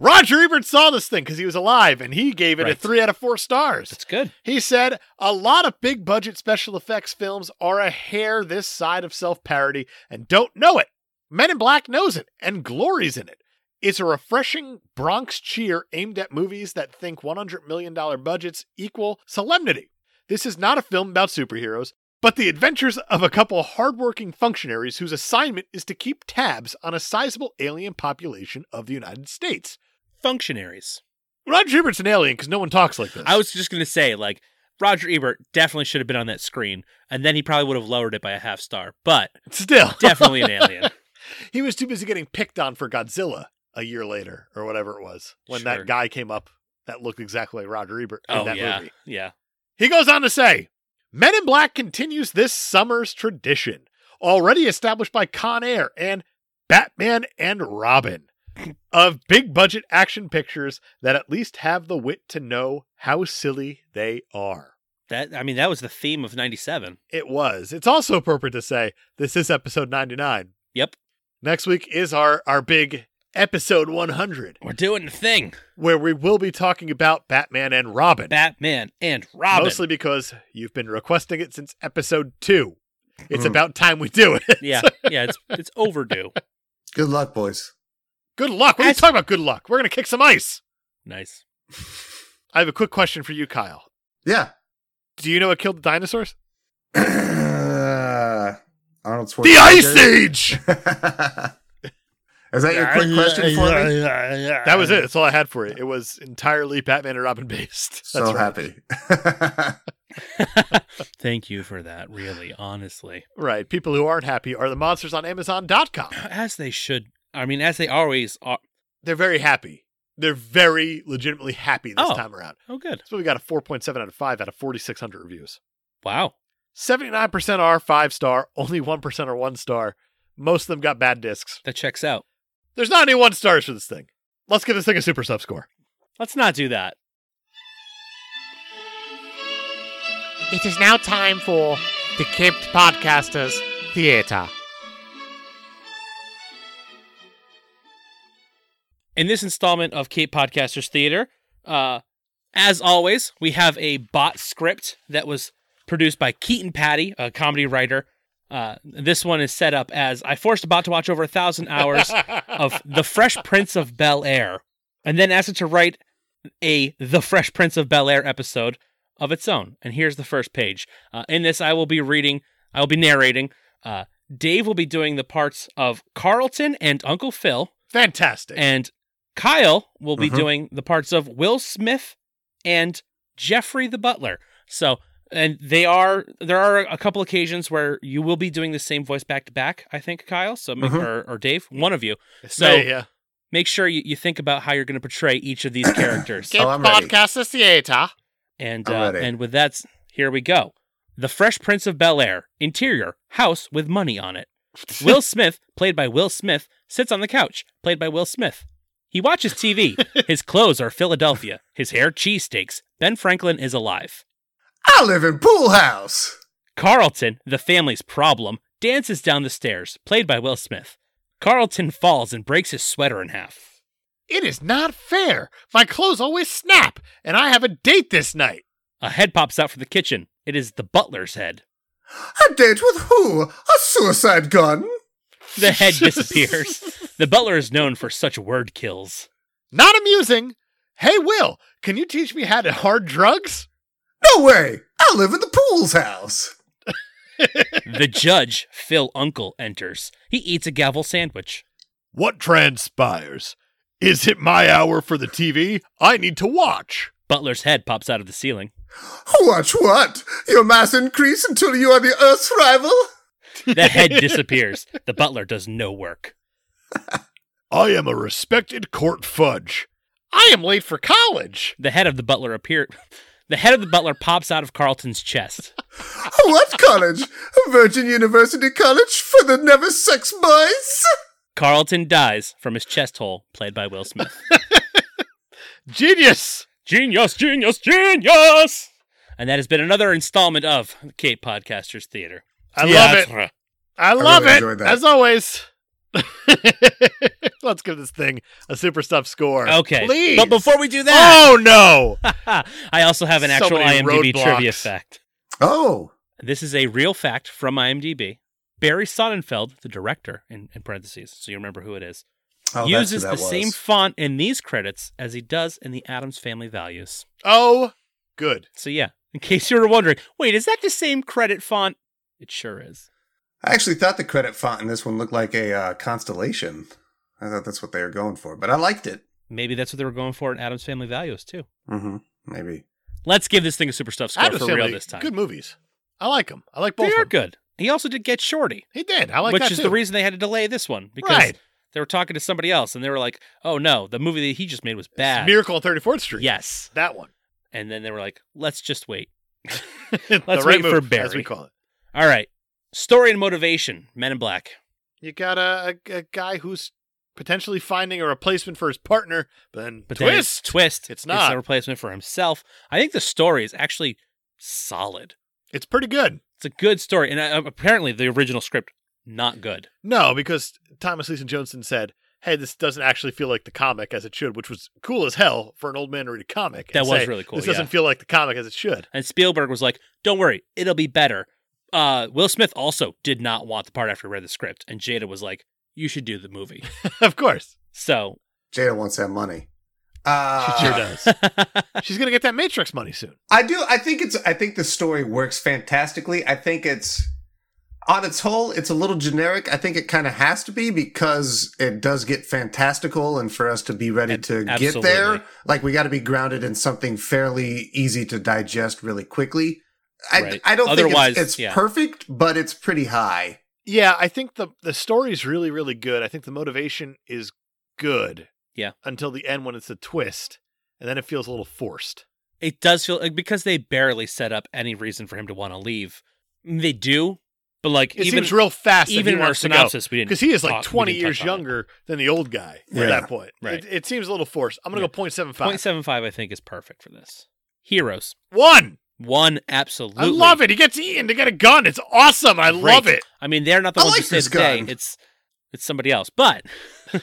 S3: Roger Ebert saw this thing because he was alive and he gave it a
S1: Right.
S3: three out of four stars.
S1: That's good.
S3: He said, A lot of big budget special effects films are a hair this side of self parody and don't know it. Men in Black knows it and glories in it. It's a refreshing Bronx cheer aimed at movies that think $100 million budgets equal solemnity. This is not a film about superheroes, but the adventures of a couple hardworking functionaries whose assignment is to keep tabs on a sizable alien population of the United States.
S1: Functionaries.
S3: Roger Ebert's an alien because no one talks like this.
S1: I was just gonna say, like Roger Ebert definitely should have been on that screen, and then he probably would have lowered it by a half star. But
S3: still
S1: definitely an alien.
S3: He was too busy getting picked on for Godzilla a year later or whatever it was when
S1: Sure.
S3: that guy came up that looked exactly like Roger Ebert in
S1: oh
S3: that
S1: yeah,
S3: movie.
S1: yeah.
S3: He goes on to say, Men in Black continues this summer's tradition, already established by Con Air and Batman and Robin, of big budget action pictures that at least have the wit to know how silly they are.
S1: That I mean, that was the theme of '97.
S3: It was. It's also appropriate to say this is episode 99.
S1: Yep.
S3: Next week is our our big episode 100
S1: We're doing the thing,
S3: where we will be talking about Batman and Robin.
S1: Batman and Robin.
S3: Mostly because you've been requesting it since episode 2. It's
S4: Mm.
S3: about time we do it.
S1: Yeah, yeah. It's it's overdue.
S4: Good luck, boys.
S3: Good luck. What are you
S1: That's-
S3: talking about good luck? We're going to kick some ice.
S1: Nice.
S3: I have a quick question for you, Kyle.
S4: Yeah.
S3: Do you know what killed the dinosaurs?
S4: Arnold Schwarzenegger.
S3: The Ice Age.
S4: is that your quick question for me?
S3: That was it. That's all I had for you. It was entirely Batman and Robin based.
S4: So
S3: That's right.
S4: happy.
S1: Thank you for that. Really, honestly,
S3: Right. People who aren't happy are the monsters on Amazon.com.
S1: as they should. I mean, as they always are.
S3: They're very happy. They're very legitimately happy this
S1: Oh.
S3: time around.
S1: Oh, good.
S3: So we got a 4.7 out of 5 out of 4,600 reviews.
S1: Wow.
S3: 79% are five star, only 1% are one star. Most of them got bad discs.
S1: That checks out.
S3: There's not any one stars for this thing. Let's give this thing a super sub score.
S1: Let's not do that.
S6: It is now time for the Caped Podcasters Theatre.
S1: In this installment of Cape Podcasters Theater, uh, as always, we have a bot script that was produced by Keaton Patty, a comedy writer, Uh, this one is set up as I forced a bot to watch over a thousand hours of The Fresh Prince of Bel Air, and then asked it to write a The Fresh Prince of Bel Air episode of its own. And here's the first page. Uh, in this, I will be reading, I will be narrating. Uh, Dave will be doing the parts of Carlton and Uncle Phil,
S3: Fantastic.
S1: and Kyle will be
S4: Mhm.
S1: doing the parts of Will Smith and Jeffrey the Butler. So, and they are there are a couple occasions where you will be doing the same voice back to back. I think Kyle, so make,
S4: Mhm.
S1: or, or Dave, one of you.
S3: so
S1: so-
S3: yeah.
S1: Make sure you, you think about how you're going to portray each of these characters.
S4: Oh, I'm ready.
S6: Podcastas Theater.
S1: And
S4: I'm
S1: uh,
S4: ready.
S1: and with that, s- here we go. The Fresh Prince of Bel Air interior house with money on it. Will Smith, played by Will Smith, sits on the couch, played by Will Smith. He watches TV. His clothes are Philadelphia. His hair cheesesteaks. Ben Franklin is alive.
S4: I live in pool house.
S1: Carlton, the family's problem, dances down the stairs, played by Will Smith. Carlton falls and breaks his sweater in half.
S3: It is not fair. My clothes always snap, and I have a date this night.
S1: A head pops out from the kitchen. It is the butler's head.
S4: A date with who? A suicide gun?
S1: The head disappears. the butler is known for such word kills.
S3: Not amusing. Hey, Will, can you teach me how to hard drugs?
S4: No way. I live in the pool's house.
S1: the judge, Phil Uncle, enters. He eats a gavel sandwich.
S3: What transpires? Is it my hour for the TV? I need to watch.
S1: Butler's head pops out of the ceiling.
S4: Watch what? Your mass increase until you are the Earth's rival?
S1: The head disappears. The butler does no work.
S3: I am a respected court fudge. I am late for college.
S1: The head of the butler appear The head of the butler pops out of Carlton's chest.
S4: What Oh, college? Virgin University College for the never sex boys?
S1: Carlton dies from his chest hole, played by Will Smith.
S3: Genius.
S1: Genius, genius, genius! And that has been another installment of Cape Podcasters Theater.
S3: I love it.
S1: Theatre.
S3: I love
S4: really
S3: it.
S4: enjoyed that.
S3: As always. Let's give this thing a super stuff score.
S1: Okay.
S3: Please.
S1: But before we do that,
S3: Oh no.
S1: I also have an
S3: So
S1: actual
S3: many
S1: IMDb
S3: roadblocks.
S1: trivia fact.
S4: Oh.
S1: This is a real fact from IMDb. Barry Sonnenfeld, the director, in, in parentheses, so you remember who it is,
S4: oh that's who
S1: uses the
S4: that was.
S1: same font in these credits as he does in the Adams Family Values.
S3: Oh, good.
S1: So, yeah, in case you were wondering, wait, is that the same credit font? It sure is.
S4: I actually thought the credit font in this one looked like a uh, constellation. I thought that's what they were going for, but I liked it.
S1: Maybe that's what they were going for in Adams Family Values, too.
S4: Mm-hmm. Maybe.
S1: Let's give this thing a super stuff score
S3: Adam's
S1: for real
S3: Family,
S1: this time.
S3: Good movies. I like them. I like both.
S1: they
S3: of
S1: are
S3: 'em.
S1: good. He also did Get Shorty,
S3: He did. I like
S1: which
S3: that
S1: is
S3: too.
S1: the reason they had to delay this one because
S3: Right.
S1: they were talking to somebody else and they were like, oh no, the movie that he just made was bad.
S3: Miracle on 34th Street.
S1: Yes.
S3: that one.
S1: And then they were like, let's just wait.
S3: Let's
S1: wait for
S3: as
S1: Barry.
S3: we call it.
S1: All right. Story and motivation Men in Black.
S3: You got a, a, a guy who's potentially finding a replacement for his partner, but then
S1: But then it's
S3: twist.
S1: twist.
S3: It's not.
S1: a replacement for himself. I think the story is actually solid.
S3: it's pretty good.
S1: It's a good story. And uh, apparently, the original script, not good.
S3: No, because Thomas Leeson Johnson said, "Hey, this doesn't actually feel like the comic as it should," which was cool as hell for an old man to read a comic. and
S1: That was
S3: say,
S1: really cool,
S3: This
S1: yeah.
S3: doesn't feel like the comic as it should.
S1: And Spielberg was like, don't worry, it'll be better. Uh, Will Smith also did not want the part after he read the script. And Jada was like, you should do the movie.
S3: of course,
S1: So,
S4: Jada wants that money. Uh,
S3: she sure does. She's gonna get that Matrix money soon.
S4: I do. I think it's. I think the story works fantastically. I think it's on its whole. It's a little generic. I think it kind of has to be because it does get fantastical, and for us to be ready
S1: Ab-
S4: to get
S1: absolutely.
S4: there, like we got to be grounded in something fairly easy to digest really quickly. I,
S1: Right.
S4: I don't
S1: Otherwise,
S4: think it's, it's
S1: yeah.
S4: perfect, but it's pretty high.
S3: Yeah, I think the the story's really really good. I think the motivation is good.
S1: Yeah.
S3: Until the end when it's a twist, and then it feels a little forced.
S1: it does feel like because they barely set up any reason for him to want to leave. They do, but like
S3: It
S1: even
S3: seems real fast.
S1: even in our synopsis, we didn't
S3: because he is like
S1: talk- we
S3: 20
S1: didn't
S3: years
S1: touch on it.
S3: younger than the old guy
S4: Yeah.
S3: at that point.
S1: Right.
S3: It, it seems a little forced. I'm gonna
S1: Yeah.
S3: go 0.75.
S1: 0.75, I think, is perfect for this. Heroes
S3: One.
S1: one absolutely.
S3: I love it. He gets Ian to get a gun. It's awesome. I love
S1: Great.
S3: it.
S1: I mean, they're not the
S4: I
S1: ones
S4: like
S1: who
S4: this
S1: saved the day.
S4: gun.
S1: It's it's somebody else, but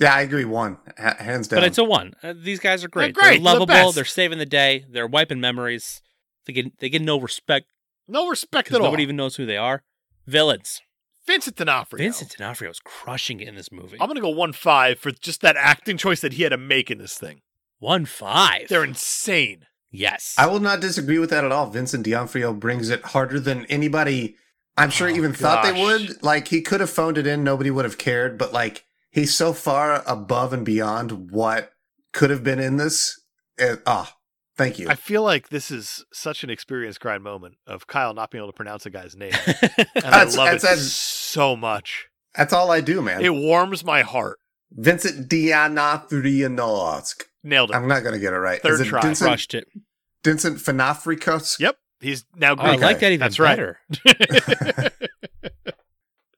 S4: Yeah, I agree. One H- hands down.
S1: but it's a one. Uh, these guys are great.
S3: great. They're the
S1: lovable.
S3: best.
S1: they're saving the day. They're wiping memories. They get they get no respect
S3: No respect
S1: because
S3: at all.
S1: nobody even knows who they are. Villains.
S3: Vincent D'Onofrio.
S1: Vincent D'Onofrio is crushing it in this movie.
S3: I'm gonna go one five for just that acting choice that he had to make in this thing.
S1: One five.
S3: They're insane.
S1: yes.
S4: I will not disagree with that at all. Vincent D'Onofrio brings it harder than anybody I'm sure
S3: Oh,
S4: even thought they
S3: gosh.
S4: would. Like he could have phoned it in, nobody would have cared, but like he's so far above and beyond what could have been in this. And, ah, thank you.
S3: I feel like this is such an experience grind moment of Kyle not being able to pronounce a guy's name, and I
S4: That's-
S3: love it
S4: that's-
S3: so much.
S4: That's all I do, man.
S3: It warms my heart.
S4: Vincent D'Onofriosk.
S3: Nailed it.
S4: I'm not gonna get it right.
S3: Third
S4: Is it
S3: try.
S4: Vincent,
S1: crushed it.
S4: Vincent Fanafrikos?
S3: yep, he's now.
S1: Oh, I
S3: Greek.
S1: like that even
S3: That's right.
S1: better.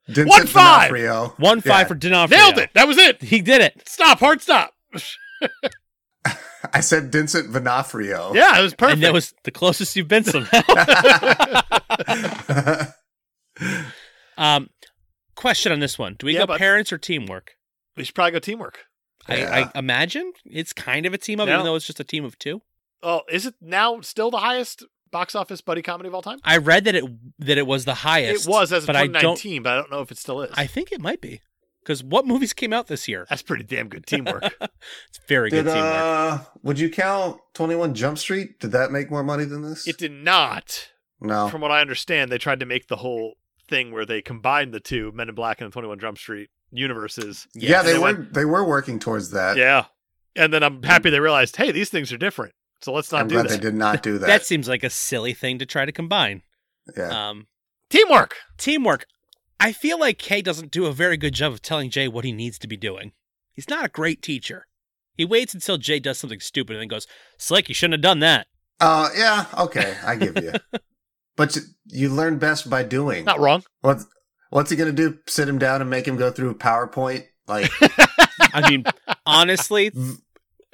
S4: Vincent
S3: One five!
S4: D'Onofrio.
S1: One
S4: Yeah.
S1: five for D'Onofrio.
S3: Nailed it. That was it.
S1: He did it.
S3: Stop. Hard stop.
S4: I said Vincent D'Onofrio.
S3: Yeah, it was perfect.
S1: And that was the closest you've been somehow. um, question on this one: Do we
S3: Yeah,
S1: go
S3: bud.
S1: parents or teamwork?
S3: we should probably go teamwork.
S4: Yeah.
S1: I, I imagine it's kind of a team up,
S3: No.
S1: even though it's just a team of two.
S3: Oh, is it now still the highest box office buddy comedy of all time?
S1: I read that it that it was the highest.
S3: it was as of
S1: but I don't.
S3: 2019, but I don't know if it still is.
S1: I think it might be because what movies came out this year?
S3: That's pretty damn good teamwork.
S1: It's very
S4: Did,
S1: good teamwork.
S4: uh, would you count 21 Jump Street? Did that make more money than this?
S3: it did not.
S4: no.
S3: From what I understand, they tried to make the whole thing where they combined the two Men in Black and the 21 Jump Street universes.
S4: yeah, they,
S3: they
S4: were
S3: went-
S4: they were working towards that.
S3: Yeah. And then I'm
S1: Mm.
S3: happy they realized, hey, these things are different. So let's not
S4: I'm
S3: do
S4: glad they
S3: that.
S4: did not do that.
S1: that seems like a silly thing to try to combine.
S4: yeah.
S1: Um,
S3: Teamwork.
S1: teamwork. I feel like Kay doesn't do a very good job of telling Jay what he needs to be doing. He's not a great teacher. He waits until Jay does something stupid and then goes, Slick, you shouldn't have done that.
S4: Uh, yeah, okay, I give you. but you, you learn best by doing.
S3: Not wrong.
S4: What, what's he going to do? Sit him down and make him go through PowerPoint? Like,
S1: I mean, honestly,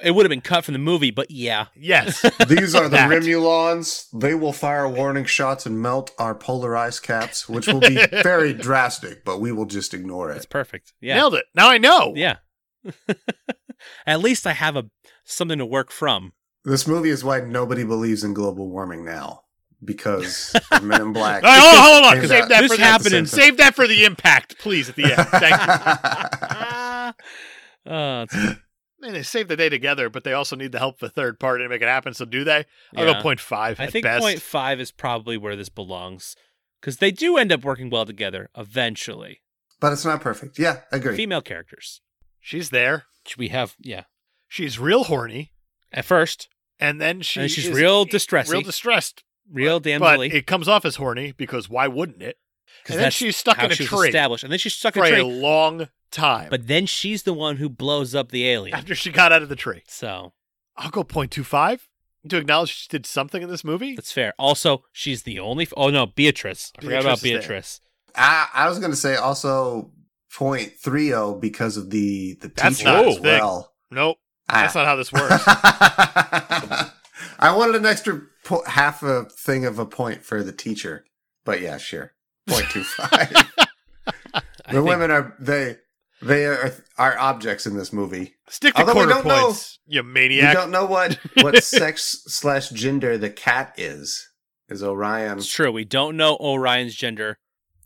S1: it would have been cut from the movie, but yeah.
S3: Yes.
S4: these are the
S1: That.
S4: Rimulons. They will fire warning shots and melt our polarized caps, which will be very drastic, but we will just ignore
S1: It's
S4: it.
S1: perfect. Yeah.
S3: Nailed it. Now I know.
S1: Yeah. At least I have a something to work from.
S4: This movie is why nobody believes in global warming now because of Men in Black.
S3: All right, hold on, hold on.
S4: Because
S3: Save that
S1: this
S3: for the
S1: happened in-
S3: Save that for the impact, please, at the end. Thank you.
S1: Ah. Uh, it's-
S3: I mean, they save the day together, but they also need the help of a third party to make it happen. So do they? I'll
S1: yeah.
S3: go point five.
S1: I
S3: at
S1: think
S3: best.
S1: point five is probably where this belongs because they do end up working well together eventually.
S4: but it's not perfect. Yeah, agree.
S1: Female characters.
S3: She's there.
S1: Should we have, yeah.
S3: She's real horny,
S1: At first,
S3: and then she
S1: And she's
S3: is
S1: real
S3: i-
S1: distressy.
S3: real distressed,
S1: real damn
S3: but
S1: silly.
S3: it comes off as horny because why wouldn't it?
S1: 'cause
S3: And then
S1: that's
S3: she's stuck
S1: how
S3: in a
S1: she was
S3: tree
S1: Established. And then she's stuck in
S3: for
S1: a
S3: a
S1: tree.
S3: long time.
S1: But then she's the one who blows up the alien.
S3: after she got out of the tree,
S1: So
S3: I'll go point two five to acknowledge she did something in this movie.
S1: that's fair. Also, she's the only. F- oh, no, Beatrice. I forgot about
S3: Beatrice is there.
S1: Beatrice.
S4: I, I was going to say also 0.30 because of the, the
S3: That's
S4: teacher
S3: not
S4: as
S3: as big.
S4: well.
S3: Nope,
S4: Ah.
S3: that's not how this works.
S4: I wanted an extra po- half a thing of a point for the teacher, but yeah, sure, 0.25.
S1: I
S4: the
S1: think-
S4: women are they they are, are objects in this movie.
S3: Stick to
S4: Although we
S3: quarter
S4: don't know-
S3: points, you
S4: We
S3: maniac.
S4: don't know what what sex slash gender the cat is. Is Orion?
S1: It's true. We don't know Orion's gender.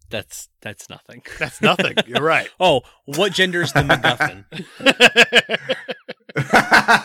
S1: That's that's nothing.
S3: That's nothing. You're right.
S1: oh, what gender is the MacGuffin?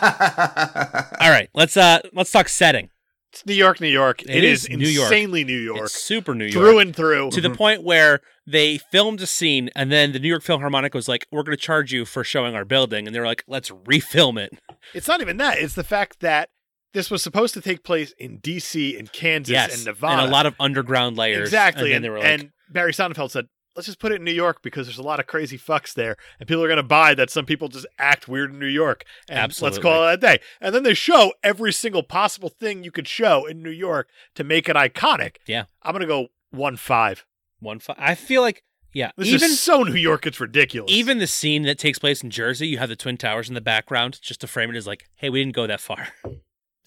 S1: All right, let's uh let's talk setting.
S3: It's New York, New York.
S1: It
S3: it
S1: is
S3: is,
S1: New York.
S3: insanely New York,
S1: It's super New York.
S3: through Mm-hmm. and through. Mhm.
S1: to the point where they filmed a scene and then the New York Philharmonic was like, We're gonna charge you for showing our building and they were like, Let's refilm it.
S3: It's not even that. It's the fact that this was supposed to take place in D.C. and Kansas
S1: yes.
S3: and
S1: a
S3: Nevada.
S1: lot of underground layers.
S3: exactly.
S1: And then they were like
S3: and Barry Sonnenfeld said, "Let's just put it in New York because there's a lot of crazy fucks there, and people are going to buy that some people just act weird in New York." And
S1: Absolutely.
S3: Let's call it a day. And then they show every single possible thing you could show in New York to make it iconic.
S1: Yeah.
S3: I'm going to go one five.
S1: one fi- I feel like yeah.
S3: This
S1: even
S3: is so New York, it's ridiculous.
S1: even the scene that takes place in Jersey, you have the Twin Towers in the background just to frame it as like, hey, we didn't go that far.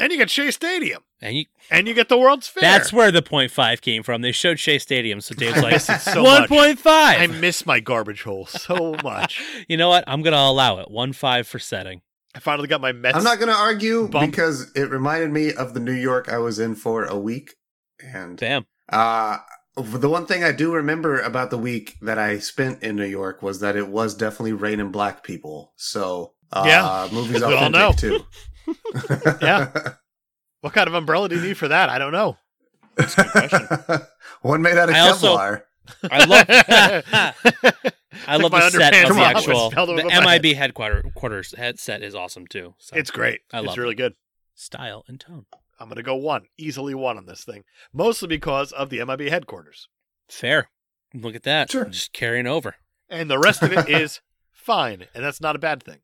S3: and you get Shea Stadium,
S1: And you
S3: and you get the World's Fair.
S1: that's where the point five came from. They showed Shea Stadium, so Dave's like
S3: miss it so
S1: one
S3: much.
S1: point five.
S3: I miss my garbage hole so much.
S1: You know what? I'm gonna allow it. One five for setting.
S3: I finally got my Mets.
S4: I'm not going to argue
S3: Bump.
S4: because it reminded me of the New York I was in for a week, and
S1: Damn.
S4: uh, The one thing I do remember about the week that I spent in New York was that it was definitely raining black people. So uh,
S3: Yeah.
S4: movies
S3: We all
S4: authentic
S3: know.
S4: too.
S3: Yeah. What kind of umbrella do you need for that? I don't know.
S4: one made out of
S1: I also-
S4: Kevlar.
S1: I love. I love
S3: my
S1: the set
S3: underpants
S1: of the
S3: off and
S1: actual
S3: held them
S1: the
S3: above my head.
S1: MIB headquarters quarters head set is awesome too. So
S3: It's great.
S1: I love
S3: it's
S1: it.
S3: really good.
S1: style and tone.
S3: I'm going to go one, easily one on this thing, mostly because of the MIB headquarters.
S1: Fair. Look at that.
S4: Sure.
S1: Just carrying over.
S3: And the rest of it is fine, and that's not a bad thing.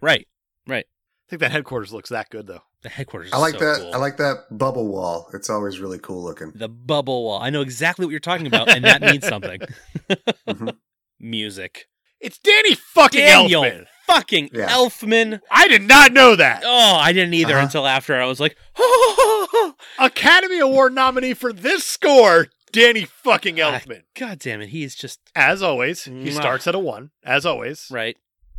S1: Right.
S3: I think that headquarters looks that good, though.
S1: The headquarters.
S4: I
S1: is
S4: like
S1: so
S4: that.
S1: cool.
S4: I like that bubble wall. It's always really cool looking.
S1: the bubble wall. I know exactly what you're talking about, and that means something.
S3: Mm-hmm.
S4: Mhm.
S1: Music.
S3: It's Danny fucking
S1: Daniel
S3: Elfman.
S1: fucking
S4: Yeah.
S1: Elfman.
S3: I did not know that.
S1: Oh, I didn't either
S4: Uh-huh.
S1: until after I was like, Oh.
S3: Academy Award nominee for this score, Danny fucking Elfman.
S1: God damn Ah, it, he is just
S3: As always, he
S1: Mwah.
S3: starts at a one, as always,
S1: right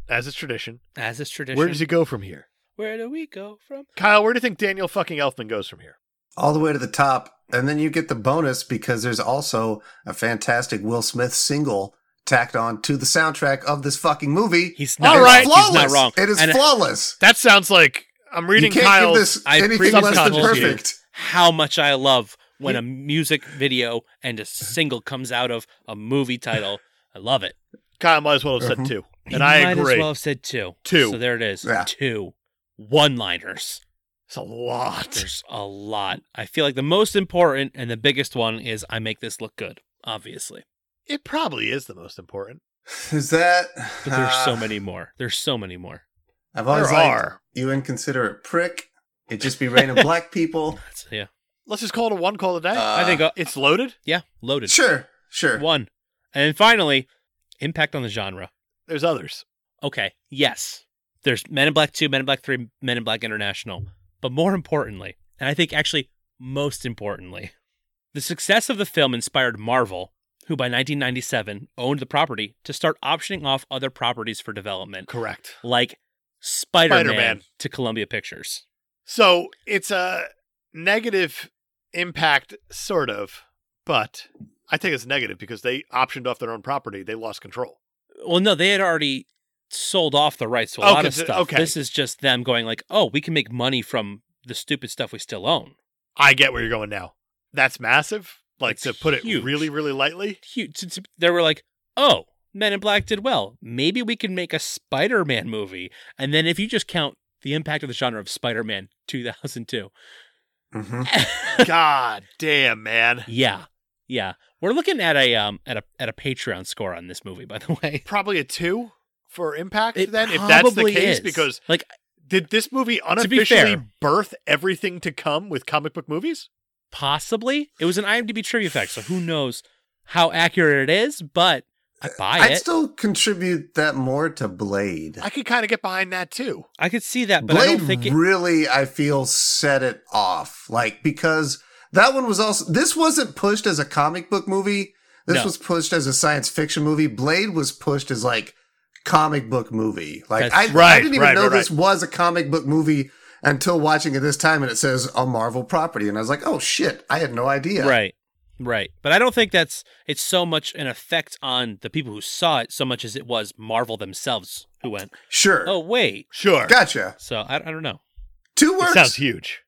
S3: as is tradition.
S1: as is tradition.
S3: Where does he go from here?
S1: Where do we go from?
S3: Kyle, where do you think Daniel fucking Elfman goes from here?
S4: All the way to the top, and then you get the bonus because there's also a fantastic Will Smith single tacked on to the soundtrack of this fucking movie.
S1: He's
S4: And
S1: not
S4: it's
S1: right.
S4: Flawless.
S1: He's not wrong.
S4: It is
S1: And
S4: flawless.
S3: That sounds like I'm reading
S4: you can't
S3: Kyle's.
S4: give this
S1: I
S4: anything less than
S1: pre-subtitled you.
S4: perfect.
S1: how much I love when a music video and a single comes out of a movie title. I love it.
S3: Kyle might as well have said
S4: Mhm.
S3: two,
S1: He
S3: and I
S1: might
S3: agree.
S1: as well have said two.
S3: Two.
S1: So there it is.
S4: Yeah.
S1: Two one liners.
S3: It's a lot.
S1: There's a lot. I feel like the most important and the biggest one is I make this look good, obviously.
S3: It probably is the most important.
S4: Is that?
S1: But there's so
S4: uh,
S1: many more. There's so many more.
S4: I've
S3: There
S4: always liked
S3: are.
S4: you inconsiderate prick. It just be raining black people.
S1: That's, yeah.
S3: Let's just call it a one call today.
S4: Uh,
S1: I think, uh,
S3: it's loaded.
S1: yeah, loaded.
S4: Sure, sure.
S1: One. And then finally, impact on the genre.
S3: There's others.
S1: Okay. Yes. There's Men in Black 2, Men in Black 3, Men in Black International. But more importantly, and I think actually most importantly, the success of the film inspired Marvel, who by 1997 owned the property, to start optioning off other properties for development,
S3: Correct.
S1: like Spider Man
S3: Spider-Man.
S1: to Columbia Pictures.
S3: So it's a negative impact, sort of, but I think it's negative because they optioned off their own property. They lost control.
S1: Well, no, they had already sold off the rights to a
S3: Oh,
S1: lot of
S3: consi-
S1: stuff.
S3: okay.
S1: This is just them going like, oh, we can make money from the stupid stuff we still own.
S3: I get where you're going now. That's massive. Like
S1: It's
S3: to put it
S1: huge.
S3: really, really lightly.
S1: huge. t- t- They were like, oh, Men in Black did well. Maybe we can make a Spider Man movie. And then if you just count the impact of the genre of Spider Man 2002.
S4: Mhm.
S3: God damn, man.
S1: yeah. Yeah. We're looking at a um at a at a Patreon score on this movie, by the way.
S3: Probably a two for impact.
S1: It
S3: then, if that's the
S1: probably
S3: case,
S1: is.
S3: because
S1: like
S3: Did this movie
S1: be fair-
S3: unofficially birth everything to come with comic book movies?
S1: possibly it was an IMDb trivia fact, so who knows how accurate it is, but I buy
S4: Uh, I'd
S1: it.
S4: still contribute that more to Blade.
S3: I could kind of get behind that too.
S1: I could see that, but
S4: Blade
S1: I don't think it,
S4: really, I feel, set it off. Like, because that one was also, this wasn't pushed as a comic book movie. This
S1: No.
S4: was pushed as a science fiction movie. Blade was pushed as like comic book movie. Like,
S1: That's
S4: I,
S3: right,
S4: I didn't even
S3: right,
S4: know
S3: right,
S4: this was a comic book movie until watching it this time and it says a Marvel property. And I was like, oh shit, I had no idea.
S1: Right. Right. But I don't think that's it's so much an effect on the people who saw it so much as it was Marvel themselves who went,
S4: Sure.
S1: "Oh, wait."
S3: Sure.
S4: Gotcha.
S1: So I, I don't know.
S4: Two
S3: It
S4: words.
S3: sounds huge.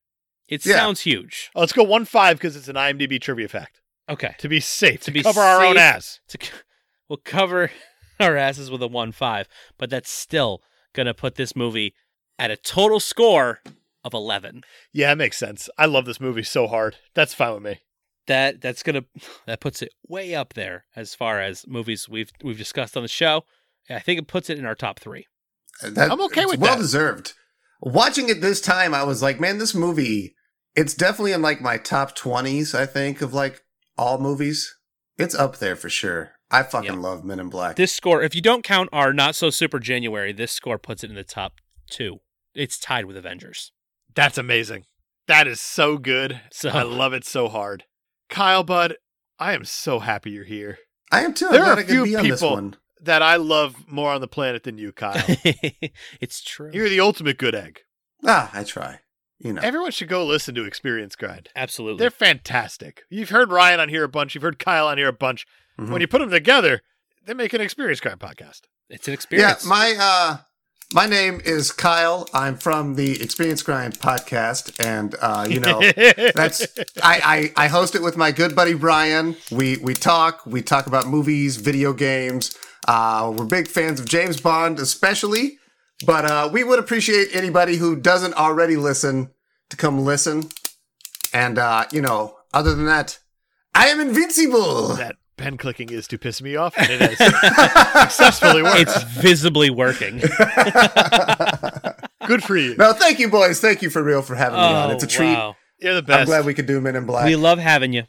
S1: It
S4: Yeah.
S1: sounds huge.
S3: Oh, let's go one five because it's an IMDb trivia fact.
S1: Okay.
S3: To be safe, to,
S1: To be
S3: cover our own
S1: safe.
S3: ass.
S1: To c- we'll cover our asses with a 1-5, but that's still going to put this movie at a total score of 11.
S3: Yeah, it makes sense. I love this movie so hard. That's fine with me.
S1: That that's going to that puts it way up there as far as movies we've we've discussed on the show. I think it puts it in our top 3.
S4: That-
S3: I'm okay
S4: it's
S3: with
S4: well
S3: that.
S4: deserved. Watching it this time, I was like, man, this movie. It's definitely in like my top twenties. I think of like all movies. It's up there for sure. I fucking
S1: Yeah.
S4: love Men in Black.
S1: This score, if you don't count our not so super January, this score puts it in the top two. It's tied with Avengers.
S3: That's amazing. That is so good.
S1: So-
S3: I love it so hard. Kyle, bud, I am so happy you're here.
S4: I am too. I'm
S3: There
S4: glad
S3: are
S4: I
S3: a
S4: could
S3: few
S4: be on this
S3: people-
S4: one.
S3: That I love more on the planet than you, Kyle.
S1: it's true.
S3: you're the ultimate good egg.
S4: Ah, I try. You know,
S3: Everyone should go listen to Experience Grind.
S1: Absolutely.
S3: They're fantastic. You've heard Ryan on here a bunch. You've heard Kyle on here a bunch.
S4: Mhm.
S3: When you put them together, they make an Experience Grind podcast.
S1: it's an experience.
S4: Yeah, my uh, my name is Kyle. I'm from the Experience Grind podcast, and uh, you know that's I, I I host it with my good buddy Brian. We we talk we talk about movies, video games. Uh, we're big fans of James Bond, especially. But uh, we would appreciate anybody who doesn't already listen to come listen. And uh, you know, other than that, I am invincible.
S3: that pen clicking is to piss me off, and it has successfully worked.
S1: it's visibly working.
S4: Oh,
S3: Good for you.
S4: No, thank you, boys. Thank you for real for having me on.
S1: oh,
S4: It's a treat.
S1: wow.
S3: You're the
S4: I'm
S3: best.
S4: glad we could do Men in Black.
S1: We love having you.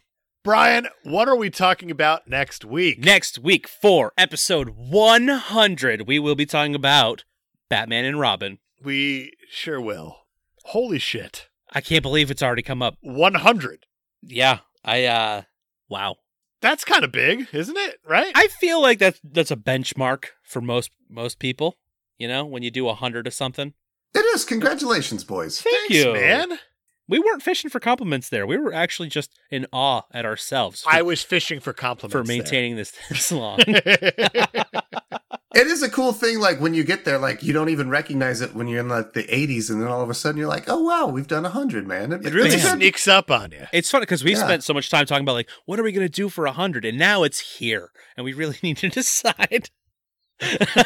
S3: Brian, what are we talking about next week?
S1: Next week for episode 100, we will be talking about Batman and Robin.
S3: we sure will. Holy shit.
S1: I can't believe it's already come up.
S3: 100.
S1: Yeah, I uh wow.
S3: That's kind of big, isn't it? Right?
S1: I feel like that's that's a benchmark for most most people, you know, when you do 100 of something.
S4: It is. Congratulations, boys.
S1: Thank
S3: Thanks,
S1: you.
S3: man.
S1: We weren't fishing for compliments there. We were actually just in awe at ourselves
S3: I was fishing for compliments.
S1: for
S3: there.
S1: maintaining this this long.
S4: It is a cool thing. Like when you get there, like you don't even recognize it when you're in like the 80s, and then all of a sudden you're like, oh wow, we've done hundred, man.
S3: it really
S1: Man.
S3: sneaks up on you.
S1: It's funny because we
S4: Yeah.
S1: spent so much time talking about like what are we gonna do for a hundred, and now it's here, and we really need to decide.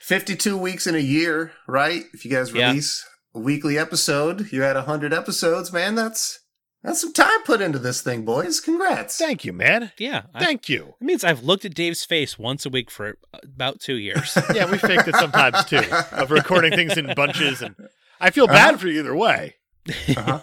S4: 52 weeks in a year, right? If you guys
S1: Yeah.
S4: release a weekly episode, you had hundred episodes, man. That's that's some time put into this thing, boys. Congrats.
S3: Thank you, man.
S1: yeah, I, it
S3: Thank you.
S1: means I've looked at Dave's face once a week for uh, about two years.
S3: Yeah, we faked it sometimes too, of recording things in bunches, and I feel bad
S4: Uh-huh.
S3: for you either way.
S4: Uh-huh.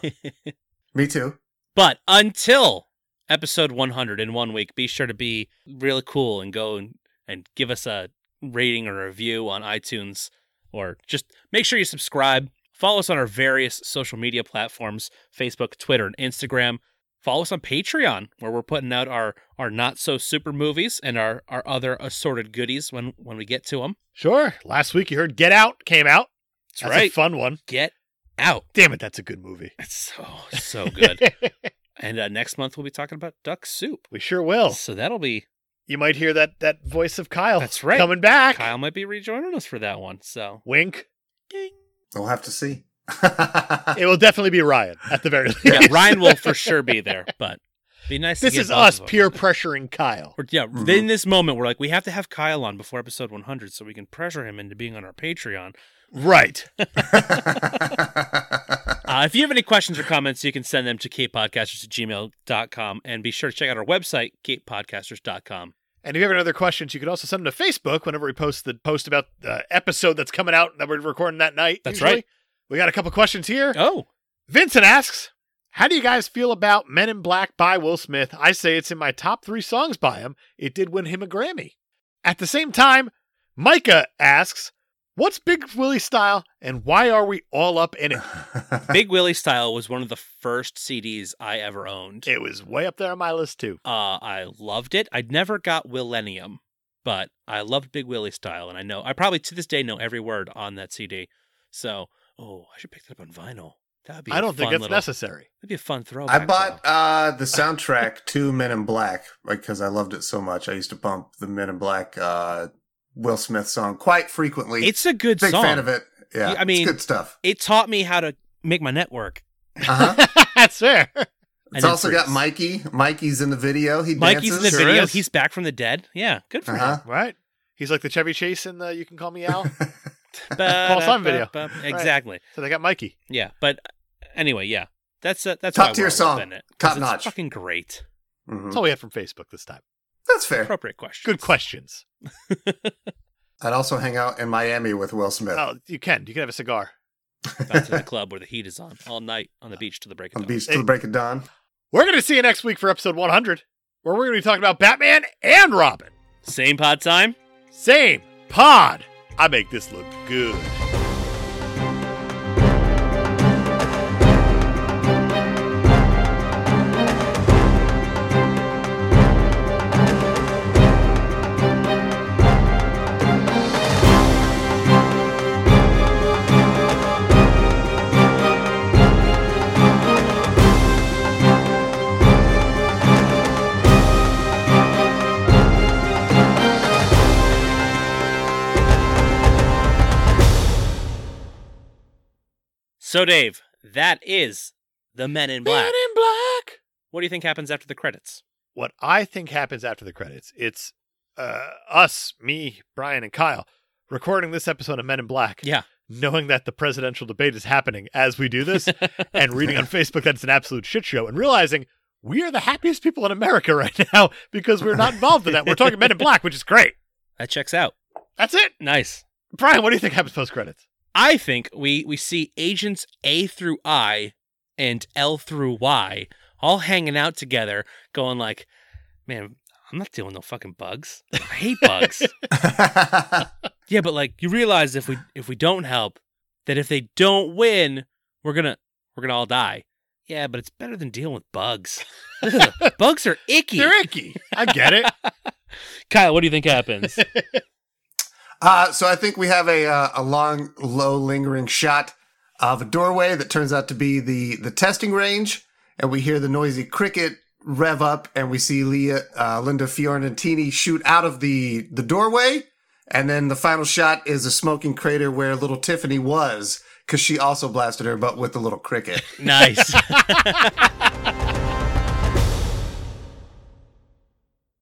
S4: Me too.
S1: but until episode one hundred in one week, be sure to be really cool and go and, and give us a rating or review on iTunes, or just make sure you subscribe. Follow us on our various social media platforms Facebook, Twitter, and Instagram. Follow us on Patreon, where we're putting out our, our not so super movies and our, our other assorted goodies when, when we get to them.
S3: Sure. Last week you heard Get Out came out.
S1: That's,
S3: That's a
S1: right.
S3: fun one.
S1: get out.
S3: Damn it, that's a good movie.
S1: It's so, so good. and uh, next month, we'll be talking about duck soup.
S3: We sure will.
S1: So that'll be,
S3: You might hear that that voice of Kyle.
S1: That's right.
S3: Coming back.
S1: Kyle might be rejoining us for that one. So
S3: Wink.
S4: We'll have to see.
S3: It will definitely be Ryan at the very least.
S1: yeah, Ryan will for sure be there, but be nice.
S3: This
S1: to get
S3: is
S1: both
S3: us Mm-hmm.
S1: of 'em.
S3: peer pressuring Kyle.
S1: We're, yeah,
S4: Mhm.
S1: in this moment, we're like, we have to have Kyle on before episode 100 so we can pressure him into being on our Patreon.
S3: Right.
S1: Uh, if you have any questions or comments, you can send them to katepodcasters at gmail.com and be sure to check out our website, katepodcasters.com.
S3: And if you have any other questions, you can also send them to Facebook whenever we post the post about the episode that's coming out that we're recording that night.
S1: That's right.
S3: We got a couple questions here.
S1: Oh,
S3: Vincent asks, How do you guys feel about Men in Black by Will Smith? I say it's in my top three songs by him. It did win him a Grammy. At the same time, Micah asks, What's Big Willie style and why are we all up in it?
S1: Big Willie Style was one of the first CDs I ever owned.
S3: It was way up there on my list too.
S1: Uh, I loved it. I never got Millennium, but I loved Big Willie style, and I know I probably to this day know every word on that CD. So, oh, I should pick that up on vinyl. That would be.
S3: I
S1: a
S3: don't think
S1: fun
S3: that's
S1: little-
S3: necessary.
S1: That'd be a fun throwback.
S4: I bought
S1: though.
S4: uh, the soundtrack to Men in Black because I loved it so much. I used to bump the Men in Black uh, Will Smith song quite frequently.
S1: It's a good
S4: big
S1: song.
S4: fan of it. Yeah,
S1: I
S4: it's
S1: mean-
S4: good stuff.
S1: It taught me how to make my network.
S4: Uh-huh.
S3: that's fair.
S4: It's
S1: then
S4: also got
S1: freeze.
S4: Mikey. Mikey's in the video. He
S1: Mikey's in
S4: dances.
S1: the
S4: Sure
S1: video.
S4: is.
S1: He's back from the dead. Yeah, good for
S4: Uh-huh.
S1: him.
S3: Right? He's like the Chevy Chase in the You Can Call Me Al.
S1: Paul
S3: Simon video.
S1: Exactly.
S3: so they got Mikey.
S1: Yeah, but anyway, yeah. That's a, that's
S4: Top
S1: why
S4: tier
S1: we're
S4: song.
S1: in it, 'cause
S4: Top
S1: it's
S4: notch.
S1: Fucking great.
S4: Mhm.
S3: That's all we have from Facebook this time.
S4: That's fair.
S1: Appropriate question.
S3: Good questions.
S4: I'd also hang out in Miami with Will Smith
S3: Oh, you can. You can have a cigar.
S1: Back to the club where the heat is on all night on the beach to the break of
S4: on the
S1: dawn.
S4: beach till the break of dawn.
S3: We're going to see you next week for episode 100, where we're going to be talking about Batman and Robin.
S1: Same pod time.
S3: Same pod. I make this look good.
S1: So, Dave, that is the Men in Black.
S3: in Black.
S1: What do you think happens after the credits?
S3: What I think happens after the credits, it's uh, us, me, Brian, and Kyle recording this episode of Men in Black.
S1: Yeah.
S3: Knowing that the presidential debate is happening as we do this and reading on Facebook that it's an absolute shit show and realizing we are the happiest people in America right now because we're not involved in that. We're talking Men in Black, which is great.
S1: That checks out.
S3: That's it.
S1: Nice.
S3: Brian, what do you think happens post credits?
S1: I think we we see agents A through I and L through Y all hanging out together, going like, "Man, I'm not dealing with no fucking bugs. I hate bugs." yeah, but like you realize if we if we don't help, that if they don't win, we're gonna we're gonna all die. Yeah, but it's better than dealing with bugs. Ugh, bugs are icky.
S3: They're icky. I get it.
S1: Kyle, what do you think happens?
S4: Uh, so I think we have a uh, a long, low, lingering shot of a doorway that turns out to be the the testing range, and we hear the noisy cricket rev up, and we see Leah, uh, Linda Fiorentini shoot out of the the doorway, and then the final shot is a smoking crater where little Tiffany was because she also blasted her, but with the little cricket.
S1: nice.